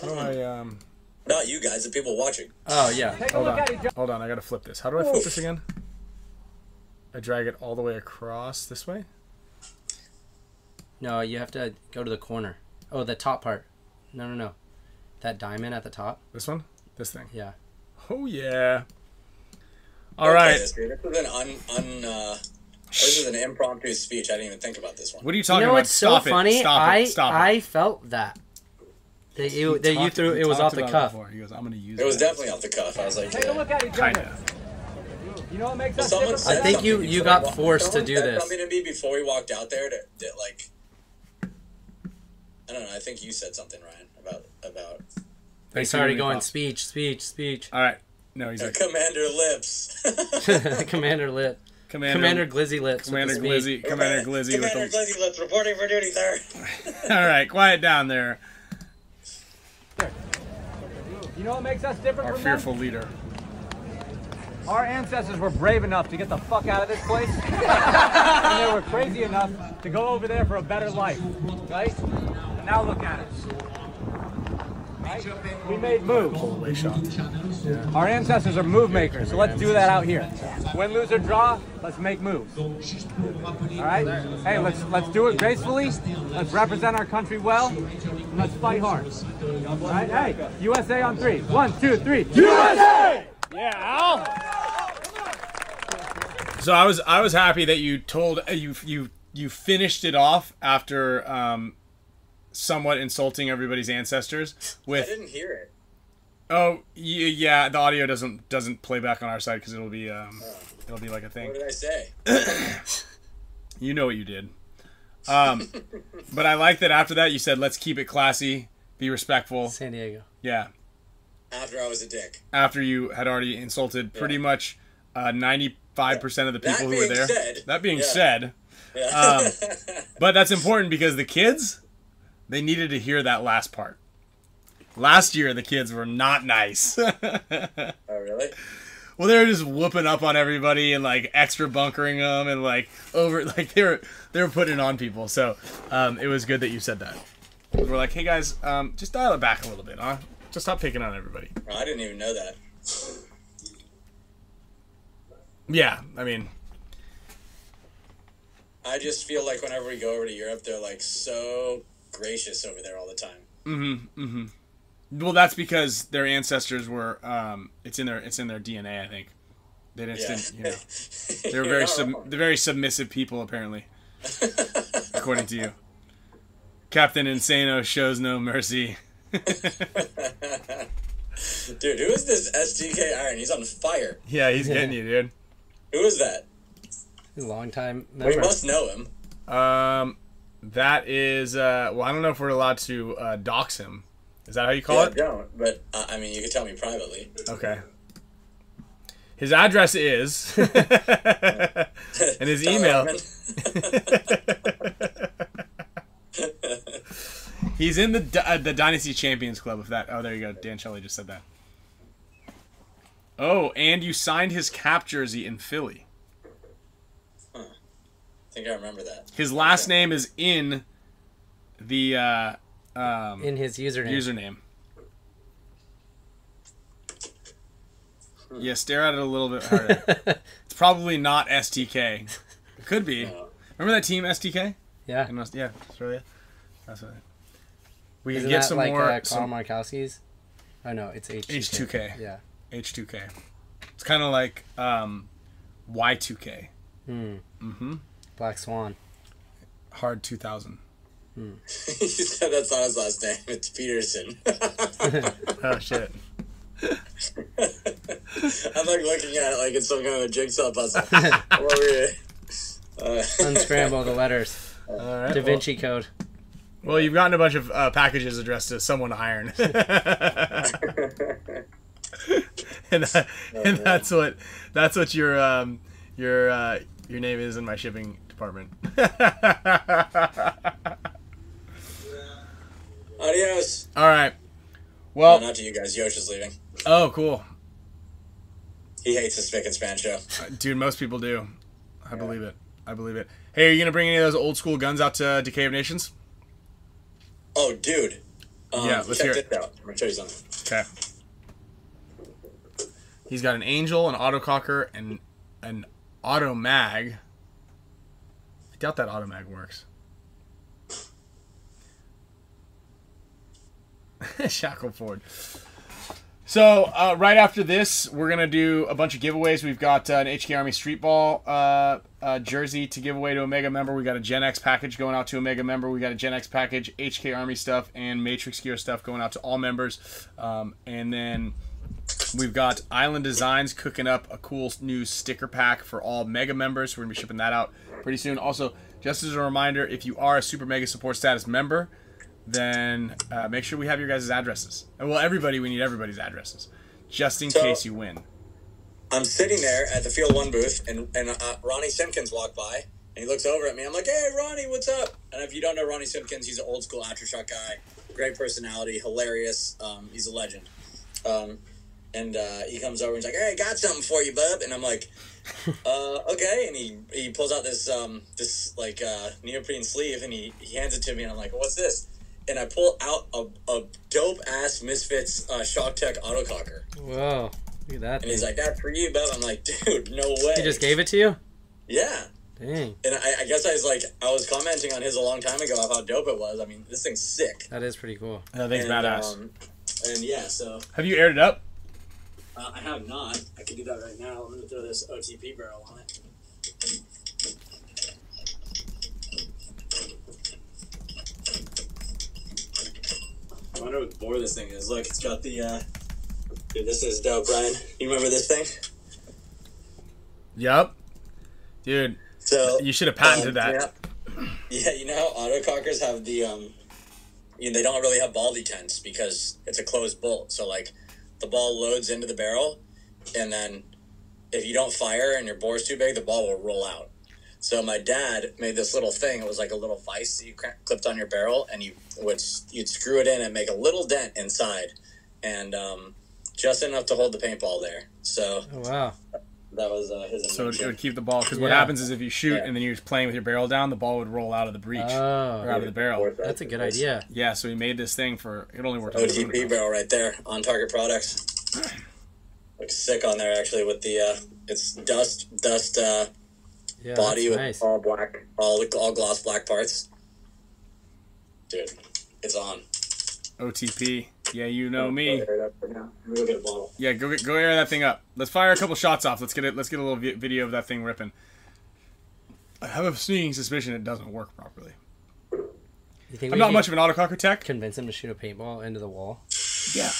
C: How do I um?
A: Not you guys, the people watching.
B: Oh yeah.
C: Hold on, hold on. I gotta flip this. How do I flip this again? I drag it all the way across this way.
B: No, you have to go to the corner. Oh, the top part. No, no, no. That diamond at the top.
C: This one. This thing.
B: Yeah.
C: Oh yeah. All
A: Okay,
C: right.
A: This, dude. this is an un, un uh, this is an impromptu speech. I didn't even think about this one.
C: What are you
B: You
C: talking
B: know
C: about?
B: what's so
C: Stop it,
B: funny?
C: Stop it.
B: I
C: Stop it.
B: I felt that. That you that you
C: Talked-
B: threw
C: he
B: it was
C: talked
B: off the
C: about
B: cuff.
C: before. He goes, I'm gonna use
A: It was
C: that."
A: definitely off the cuff. I was like,
D: Take a
A: yeah.
D: look at each
C: Kinda.
D: other. You know what makes
A: But
D: us
A: someone
D: different?
A: said
B: I think you-
A: something
B: you
A: before
B: got
A: we walked-
B: forced to
A: someone
B: do
A: said
B: this.
A: Something to me before we walked out there that, that like I don't know. I think you said something, Ryan, about about [laughs]
C: Thanks
B: It's
C: for
B: already
C: giving me
B: going
C: props.
B: speech, speech, speech.
C: [laughs] All right. No, he's like
A: Commander Lips.
B: [laughs] Commander Lip.
C: Commander.
B: Commander Glizzy Lips. with
C: Commander
B: the speed.
C: Glizzy. Commander Glizzy.
A: Commander
C: With
A: Glizzy Lips reporting for duty, sir.
C: the... All right, quiet down there,
D: You know what makes us different
C: our
D: from
C: fearful leader.
D: them? Our ancestors were brave enough to get the fuck out of this
C: [laughs]
D: place, and they were crazy enough to go over there for a better life, right? And now look at us. Right? We made moves.
C: Away shot.
D: Our ancestors are move makers, so let's do that out here. Win, lose, or draw, let's make moves. All right? Hey, let's let's do it gracefully. Let's represent our country well. and let's fight hard. All right? Hey, USA on three. One, two, three. USA! Yeah, Al.
C: So I was I was happy that you told uh, you you you finished it off after um, somewhat insulting everybody's ancestors
A: I
C: with
A: didn't hear it.
C: oh you, yeah the audio doesn't doesn't play back on our side because it'll be um, it'll be like a thing.
A: What did I say?
C: You know what you did. Um,
A: [laughs]
C: but I like that after that you said, let's keep it classy, be respectful.
B: San Diego.
C: Yeah.
A: After I was a dick.
C: After you had already insulted pretty much uh, 95% of the
A: That
C: people who were
A: being
C: there.
A: said-
C: that being
A: yeah.
C: said. Um, but that's important because the kids, they needed to hear that last part. Last year, the kids were not nice.
A: [laughs]
C: [laughs]
A: Oh really?
C: Well, they were just whooping up on everybody and like extra bunkering them and like over [laughs] like they were they were putting it on people. So um, it was good that you said that. We're like, hey guys, um, just dial it back a little bit, huh? Just stop picking on everybody.
A: No, I didn't even know that.
C: Yeah, I mean,
A: I just feel like whenever we go over to Europe, they're like so gracious over there all the time.
C: well, that's because their ancestors were. Um, it's in their it's in their DNA, I think. They just
A: Yeah.
C: didn't, you know, they
A: [laughs]
C: were very sub- they're very submissive people apparently, according to you. Captain Insano shows no mercy.
A: Dude, who is this SDK Iron? He's on fire.
C: Yeah, [laughs] he's getting you, dude.
A: Who is that?
B: Long time
A: We
B: member.
A: must know him.
C: Um, that is. Uh, well, I don't know if we're allowed to uh, dox him. Is that how you call
A: Yeah, I
C: it?
A: don't. But uh, I mean, you can tell me privately.
C: Okay. His address is, [laughs] and
A: [laughs] Oh,
C: his email. [laughs] He's in the D- uh, the Dynasty Champions Club. If that. Oh, there you go. Dan Shelley just said that. Oh, and you signed his cap jersey in Philly.
A: I think I remember that. [laughs]
C: His last name is in the uh,
B: in his username.
C: username. Yeah, stare at it a little bit
B: [laughs]
C: harder. it's probably not STK. It could be. Remember that team STK?
B: Yeah.
C: In Aust- yeah, Australia. That's right. We can
B: Isn't
C: get
B: that
C: some
B: like
C: more
B: uh, Karl
C: some
B: Markowski's? Oh no, it's H2K.
C: H2K.
B: Yeah.
C: H2K. It's kind of like um, Y2K,
B: Black Swan.
C: Hard 2000.
A: he said that's not his last name. It's Peterson. [laughs]
C: Oh shit.
A: I'm like looking at it like it's some kind of a jigsaw
C: [laughs]
A: puzzle. What were you- Uh,
B: Unscramble the letters.
C: [laughs] All right.
B: Da Vinci Code.
C: Well, you've gotten a bunch of uh, packages addressed to someone to iron, [laughs] and, that, uh, and that's what that's what your um, your uh, your name is in my shipping department.
A: [laughs]
C: [laughs]
A: Adios.
C: All right.
A: Oh,
C: Well,
A: not to you guys. Yosh is leaving.
C: oh, cool,
A: He hates the spick and span show.
C: dude. Most people do. I believe it. I believe it. Hey, are you gonna bring any of those old school guns out to Decay of Nations?
A: Oh, dude. Um,
C: Yeah, let's
A: check
C: hear it.
A: this out. I'm gonna show you something.
C: Okay. He's got an angel, an autococker, and an auto mag. I doubt that auto mag works. [laughs] Shackleford. So uh, right after this, we're gonna do a bunch of giveaways. We've got uh, an HK Army Streetball uh, uh, jersey to give away to a Mega member. We got a Gen X package going out to a Mega member. We got a Gen X package, HK Army stuff, and Matrix Gear stuff going out to all members. Um, and then we've got Island Designs cooking up a cool new sticker pack for all Mega members. We're gonna be shipping that out pretty soon. Also, just as a reminder, if you are a Super Mega Support Status member, then uh, make sure we have your guys' addresses. And well, everybody, we need everybody's addresses, just in
A: So-
C: case you win.
A: I'm sitting there at the Field One booth, and and uh, Ronnie Simpkins walked by, and he looks over at me. I'm like, "Hey, Ronnie, what's up?" And if you don't know Ronnie Simpkins, he's an old school aftershock guy, great personality, hilarious. Um, he's a legend. Um, and uh, he comes over and he's like, "Hey, got something for you, bub." And I'm like, uh, "Okay." And he he pulls out this um this like uh, neoprene sleeve, and he he hands it to me, and I'm like, "What's this?" And I pull out a, a dope ass Misfits uh, Shock Tech autococker.
B: Whoa, look at that.
A: And he's
B: thing.
A: like, "That's for you, Bev." I'm like, "Dude, no way."
B: He just gave it to you.
A: Yeah,
B: Dang,
A: and I, I guess I was like, I was commenting on his a long time ago about how dope it was. I mean, this thing's sick.
B: that is pretty cool.
C: That thing's
A: and,
C: Uh, badass.
A: Um, and yeah, so
C: have you aired it up?
A: uh, I have not. I can do that right now. I'm gonna throw this OTP barrel on it. I wonder what bore this thing is. Look, it's got the. Uh... Dude, this is dope, Brian. You remember this thing?
C: Yep. Dude,
A: So
C: you should have patented
A: Um,
C: that.
A: Yeah. yeah, you know how autocockers have the um you know, they don't really have ball detents because it's a closed bolt. So like the ball loads into the barrel and then if you don't fire and your bore's too big, the ball will roll out. So my dad made this little thing. It was like a little vice that you cra- clipped on your barrel, and you would s- you'd screw it in and make a little dent inside, and um, just enough to hold the paintball there. So
B: Oh wow.
A: that was uh, his.
C: So it, it
A: invention.
C: would keep the ball. Because what
B: Yeah.
C: happens is if you shoot
A: Yeah.
C: and then you're playing with your barrel down, the ball would roll out of the breech or out
B: Oh,
C: of the barrel.
B: that's a good idea.
C: Yeah, so he made this thing for. It only worked on the
A: OTP barrel right there on Target Products. [sighs] Looks sick on there actually with the uh, it's dust dust uh,
B: Yeah,
A: body
B: that's
A: with
B: nice.
A: all black all all gloss black parts. Dude, it's on.
C: OTP. Yeah, you know me.
A: Go air it up for now. Let me go get a bottle.
C: Yeah, go get- go air that thing up. Let's fire a couple shots off. Let's get it. Let's get a little vi- video of that thing ripping. I have a sneaking suspicion it doesn't work properly.
B: You think
C: I'm
B: we
C: not
B: can
C: much of an autococker tech.
B: convince him to shoot a paintball into the wall,
C: Yeah,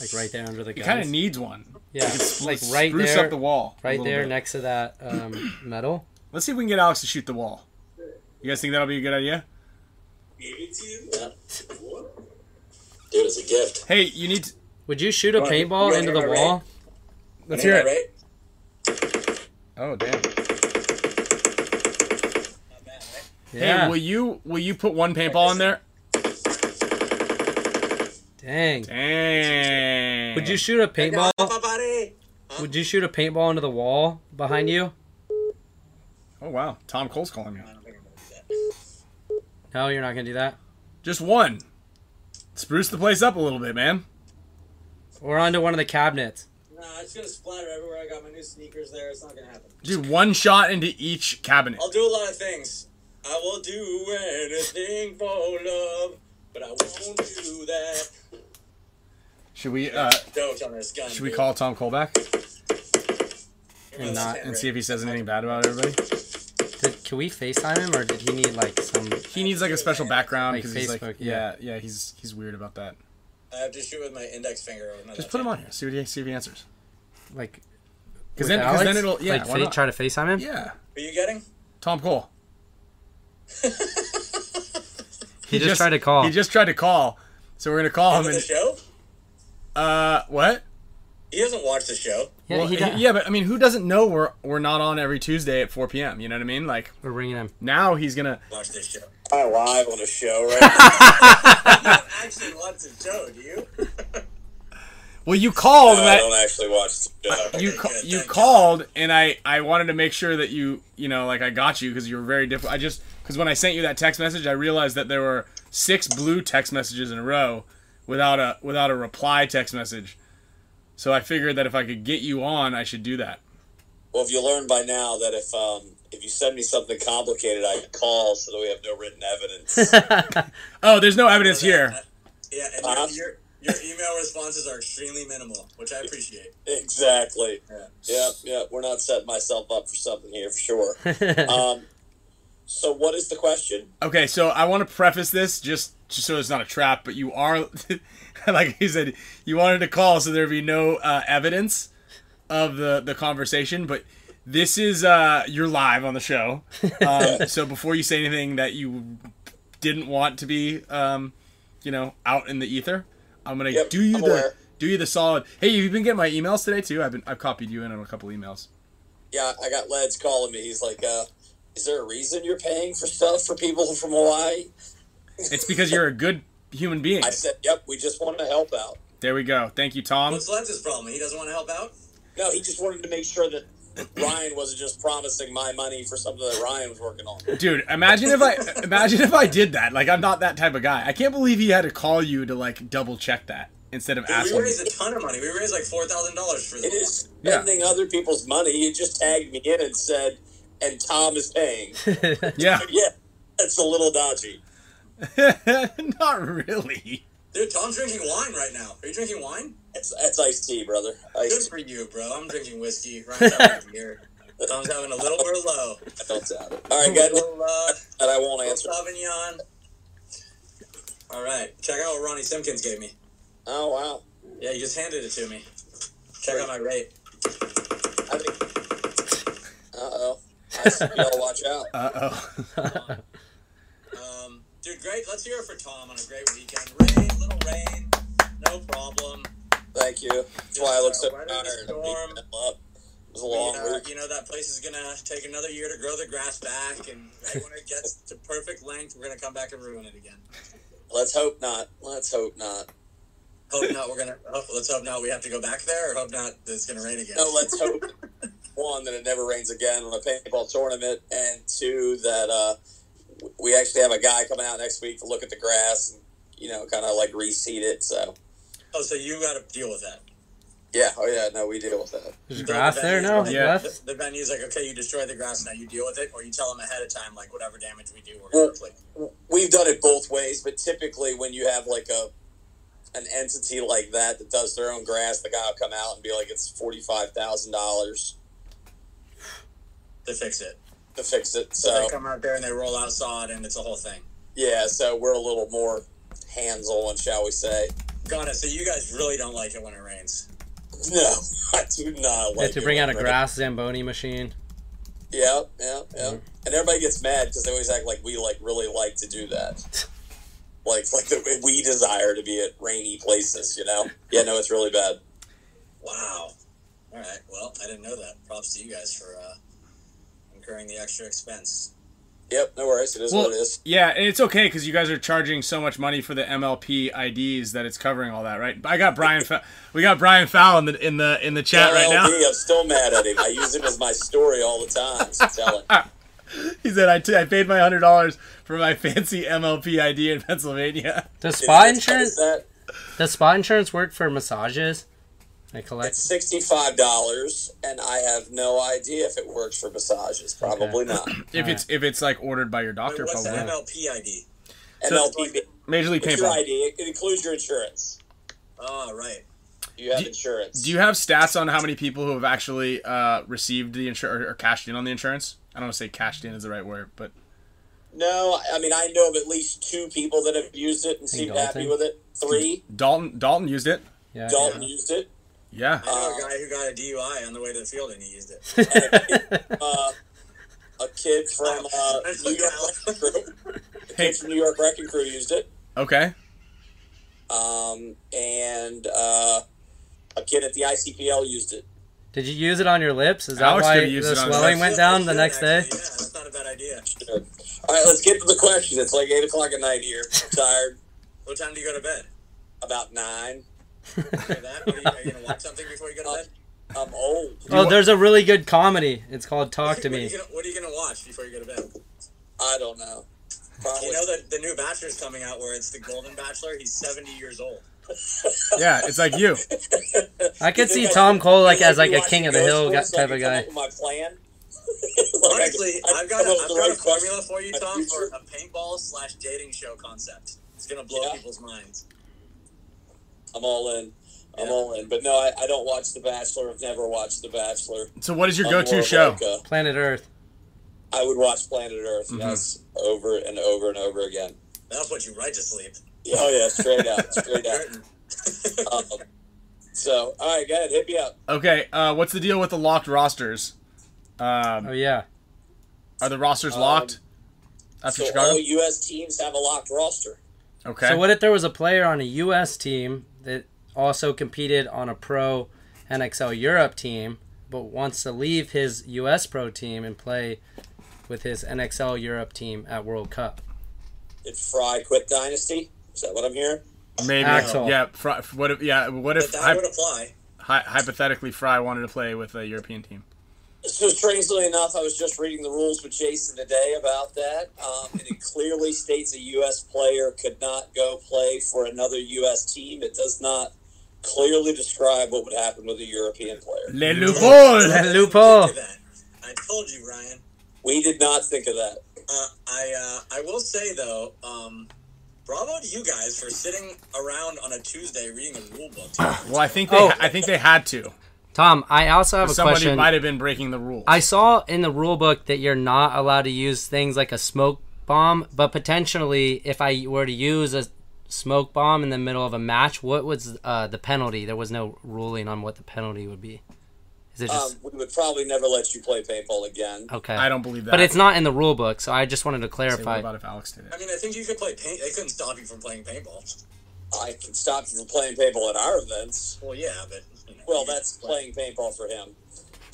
B: like right there under the
C: it
B: guns?
C: kind of needs one.
B: yeah, like right
C: spruce
B: there,
C: up the wall. a
B: right
C: little
B: there
C: bit.
B: next to that um, [coughs] metal.
C: Let's see if we can get Alex to shoot the wall. You guys think that'll be a good idea?
A: Yeah. Dude, it's a gift.
C: Hey, you need. To,
B: Would you shoot a
A: Right.
B: paintball
A: Yeah,
B: into the
A: right.
B: wall?
C: let's
A: Ain't
C: hear
A: that
C: it.
A: Right?
C: Oh damn.
A: Not bad, right?
C: Hey,
B: Yeah.
C: will you will you put one paintball in there?
B: Dang.
C: Dang.
B: Would you shoot a paintball?
A: Everybody.
B: Would you shoot a paintball into the wall behind you?
C: Oh wow, Tom Cole's calling you.
A: I don't think I'm gonna do that.
B: No, you're not gonna do that.
C: Just one. Spruce the place up a little bit, man.
B: Or onto one of the cabinets.
A: Nah, it's gonna splatter everywhere. I got my new sneakers there. It's not gonna happen.
C: Dude, one shot into each cabinet.
A: I'll do a lot of things. I will do anything for love, but I won't do that.
C: Should we uh
A: Dope on this gun.
C: should we
A: dude.
C: call Tom Cole back
A: Remember
B: not-
A: this
C: and see if he says anything bad about everybody?
B: Did, can we FaceTime him, or did he need like some?
C: He needs like a special background
B: Like
C: because he's like
B: Facebook,
C: yeah, yeah, he's he's weird about that.
A: handwriting? I have to shoot with my index finger. Or
C: Just put him on here. See what he see if he answers.
B: Like,
C: Cuz
B: with
C: then, 'cause then
B: Alex?
C: it'll yeah,
B: like,
C: why
B: fa-
C: not?
B: try to FaceTime him.
C: yeah.
A: Who you getting?
C: Tom Cole.
B: He just tried to call.
C: He just tried to call. So we're gonna call him.
A: the
C: And,
A: show?
C: uh, what?
A: He doesn't watch the show.
B: Yeah,
C: Well,
B: he got,
C: yeah, but I mean, who doesn't know we're we're not on every Tuesday at 4 p.m. You know what I mean? Like
B: We're ringing him.
C: now he's gonna.
A: Watch this show. I live on a
C: [laughs]
A: show right now. you don't actually watch the show, do you?
C: Well, you called.
A: No,
C: and
A: I
C: I-
A: don't actually watch the show.
C: Oh, Uh, you
A: Okay,
C: ca-
A: good,
C: you
A: thank
C: called and I I wanted to make sure that you you know like I got you because you were very difficult. I just because when I sent you that text message, I realized that there were six blue text messages in a row without a without a reply text message. So I figured that if I could get you on, I should do that.
A: Well, if you learn by now that if um, if you send me something complicated, I call so that we have no written evidence.
C: Oh, there's no evidence here.
A: Uh, yeah, and
E: your-
A: your, your email responses are extremely minimal, which I appreciate.
E: Exactly.
A: Yeah.
E: Yeah, yeah. We're not setting myself up for something here for sure. um, so what is the question?
C: Okay, so I want to preface this just, just so it's not a trap, but you are, [laughs] like he said, you wanted to call so there'd be no uh, evidence of the, the conversation, but this is, uh, you're live on the show. Um, so before you say anything that you didn't want to be, um, you know, out in the ether, I'm going to
E: Yep,
C: do you
E: I'm
C: the.
E: aware.
C: Do you the solid? Hey, you've been getting my emails today too. I've been I've copied you in on a couple emails.
E: Yeah, I got Leds calling me. He's like, uh, "Is there a reason you're paying for stuff for people from Hawaii?"
C: It's because you're a good human being.
E: I said, "Yep, we just wanted to help out."
C: There we go. Thank you, Tom.
A: What's Lenz's problem? He doesn't want to help out?
E: No, he just wanted to make sure that Ryan wasn't just promising my money for something that Ryan was working on.
C: Dude, imagine if I imagine if I did that. Like I'm not that type of guy. I can't believe he had to call you to like double check that instead of
A: We
C: asking.
A: raised a ton of money. We raised like four thousand dollars for
E: It
A: this.
E: is
C: Yeah.
E: spending other people's money. You just tagged me in and said, "And Tom is paying."
C: Yeah.
E: yeah, that's a little dodgy.
C: [laughs] not really.
A: Dude, Tom's drinking wine right now. Are you drinking wine?
E: That's, that's iced tea, brother.
A: Good
E: Iced
A: for you, bro. I'm drinking
E: [laughs]
A: whiskey. Ryan's having a beer. Tom's having a little Merlot.
E: tea. Don't doubt it. All
A: A
E: right, guys,
A: little
E: [laughs]
A: uh,
E: that I won't
A: little
E: answer.
A: Sauvignon. All right, check out what Ronnie Simpkins gave me.
E: Oh wow,
A: Yeah, you just handed it to me. Check out my rate.
E: I think. Uh oh, I see [laughs] y'all watch out.
C: Uh oh.
A: Um, dude, great. Let's hear it for Tom on a great weekend. Rain, little rain, no problem.
E: Thank you. That's why I look so
A: Uh,
E: tired.
A: weather
E: I'm
A: the
E: beating
A: storm.
E: them up. It was a
A: We,
E: long
A: uh,
E: week.
A: you know that place is gonna take another year to grow the grass back, and right when it gets to perfect length, we're gonna come back and ruin it again.
E: Let's hope not. Let's hope not.
A: Hope not. We're gonna. Oh, let's hope not. We have to go back there, or hope not. that It's gonna rain again.
E: No, let's
A: [laughs]
E: hope one that it never rains again on a paintball tournament, and two that uh, w- we actually have a guy coming out next week to look at the grass and you know kind of like reseed it. So
A: Oh, so you got to deal with that.
E: yeah, oh yeah, no, we deal with that.
B: There's
A: So
B: grass
A: the
B: there
A: venue's
B: now.
A: like-
C: Yeah.
B: Grass?
A: The, the venue's like, okay, you destroy the grass now, you deal with it, or you tell them ahead of time, like whatever damage we do, we're gonna
E: Well-
A: replace.
E: we've done it both ways, but typically when you have like a an entity like that that does their own grass, the guy will come out and be like, "It's forty five thousand dollars
A: to fix it.
E: to fix it."
A: So
E: So
A: they come out there and they roll out sod, and it's a whole thing.
E: yeah, so we're a little more hands on, shall we say? [laughs]
A: Got it. So you guys really don't like it when it rains.
E: No, I do not.
B: They
E: Like
B: have to
E: it
B: bring out a
E: when it-
B: grass Zamboni machine.
E: Yeah, yeah, yeah.
B: Mm-hmm.
E: And everybody gets mad because they always act like we like really like to
B: [laughs]
E: do that. Like, like the, we desire to be at rainy places, you know? Yeah, no, it's really bad.
A: Wow. All right. Well, I didn't know that. Props to you guys for uh, incurring the extra expense.
E: Yep, no worries. It is
C: Well,
E: what it is.
C: yeah, and it's okay because you guys are charging so much money for the MLP IDs that it's covering all that, right? I got Brian. Fa- we got Brian Fowl in the in the in the chat right now.
E: LLD, I'm still mad at him. I use him as my story all the time. So tell
C: [laughs]
E: him.
C: He said I, t- I paid my hundred dollars for my fancy MLP ID in Pennsylvania.
B: Does
E: Did
B: spa
E: you notice
B: insurance
E: That?
B: does spa insurance work for massages? I
E: It's
B: collect
E: sixty five dollars, and I have no idea if it works for massages.
C: [clears throat]
E: Probably not.
C: If it's if it's like ordered by your
A: Wait,
C: doctor,
A: what's the
C: probably.
A: MLP ID?
E: MLP,
C: Major League
E: it's your
C: Paintball.
E: ID. It, it includes your insurance.
A: Oh, right.
E: You have
C: Do-
E: insurance.
C: Do you have stats on how many people who have actually uh, received the insurance or, or cashed in on the insurance? I don't want to say cashed in is the right word, but
E: No, I- I mean I know of at least two people that have used it and seemed
B: Dalton.
E: happy with it. Three,
C: Dalton Dalton used it.
B: yeah.
E: Dalton used it.
C: Yeah,
A: I
B: Uh,
A: know a guy who got a DUI on the way to the field and he used it.
E: Uh, a kid from uh,
A: That's
E: New
A: okay.
E: York Lions Group.
C: Hey.
E: kids from New York Wrecking Crew used it.
C: Okay.
E: Um, and uh, a kid at the ICPL used it.
B: [laughs] Did you use it on your lips? Is that
C: Alex
B: why
C: didn't use
B: the
C: it on his
B: swelling
C: lips.
B: [laughs] went down the
A: Should,
B: next day?
A: actually, Yeah, that's not a bad idea.
E: All right, let's get to the question. It's like eight o'clock at night here. I'm tired.
A: What time do you go to bed?
E: About nine. Uh,
A: After that, what are, you, are you gonna watch something before you go to bed?
E: I'm old.
B: Oh, there's a really good comedy. It's called Talk to
A: What are, you
B: Me.
A: gonna, what are you gonna watch before you go to bed?
E: I don't know. Probably.
A: You know that the new Bachelor's coming out where it's the Golden Bachelor. He's seventy years old.
C: Yeah, it's like you.
E: [laughs]
B: I could
E: You
B: see
E: think I-
B: Tom Cole like
E: you
B: as like
E: you
B: a
E: watch
B: king of the
E: Ghost
B: hill
E: Wars,
B: guy-
E: so I
B: type
E: can
B: of
E: come
B: guy.
E: up with my plan. [laughs] Like, I
A: Honestly,
E: can- I
A: I've
E: can
A: got
E: come up
A: a,
E: with
A: I've got
E: the
A: a
E: right question.
A: formula for you,
E: My
A: Tom, for
E: future-
A: a paintball slash dating show concept. It's gonna blow
E: Yeah.
A: people's minds.
E: I'm all in. I'm
A: Yeah.
E: all in. But no, I, I don't watch The Bachelor. I've never watched The Bachelor.
C: So what is your
E: I'm
C: go-to
E: more
C: show?
E: like, uh,
B: Planet Earth.
E: I would watch Planet Earth.
B: Mm-hmm.
E: Yes, over and over and over again.
A: That'll put you right to sleep.
E: Yeah, Oh yeah, straight out,
A: [laughs]
E: straight out.
A: Curtain.
E: Um, so, all right, go ahead, hit me up.
C: Okay, uh, what's the deal with the locked rosters?
B: Oh
C: Um,
B: yeah.
C: are the rosters locked after
E: Um, So all
C: Chicago?
E: U.S. teams have a locked roster.
C: Okay.
B: So what if there was a player on a U.S. team that also competed on a pro NXL Europe team, but wants to leave his U.S. pro team and play with his NXL Europe team at World Cup?
E: Did Fry quit Dynasty? Is that what I'm hearing?
C: Maybe.
B: Axel.
C: Yeah. Fry, what if? Yeah. What
A: [laughs] But
C: if?
A: that
C: hy-
A: would
B: [laughs]
A: apply.
C: hy- hypothetically, Fry wanted to play with a European team.
E: So strangely enough, I was just reading the rules with Jason today about that, um, and it clearly states a U.S. player could not go play for another U.S. team. It does not clearly describe what would happen with a European player.
C: Le loophole.
B: That loophole.
A: Look at that. I told you, Ryan.
E: We did not think of that.
A: Uh, I uh, I will say though, um, bravo to you guys for sitting around on a Tuesday reading the rule book.
E: Um,
C: Well, I think they.
B: Oh.
C: I think they had to.
B: Tom, I also have a
C: Somebody
B: question.
C: might have been breaking the rules.
B: I saw in the rule book that you're not allowed to use things like a smoke bomb, but potentially, if I were to use a smoke bomb in the middle of a match, what was uh, the penalty? There was no ruling on what the penalty would be. Is it just
E: Um, we would probably never let you play paintball again.
B: okay?
C: Um, I don't believe that.
B: But it's not in the rule book, so I just wanted to
C: Say, what
B: clarify.
C: about if Alex did
A: I
C: it?
A: mean, I think you could play paint. They couldn't stop you from playing paintball.
E: I can stop you from playing paintball at our events.
A: Well, yeah, but you know,
E: Well,
A: you-
E: that's playing paintball for him.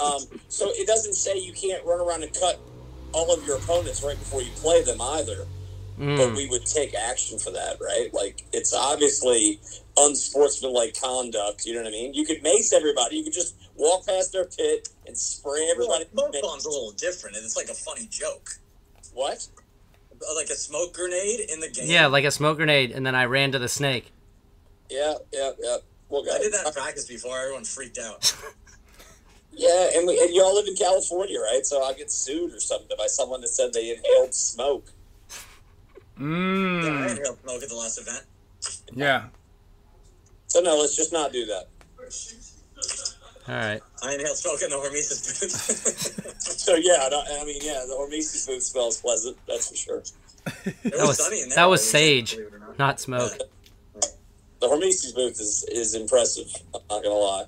E: Um, so it doesn't say you can't run around and cut all of your opponents right before you play them either. But we would take action for that, right? Like it's obviously unsportsmanlike conduct. You know what I mean? You could mace everybody. You could just walk past their pit and spray
A: Well,
E: everybody.
A: smoke bomb's a little different, and it's like a funny joke,
E: What?
A: Uh, like a smoke grenade in the game.
B: Yeah, like a smoke grenade, and then I ran to the snake.
E: Yeah, yeah, yeah. Well,
A: I did
E: guys, uh,
A: that in practice before. Everyone
B: [laughs]
A: freaked out.
E: Yeah, and, we, and y'all live in California, right? So I'll get sued or something by someone that said they inhaled smoke.
A: Yeah, I
C: Mm,
A: inhaled smoke at the last event.
C: yeah.
E: So no, let's just not do that.
B: All right.
A: I inhaled smoke in the hormesis booth. [laughs]
E: So yeah, I, don't- I mean, yeah, the Hormesis booth smells pleasant, that's for sure.
A: it
B: That was
A: sunny in there
B: that was
A: when we
B: sage,
A: did it, believe it or
B: not smoke.
E: The Hormesis booth is, is impressive. I'm not gonna lie.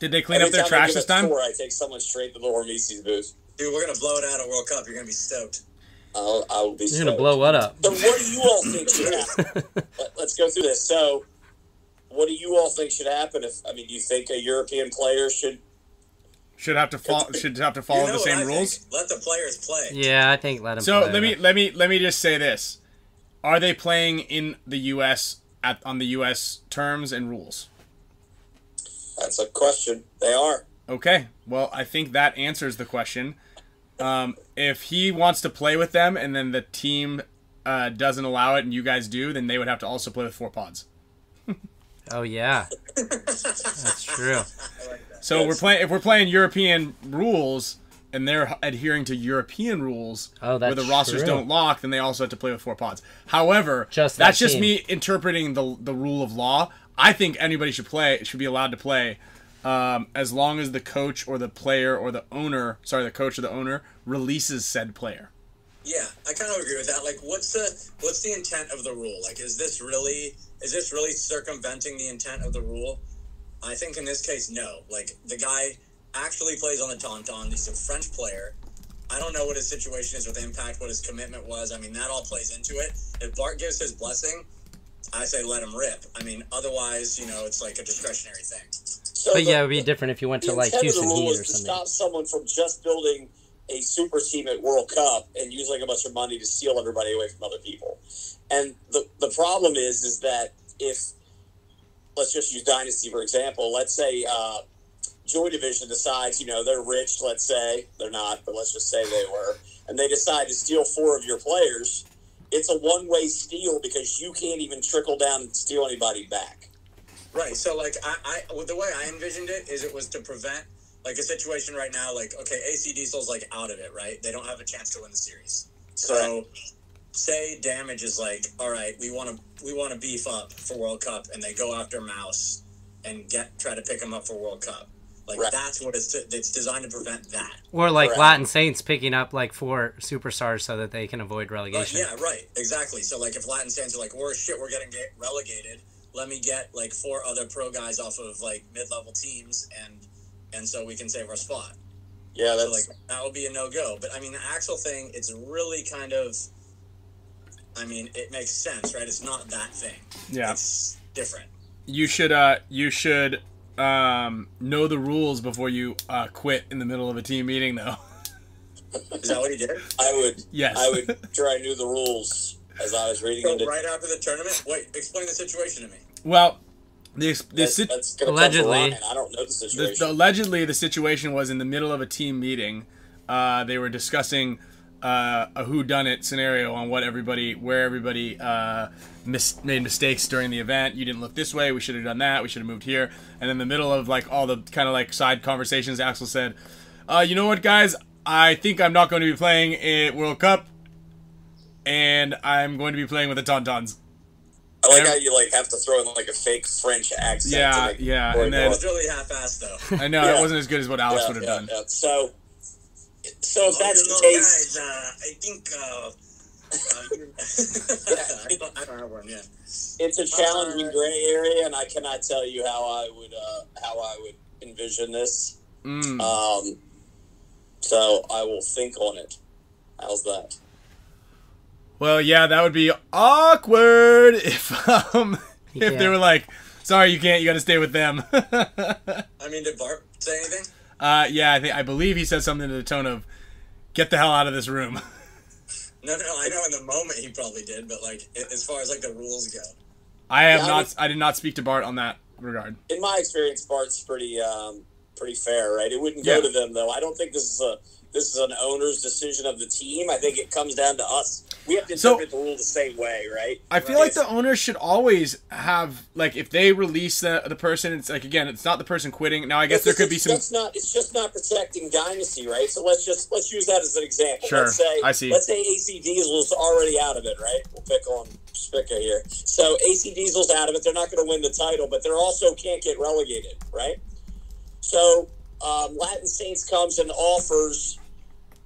C: Did they clean
E: Every
C: up their
E: time I
C: trash
E: give a
C: this time?
E: Tour, I take someone straight to the Hormesis booth.
A: Dude, we're gonna blow it out at World Cup. You're gonna be stoked.
E: I'll, I will be.
B: You're gonna
E: stoked.
B: blow what up? [laughs]
E: So what do you all think should happen? Let, let's go through this. So, what do you all think should happen? If I mean, do you think a European player should?
C: Should have to follow. Should have to follow
A: You know
C: the
A: what I
C: same
A: think?
C: rules.
A: Let the players play.
B: Yeah, I think let him.
C: So
B: play.
C: let me let me let me just say this: Are they playing in the U.S. at on the U.S. terms and rules?
E: That's a question. They are.
C: Okay. Well, I think that answers the question. Um, if he wants to play with them, and then the team uh, doesn't allow it, and you guys do, then they would have to also play with four pods.
B: Oh yeah, that's true.
C: So we're playing if we're playing European rules. And they're adhering to European rules,
B: Oh, that's
C: where the rosters
B: true.
C: don't lock, then they also have to play with four pods. However,
B: Just that
C: that's just
B: team.
C: me interpreting the the rule of law. I think anybody should play should be allowed to play, um, as long as the coach or the player or the owner, sorry, the coach or the owner releases said player.
A: Yeah, I kind of agree with that. Like, what's the what's the intent of the rule? Like, is this really is this really circumventing the intent of the rule? I think in this case, no. Like, the guy actually plays on the tauntaun. He's a French player. I don't know what his situation is with Impact, what his commitment was. I mean, that all plays into it. If Bart gives his blessing, I say let him rip. I mean, otherwise, you know, it's like a discretionary thing.
E: So
B: But
E: the-
B: yeah, it would be different if you went to
E: the
B: like
E: intent of the
B: Houston
E: rule
B: Heat
E: is
B: or
E: to
B: something.
E: stop someone from just building a super team at World Cup and using a bunch of money to steal everybody away from other people. And the the problem is is that if let's just use Dynasty for example, let's say uh, Joy Division decides, you know, they're rich, let's say they're not, but let's just say they were, and they decide to steal four of your players. It's a one way steal because you can't even trickle down and steal anybody back.
A: Right. So like I, I well, the way I envisioned it is it was to prevent like a situation right now like okay AC Diesel's like out of it right they don't have a chance to win the series so say damage is like all right we want to we want to beef up for World Cup and they go after Mouse and get try to pick him up for World Cup like
E: Right.
A: that's what it's it's designed to prevent that
B: Or like
E: Correct.
B: Latin Saints picking up like four superstars so that they can avoid
A: But
B: relegation.
A: yeah, right, exactly. So like, if Latin stands are like, "We're shit, we're getting get relegated," let me get like four other pro guys off of like mid-level teams, and and so we can save our spot.
E: Yeah,
A: So
E: that's
A: like that would be a no-go. But I mean, the actual thing, it's really kind of, I mean, it makes sense, right? It's not that thing.
C: Yeah.
A: it's different.
C: You should uh you should um know the rules before you uh quit in the middle of a team meeting though. [laughs]
A: Is that what he did?
E: I would.
C: Yes.
E: I would sure I knew the rules as I was reading
A: So
E: into.
A: right after the tournament, wait, explain the situation to me.
C: well, the ex- the,
E: That's,
C: sit-
E: that's gonna
B: Allegedly.
E: Come to Ryan. I don't know the
C: the,
E: situation.
C: the, allegedly the situation was in the middle of a team meeting. Uh, they were discussing uh, a who done it scenario on what everybody, where everybody uh, mis- made mistakes during the event. You didn't look this way. We should have done that. We should have moved here. And in the middle of like all the kind of like side conversations, Axel said, uh, "You know what, guys? I think I'm not going to be playing at World Cup, and I'm going to be playing with the Tauntauns."
E: I like how you like have to throw in like a fake French accent. to
C: Yeah,
E: make it
C: yeah,
E: more
C: and then-
A: It was
E: normal.
A: really half-assed though.
C: I know
E: Yeah.
C: that wasn't as good as what Alex
E: Yeah,
C: would have
E: yeah,
C: done.
E: yeah. So, so if that's
A: Oh,
E: the
A: no, guys,
E: case,
A: uh, I think. Uh, uh, you- [laughs] I, don't, I don't have one yet.
E: it's a challenging gray area, and I cannot tell you how I would uh, how I would envision this.
C: Mm.
E: Um, so I will think on it. How's that?
C: Well, yeah, that would be awkward [laughs] if um if they
B: can't.
C: were like, "Sorry, you can't. You got to stay with them." [laughs]
A: I mean, did Bart say anything?
C: uh, yeah, I think I believe he said something to the tone of, "Get the hell out of this room." [laughs]
A: No, no, I know in the moment he probably did, but like a- as far as like the rules go,
C: I have
E: Yeah, I
C: not.
E: was-
C: I did not speak to Bart on that regard.
E: in my experience, Bart's pretty um, pretty fair, right? It wouldn't go
C: Yeah.
E: to them though. I don't think this is a this is an owner's decision of the team. I think it comes down to us. We have to
C: So-
E: interpret the rule the same way, right?
C: I feel like the owners should always have like if they release the the person, it's like again, it's not the person quitting. Now I guess there could be some.
E: That's not. It's just not protecting dynasty, right? So let's just let's use that as an example.
C: Sure,
E: Let's say,
C: I see.
E: Let's say AC Diesel's already out of it, right? We'll pick on Spica here. So AC Diesel's out of it. They're not going to win the title, but they're also can't get relegated, right? So um, Latin Saints comes and offers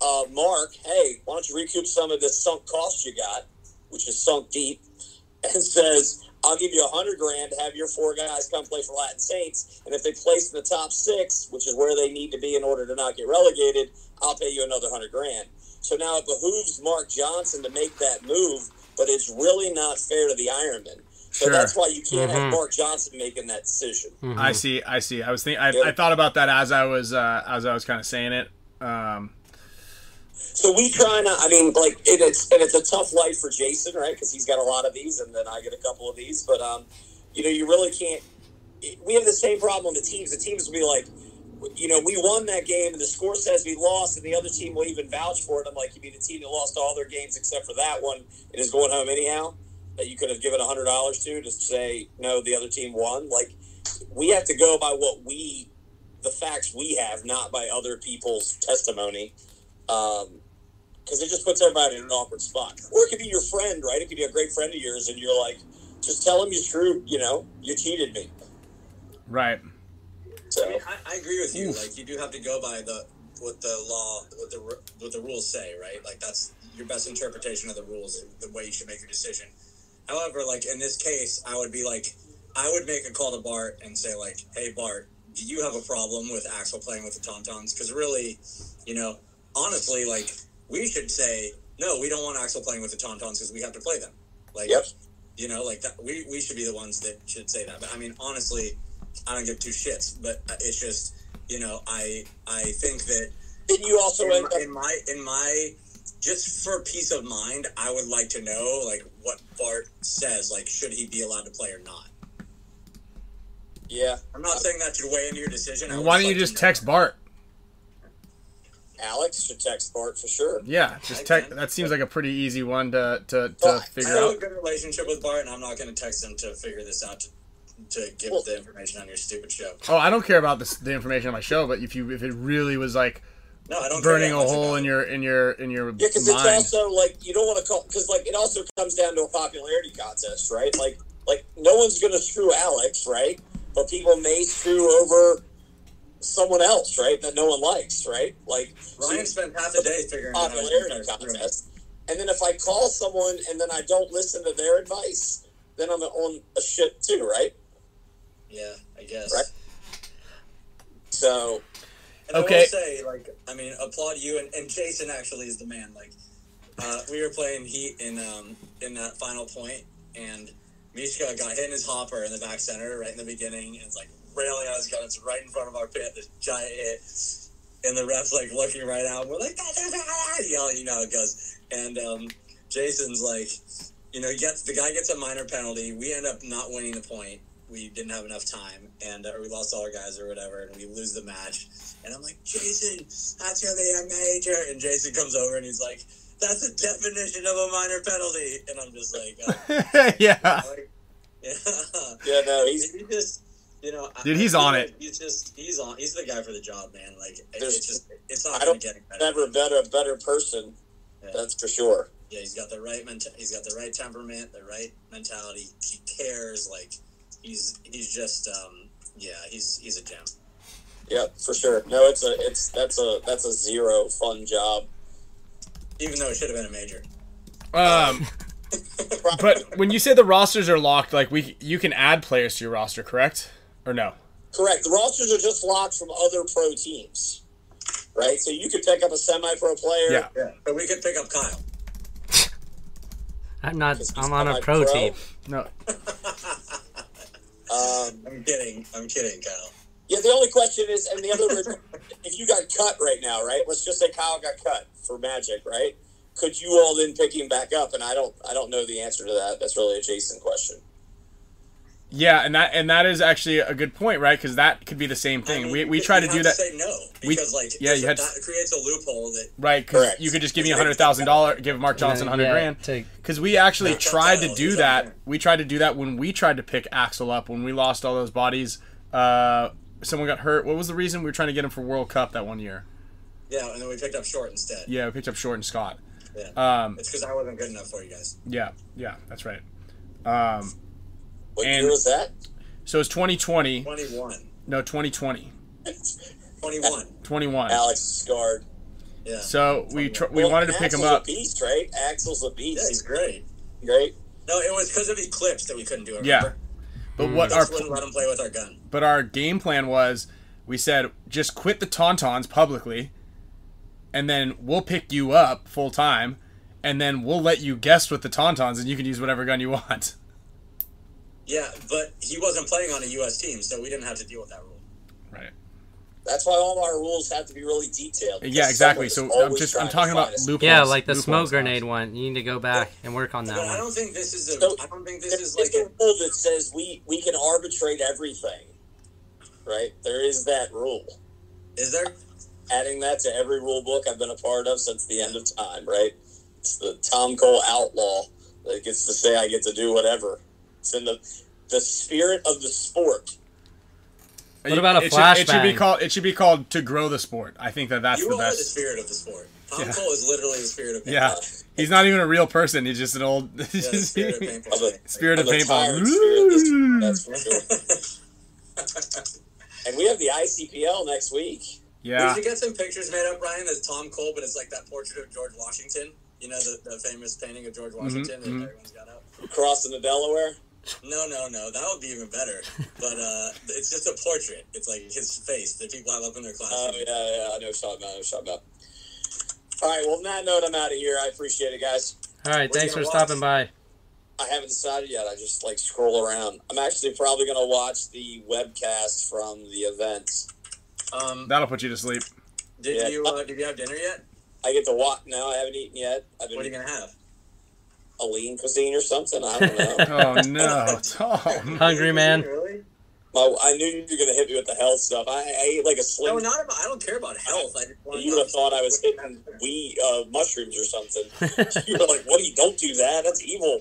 E: uh, Mark, hey, why don't you recoup some of this sunk cost you got, which is sunk deep, [laughs] and says, I'll give you a hundred grand to have your four guys come play for Latin Saints, and if they place in the top six, which is where they need to be in order to not get relegated, I'll pay you another hundred grand. So now it behooves Mark Johnson to make that move, but it's really not fair to the Ironman. So
C: Sure. Mm.
E: that's why you can't
B: Mhm.
E: have Mark Johnson making that decision.
C: Mm-hmm. I see. I see. I was think. I,
E: Yeah.
C: I thought about that as I was uh, as I was kind of saying it. Um,
E: So we try not. I mean, like it, it's and it's a tough life for Jason, right? Because he's got a lot of these, and then I get a couple of these. But um, you know, you really can't. We have the same problem. with The teams, the teams will be like, you know, we won that game, and the score says we lost, and the other team will even vouch for it. I'm like, you mean the team that lost all their games except for that one and is going home anyhow? That you could have given hundred dollars to to say no, the other team won. Like we have to go by what we, the facts we have, not by other people's testimony. Um, because it just puts everybody in an awkward spot. Or it could be your friend, right? It could be a great friend of yours, and you're like, just tell him you're true. You know, you cheated me.
C: right.
E: So
A: I mean, I, I agree with you. Like you do have to go by the what the law, what the ru- what the rules say, right? Like that's your best interpretation of the rules, the way you should make your decision. However, like in this case, I would be like, I would make a call to Bart and say like, Hey Bart, do you have a problem with Axel playing with the Tauntauns? Because really, you know, honestly, like we should say no. We don't want Axel playing with the Tauntauns because we have to play them. Like,
E: Yep.
A: you know, like that. We we should be the ones that should say that. But I mean, honestly, I don't give two shits. But uh, it's just you know, I I think that
E: Then you also
A: in
E: end
A: my,
E: up
A: in my in my just for peace of mind, I would like to know like what Bart says. Like, should he be allowed to play or not?
E: yeah,
A: I'm not saying that should weigh into your decision. I would
C: Why don't you
A: like to
C: just
A: know.
C: text Bart?
E: Alex should text Bart for sure.
C: Yeah, just text. That seems like a pretty easy one to to, to
A: I
C: figure
A: have
C: out.
A: a good relationship with Bart, and I'm not going to text him to figure this out to, to give
E: Well-
A: the information on your stupid show.
C: Oh, I don't care about this, the information on my show, but if you if it really was like
A: No, I don't. care
C: burning
A: that
C: a
A: much
C: hole
A: about
C: in
A: it.
C: your in your in your
E: Yeah, because it's
C: mind,
E: also like you don't want to call because like it also comes down to a popularity contest, right? Like like no one's gonna screw Alex, right? But people may screw over someone else, right? That no one likes, right? Like so
A: Ryan spent half a day figuring out how to do
E: popularity
A: that.
E: contest. And then if I call someone and then I don't listen to their advice, then I'm on a shit too, right?
A: Yeah, I guess.
E: Right. So
A: And I
C: Okay.
A: will say, like, I mean, applaud you and, and Jason actually is the man. Like, uh, we were playing Heat in um in that final point, and Mishka got hit in his hopper in the back center right in the beginning, and it's like railing on his gun. It's right in front of our pit, this giant hit, and the refs like looking right out. We're like, "Ah, ah, ah, ah," yelling, you know how it goes. And um, Jason's like, you know, he gets the guy gets a minor penalty. We end up not winning the point. We didn't have enough time, and uh, we lost all our guys or whatever, and we lose the match. And I'm like, Jason, that's gonna be a major. And Jason comes over and he's like, that's a definition of a minor penalty. And I'm just like,
C: [laughs]
A: oh,
C: yeah,
A: like yeah.
E: yeah, no,
A: [laughs]
E: he's
A: He's he just, you know, I-
C: Dude, he's
A: I feel
C: on
A: like
C: it.
A: He's just, he's on. He's the guy for the job, man. Like, it-
E: There's-
A: it's just, it's not
E: I
A: gonna
E: don't
A: get any better.
E: never been a better person,
A: Yeah.
E: that's for sure.
A: Yeah, he's got the right menta- He's got the right temperament, the right mentality. He cares. Like, he's he's just, um, yeah, he's he's a gem.
E: Yeah, for sure. No, it's a it's that's a that's a zero fun job.
A: Even though it should have been a major. [laughs]
C: um, but when you say the rosters are locked, like we you can add players to your roster, correct? Or no?
E: Correct. The rosters are just locked from other pro teams. Right? So you could pick up a semi pro player.
C: Yeah.
A: Yeah, but we could pick up Kyle.
B: I'm not.
E: Just
B: I'm on a pro
E: semi-pro.
B: team.
C: No.
E: Um,
A: I'm kidding. I'm kidding, Kyle.
E: yeah, the only question is and the other [laughs] if you got cut right now, right? Let's just say Kyle got cut for magic, right? Could you all then pick him back up? And I don't I don't know the answer to that. That's really a Jason question.
C: Yeah, and that and that is actually a good point, right? Because that could be the same
A: I
C: thing.
A: mean,
C: we we
A: you
C: try to
A: have
C: do that,
A: Say no,
C: We-
A: because like
C: yeah,
A: it's-
C: you had-
A: that creates a loophole that
C: right? Because
E: Correct.
C: you could just give me a hundred thousand dollar, give Mark Johnson a hundred
B: yeah,
C: grand.
B: take-
C: Because we actually
A: Yeah.
C: tried to do
A: Yeah.
C: that. We tried to do that when we tried to pick Axel up when we lost all those bodies. Uh, someone got hurt. What was the reason we were trying to get him for World Cup that one year?
A: yeah, and then we picked up short instead.
C: Yeah, we picked up Short and Scott.
A: Yeah.
C: Um,
A: it's because I wasn't good enough for you guys.
C: yeah, yeah, that's right.
E: What
C: And-
E: year was that? [laughs]
C: So it's 2020.
A: 21.
C: No, 2020.
A: 21.
C: 21.
E: Alex is scarred.
A: Yeah.
C: So we tr- we
E: Well,
C: wanted to pick him
E: Axel's
C: up.
E: A beast, right? Axel's a
A: yeah, he's
E: beast,
A: great.
E: right?
A: No, it was because of Eclipse that we couldn't do it.
C: Yeah.
A: remember?
C: But what
E: Mm.
A: Our
C: our
A: wouldn't let him play with our gun.
C: but our game plan was we said just quit the tauntauns publicly and then we'll pick you up full time and then we'll let you guess with the tauntauns and you can use whatever gun you want
A: Yeah, but he wasn't playing on a U.S. team, so we didn't have to deal with that rule.
C: right
E: That's why all our rules have to be really detailed. because
C: yeah exactly so
E: someone is
C: i'm
E: always
C: just i'm
E: trying to
C: talking about
E: find us.
C: loopholes
B: Yeah, like the
C: loopholes,
B: smoke
C: guys.
B: grenade one. You need to go back and work on that
A: But I
B: one.
A: [laughs] don't think this is a.
E: So-
A: I don't think this
E: There's
A: is like a.
E: a rule that says we we can arbitrate everything, right? There is that rule.
A: Is there?
E: Adding that to every rule book I've been a part of since the end of time, right? It's the Tom Cole outlaw that gets to say I get to do whatever. It's in the the spirit of the sport.
B: What about a
C: it should, it should be
B: flashbang?
C: called it should be called to grow the sport i think that that's
A: You
C: the
A: are the
C: best
A: spirit of the sport. Tom
C: Yeah.
A: Cole is literally the spirit of paintball.
C: yeah he's not even a real person he's just an old
E: [laughs]
A: Yeah, the spirit of
C: [laughs]
A: paintball.
E: Of a-
C: Spirit of
E: I'm a
C: paintball.
E: tired spirit, that's for sure. [laughs] and we have the ICPL next week.
C: [laughs] yeah
A: We should get some pictures made up, Ryan, as Tom Cole, but it's like that portrait of George Washington. You know, the, the famous painting of
B: Mm-hmm,
A: George Washington that everyone's got up.
E: crossing the Delaware.
A: No, no, no. That would be even better.
B: [laughs]
A: But uh, it's just a portrait. It's like his face that people have up in their
E: Oh
A: classroom.
E: yeah, yeah, I know what you're talking about. I know what you're talking about. All right. Well, on that note, I'm out of here. I appreciate it, guys.
B: All right,
E: What are
B: thanks for
E: you gonna
B: stopping
A: [laughs]
B: by. [laughs]
E: I haven't decided yet. I just like scroll around. I'm actually probably gonna watch the webcast from the event.
A: Um,
C: That'll put you to
E: [laughs]
C: sleep.
A: did
E: Uh, Yeah.
A: you uh, did you have dinner yet?
E: I get to watch. No, I haven't eaten yet. I've been
A: What are you gonna have?
E: a lean cuisine or something. I
A: [laughs]
E: don't know.
C: Oh no, [laughs] Tom.
B: Hungry man.
A: Really?
E: My, I knew you were gonna hit me with the health stuff. I, I ate like a
A: No,
E: slim.
A: not about. I don't care about health. I just want
E: [laughs] you would have thought I was hitting we uh, mushrooms or something.
A: [laughs]
E: [laughs] you were like, "What do you? Don't do that. That's evil."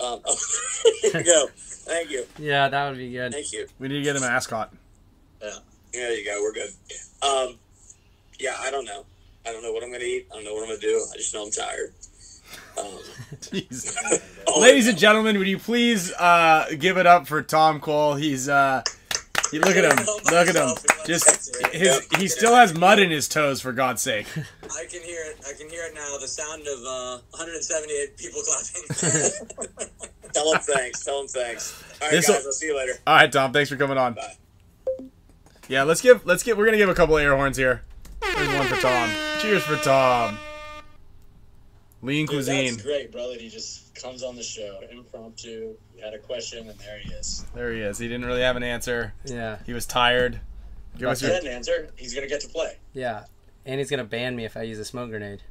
E: Um, [laughs] here you go. Thank you.
B: Yeah, that would be good.
E: Thank you.
C: We need to get him an [laughs] ascot.
E: There you go. We're good. Um, yeah, I don't know. I don't know what I'm gonna eat. I don't know what I'm gonna do. I just know I'm tired. Um,
F: [laughs]
C: Jesus.
E: oh,
C: Ladies and gentlemen, would you please uh, give it up for Tom Cole? He's uh, he- look
F: [laughs]
C: at him, look at him. Just his, he still has mud in his toes. For
F: [laughs]
C: God's sake,
A: I can hear it. I can hear it now. The sound of uh, 178 people [laughs] clapping.
E: [laughs] tell him thanks. Tell him thanks. All right,
C: This'll-
E: guys. I'll see you later.
C: all right, Tom. Thanks for coming on.
E: Bye.
C: Yeah, let's give let's give. We're gonna give a couple air horns here. There's one for Tom. Cheers for Tom. Lean cuisine.
F: That's great, brother. He just comes on the show impromptu. You had a question, and there he is.
C: There he is. He didn't really have an answer.
B: Yeah,
C: He was tired. Give us
F: He
C: your
F: had an answer. He's gonna get to play.
B: yeah. And he's gonna ban me if I use a smoke grenade.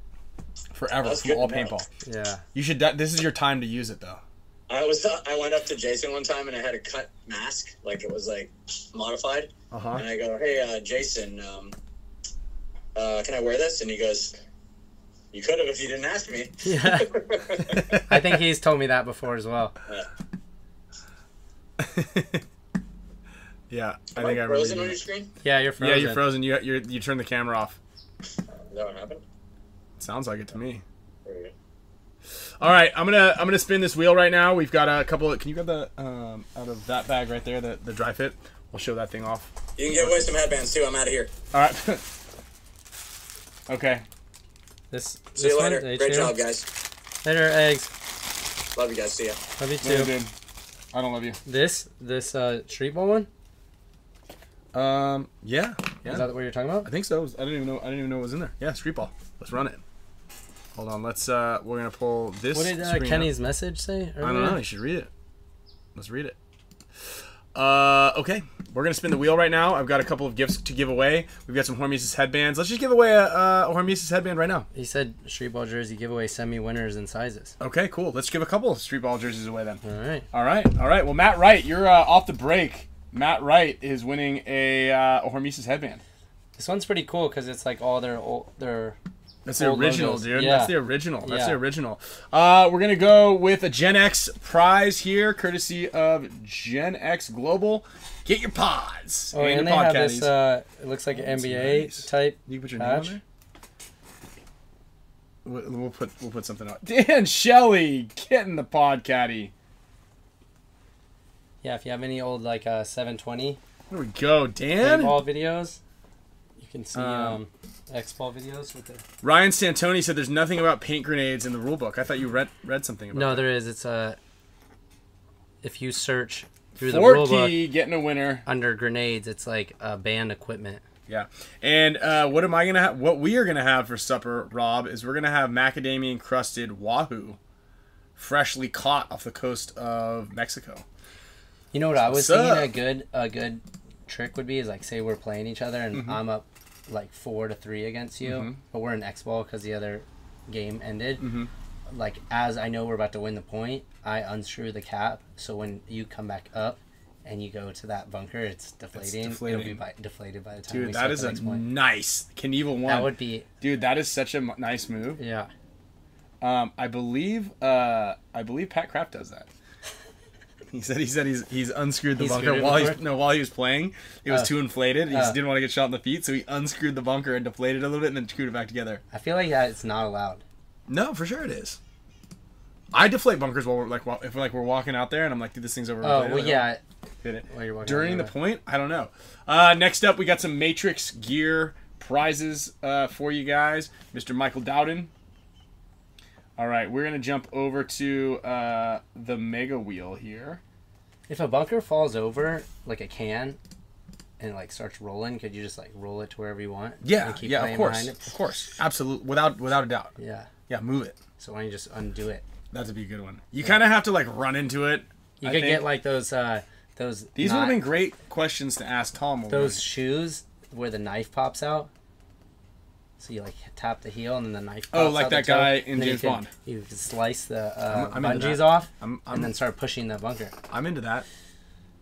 C: forever
F: That's
C: from all
F: good to know.
C: paintball.
B: Yeah.
C: You should. de- This is your time to use it though.
F: I was I went up to Jason one time and I had a cut mask, like it was like modified,
C: Uh huh.
F: and I go, "Hey, uh, Jason, um, uh, can I wear this?" And he goes, "You could have if you didn't ask me."
B: Yeah.
F: [laughs]
B: I think he's told me that before as well.
F: Uh,
C: yeah, I
F: Am
C: think I
F: frozen on
C: really.
F: your screen?
B: Yeah, you're
C: Yeah,
B: frozen.
C: you're frozen. You you you turn the camera off.
F: Is that what happened?
C: Sounds like it to me.
F: There we go.
C: All right, I'm gonna I'm gonna spin this wheel right now. We've got a couple. Of, can you grab the um, out of that bag right there? The the dry fit. We'll show that thing off.
A: you can give away some headbands too. I'm out of here.
C: All right. [laughs] okay.
B: This, this
A: See you
B: one,
A: later.
B: day
A: Great
B: two.
A: job, guys.
B: Later, eggs.
A: Love you guys. See ya.
B: Love you
C: Later,
B: too.
C: dude. I don't love you.
B: This this uh street ball one?
C: Um. Yeah.
B: Is
C: Yeah.
B: that what you're talking about?
C: I think so. I didn't even know. I didn't even know it was in there. Yeah. Street ball. Let's run it. Hold on. Let's. Uh. We're gonna pull this.
B: What did uh,
C: screen up.
B: Kenny's message say?
C: I don't know. You should read it. Let's read it. Uh, okay, we're gonna spin the wheel right now. I've got a couple of gifts to give away. We've got some Hormesis headbands. Let's just give away a, uh, a Hormesis headband right now.
B: He said street ball jersey giveaway semi winners and sizes.
C: Okay, cool. Let's give a couple of street ball jerseys away then.
B: All right.
C: All right, all right. Well, Matt Wright, you're uh, off the break. Matt Wright is winning a, uh, a Hormesis headband.
B: This one's pretty cool because it's like all their old their
C: That's the
B: Old
C: original,
B: logos.
C: dude.
B: Yeah.
C: That's the original. That's the
B: Yeah.
C: original. Uh, we're gonna go with a Gen X prize here, courtesy of Gen X Global. Get your pods.
B: Oh, and,
C: your
B: they
C: pod
B: have
C: caddies.
B: this. Uh, it looks like an
C: that's
B: NBA
C: nice.
B: type.
C: you can put your
B: patch.
C: name on there. We'll, we'll put we'll put something on. Dan Shelley, get in the pod caddy.
B: Yeah, if you have any old like uh, 720
C: There we go,
B: play
C: Dan.
B: ball videos, you can see um, X ball videos with the.
C: Ryan Santoni said there's nothing about paint grenades in the rule book. I thought you read read something about.
B: No, there is. It's uh, if you search through the rulebook
C: Forky getting a winner.
B: under grenades, it's like uh, banned equipment.
C: Yeah. And uh, what am I gonna have? What we are gonna have for supper, Rob, is we're gonna have macadamia encrusted wahoo, freshly caught off the coast of Mexico.
B: You know what I was
C: What's
B: thinking?
C: up?
B: A good a good trick would be is like say we're playing each other
C: Mm-hmm.
B: and I'm up like four to three against you, but we're in X ball because the other game ended.
C: Mm-hmm.
B: Like as I know we're about to win the point, I unscrew the cap so when you come back up and you go to that bunker, it's deflating. It'll be
C: deflating.
B: by, deflated by the time. we
C: Dude,
B: start
C: that is
B: the
C: a
B: next point.
C: nice Knievel one.
B: That would be
C: Dude, that is such a m- nice move.
B: yeah.
C: Um, I believe uh, I believe Pat Kraft does that. [laughs] He said he said he's he's unscrewed the
B: He
C: bunker
B: screwed it
C: while he,
B: before?
C: no while he was playing. It was
B: Oh.
C: too inflated. He just
B: Oh.
C: didn't want to get shot in the feet, so he unscrewed the bunker and deflated it a little bit and then screwed it back together.
B: I feel like that it's not allowed.
C: No, for sure it is. I deflate bunkers while we're like while, if we're like we're walking out there and I'm like, dude, this thing's over.
B: Oh well, yeah.
C: Hit it.
B: While you're walking
C: During the
B: out,
C: point, I don't know. Uh, next up, we got some Matrix gear prizes uh, for you guys, Mr. Michael Dowden. All right, we're gonna jump over to uh, the Mega Wheel here.
B: If a bunker falls over like a can, and it like starts rolling, could you just like roll it to wherever you want?
C: Yeah,
B: and
C: yeah, of
B: playing
C: course,
B: behind
C: of course, absolutely, without without a doubt.
B: it? Yeah.
C: Yeah, move it.
B: So why don't you just undo it?
C: That'd be a good one. You kind of have to like run into it.
B: You
C: I
B: could
C: think.
B: get like those uh those
C: These would have
B: knot-
C: been great questions to ask Tom. when we
B: those shoes where the knife pops out. So you like tap the heel and then the knife.
C: Oh,
B: pops
C: like
B: out the
C: that
B: toe,
C: guy
B: and
C: in
B: then you
C: James
B: can-
C: Bond.
B: You can slice the uh,
C: I'm into
B: bungees
C: that.
B: off
C: I'm- I'm-
B: and then start pushing the bunker.
C: were- I'm into that.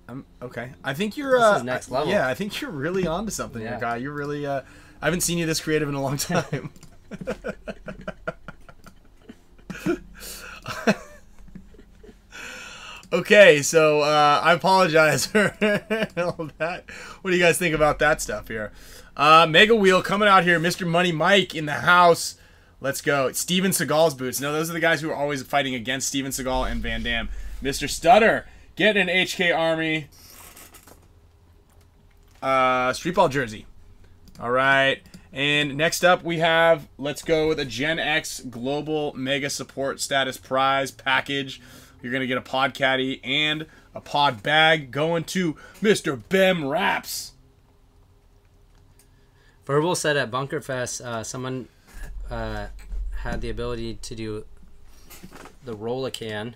C: I'm okay. I think you're
B: This
C: uh,
B: is next level.
C: Yeah, I think you're really onto something, here,
B: Yeah.
C: guy. You're really. Uh, I haven't seen you this creative in a long time. [laughs] okay, so uh, I apologize [laughs] for all that. What do you guys think about that stuff here? Uh, Mega Wheel coming out here, Mr. Money Mike in the house. Let's go. It's Steven Seagal's boots. No, those are the guys who are always fighting against Steven Seagal and Van Damme. Mr. Stutter, get an HK Army uh, streetball jersey. All right. And next up, we have let's go with a Gen X Global Mega Support Status Prize package. You're gonna get a pod caddy and a pod bag going to Mr. Bem Raps.
B: Verbal said at Bunker Fest, uh, someone uh, had the ability to do the roll a can.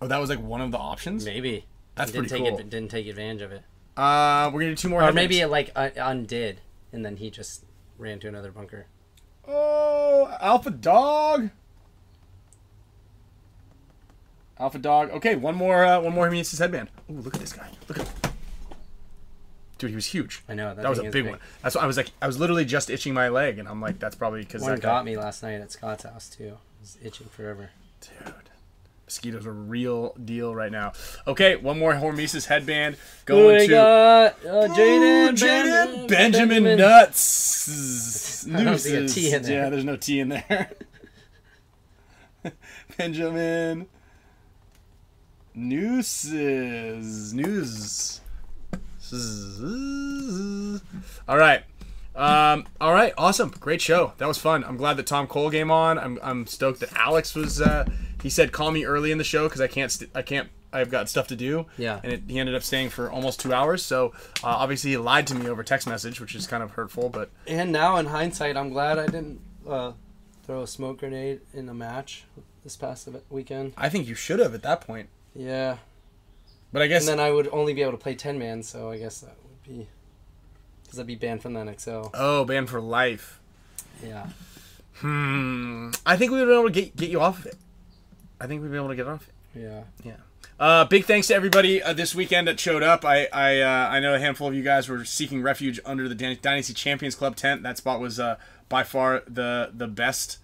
C: Oh, that was like one of the options.
B: Maybe
C: That's
B: didn't
C: pretty
B: take
C: cool.
B: adv- didn't take advantage of it,
C: Uh, we're gonna do two more.
B: or maybe it like uh, undid and then he just ran to another bunker.
C: Oh, Alpha Dog. Alpha Dog. Okay, one more. Uh, one more Hemiasis headband. Ooh, look at this guy. Look at him. Dude, he was huge.
B: I know that,
C: That was a
B: thing
C: big,
B: is
C: one. That's what I was like. I was literally just itching my leg, and I'm like, that's probably because
B: One
C: that guy-
B: got me last night at Scott's house too. I was itching forever.
C: Dude, mosquitoes are real deal right now. Okay, one more Hormesis headband going to Ooh,
B: uh, Jaden
C: Jaden Benjamin, Nuts.
B: [laughs] I don't see a T in
C: Nooses.
B: there.
C: Yeah, there's no T in there. [laughs] Benjamin Nooses. News. All right. Um, all right, awesome, great show. That was fun. I'm glad that Tom Cole came on. I'm, I'm stoked that Alex was. Uh, he said call me early in the show because I can't st- I can't I've got stuff to do.
B: Yeah.
C: And it, he ended up staying for almost two hours. So uh, obviously he lied to me over text message, which is kind of hurtful. But
B: And now in hindsight, I'm glad I didn't uh, throw a smoke grenade in a match this past ev- weekend.
C: I think you should have at that point.
B: Yeah,
C: But I guess
B: and then I would only be able to play ten man, so I guess that would be because I'd be banned from the NXL.
C: oh, banned for life.
B: Yeah,
C: Hmm. I think we would be able to get get you off of it. I think we'd be able to get off it.
B: yeah.
C: Uh, big thanks to everybody uh, this weekend that showed up. I I, uh, I know a handful of you guys were seeking refuge under the Dan- Dynasty Champions Club tent. That spot was uh, by far the the best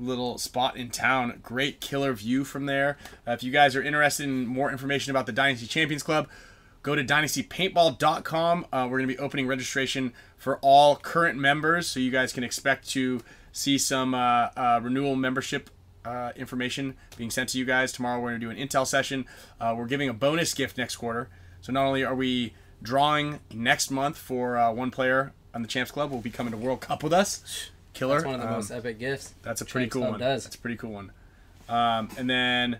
C: little spot in town. Great killer view from there. Uh, if you guys are interested in more information about the Dynasty Champions Club, go to dynastypaintball.com. Uh, we're going to be opening registration for all current members, so you guys can expect to see some uh, uh, renewal membership uh, information being sent to you guys. Tomorrow we're going to do an intel session. Uh, we're giving a bonus gift next quarter. So not only are we drawing next month for uh, one player on the Champs Club, will be coming to World Cup with us. Killer.
B: That's one of the
C: Um,
B: most epic gifts.
C: that's a pretty
B: Champs
C: cool
B: Club
C: one.
B: Does.
C: That's a pretty cool one. Um, and then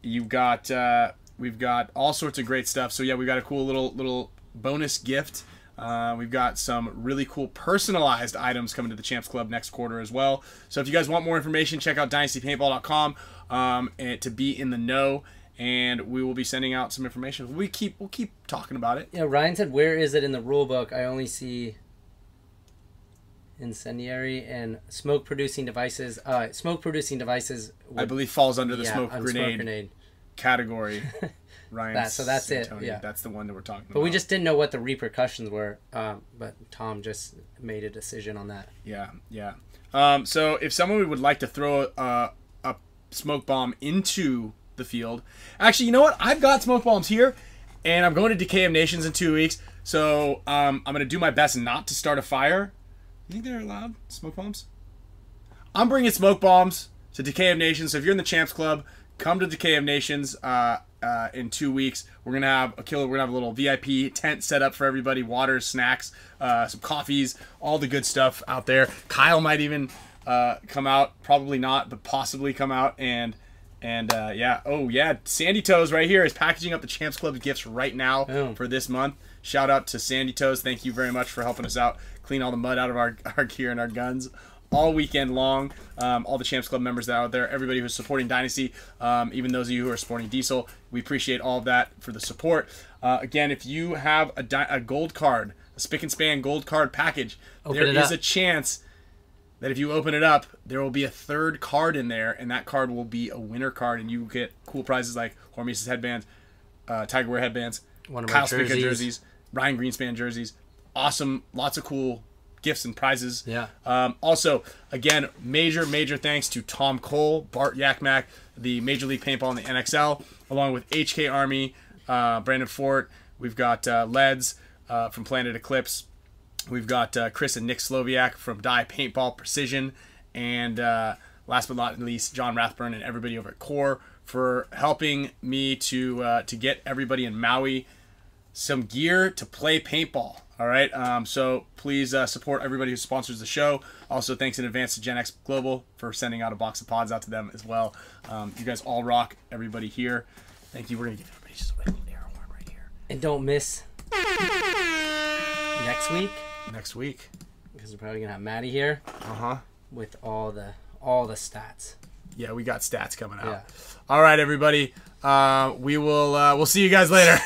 C: you've got uh, we've got all sorts of great stuff. So yeah, we've got a cool little little bonus gift. Uh, we've got some really cool personalized items coming to the Champs Club next quarter as well. So if you guys want more information, check out dynastypaintball.com um, and to be in the know. And we will be sending out some information. We keep we'll keep talking about it.
B: Yeah, Ryan said, "Where is it in the rule book? I only see incendiary and smoke producing devices. Uh, smoke producing devices.
C: I
B: would-
C: believe falls under the
B: yeah,
C: smoke,
B: on
C: grenade category. Ryan,
B: [laughs] That- so that's it,
C: Santoni,
B: yeah.
C: that's the one that we're talking about.
B: But we just didn't know what the repercussions were. Um, but Tom just made a decision on that.
C: Yeah, yeah. Um, so if someone would like to throw a, a smoke bomb into the field, actually, you know what? I've got smoke bombs here, and I'm going to Decay of Nations in two weeks. So um, I'm going to do my best not to start a fire. You think they're allowed smoke bombs? I'm bringing smoke bombs to Decay of Nations. So if you're in the Champs Club, come to Decay of Nations uh, uh, in two weeks. We're gonna have a killer. We're gonna have a little VIP tent set up for everybody. Water, snacks, uh, some coffees, all the good stuff out there. Kyle might even uh, come out. Probably not, but possibly come out and. And uh, yeah, oh yeah, Sandy Toes right here is packaging up the Champs Club gifts right now
B: Boom.
C: for this month. Shout out to Sandy Toes. Thank you very much for helping us out, clean all the mud out of our, [laughs] our gear and our guns all weekend long. Um, all the Champs Club members that are out there, everybody who's supporting Dynasty, um, even those of you who are supporting Diesel, we appreciate all of that for the support. Uh, again, if you have a, di- a gold card, a spick and span gold card package,
B: Open
C: there
B: it
C: is
B: up.
C: a chance that if you open it up, there will be a third card in there, and that card will be a winner card, and you get cool prizes like Hormesis headbands, uh, Tiger Wear headbands,
B: One of my
C: Kyle Spica
B: jerseys.
C: jerseys, Ryan Greenspan jerseys. Awesome, lots of cool gifts and prizes.
B: Yeah.
C: Um, also, again, major, major thanks to Tom Cole, Bart Yakmak, the Major League Paintball and the NXL, along with HK Army, uh, Brandon Fort. We've got uh, Leds uh, from Planet Eclipse. We've got uh, Chris and Nick Sloviak from Die Paintball Precision, and uh, last but not least, John Rathburn and everybody over at Core for helping me to uh, to get everybody in Maui some gear to play paintball. All right, um, so please uh, support everybody who sponsors the show. Also, thanks in advance to Gen X Global for sending out a box of pods out to them as well. Um, you guys all rock, everybody here. Thank you. We're gonna give everybody just a little air horn right here
B: And don't miss next week
C: next week.
B: because we're probably gonna have Maddie here
C: Uh huh.
B: with all the all the stats.
C: Yeah, we got stats coming out.
B: Yeah.
C: All right, everybody. Uh, we will. Uh, we'll see you guys [laughs] later.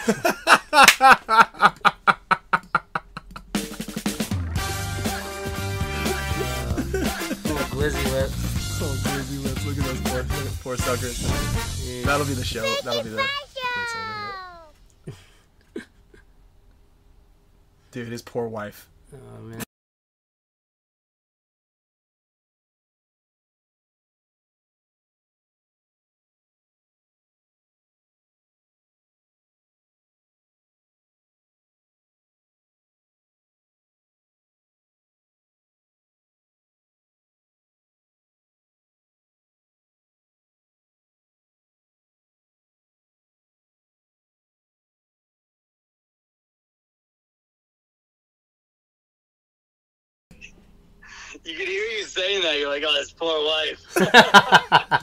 B: Little glizzy lips.
C: Oh, crazy lips. Look at those poor, poor suckers. That'll be the show. That'll be the. placeholder. Dude, his poor wife.
B: Oh man.
F: You can hear you saying that. You're like, oh, this poor wife.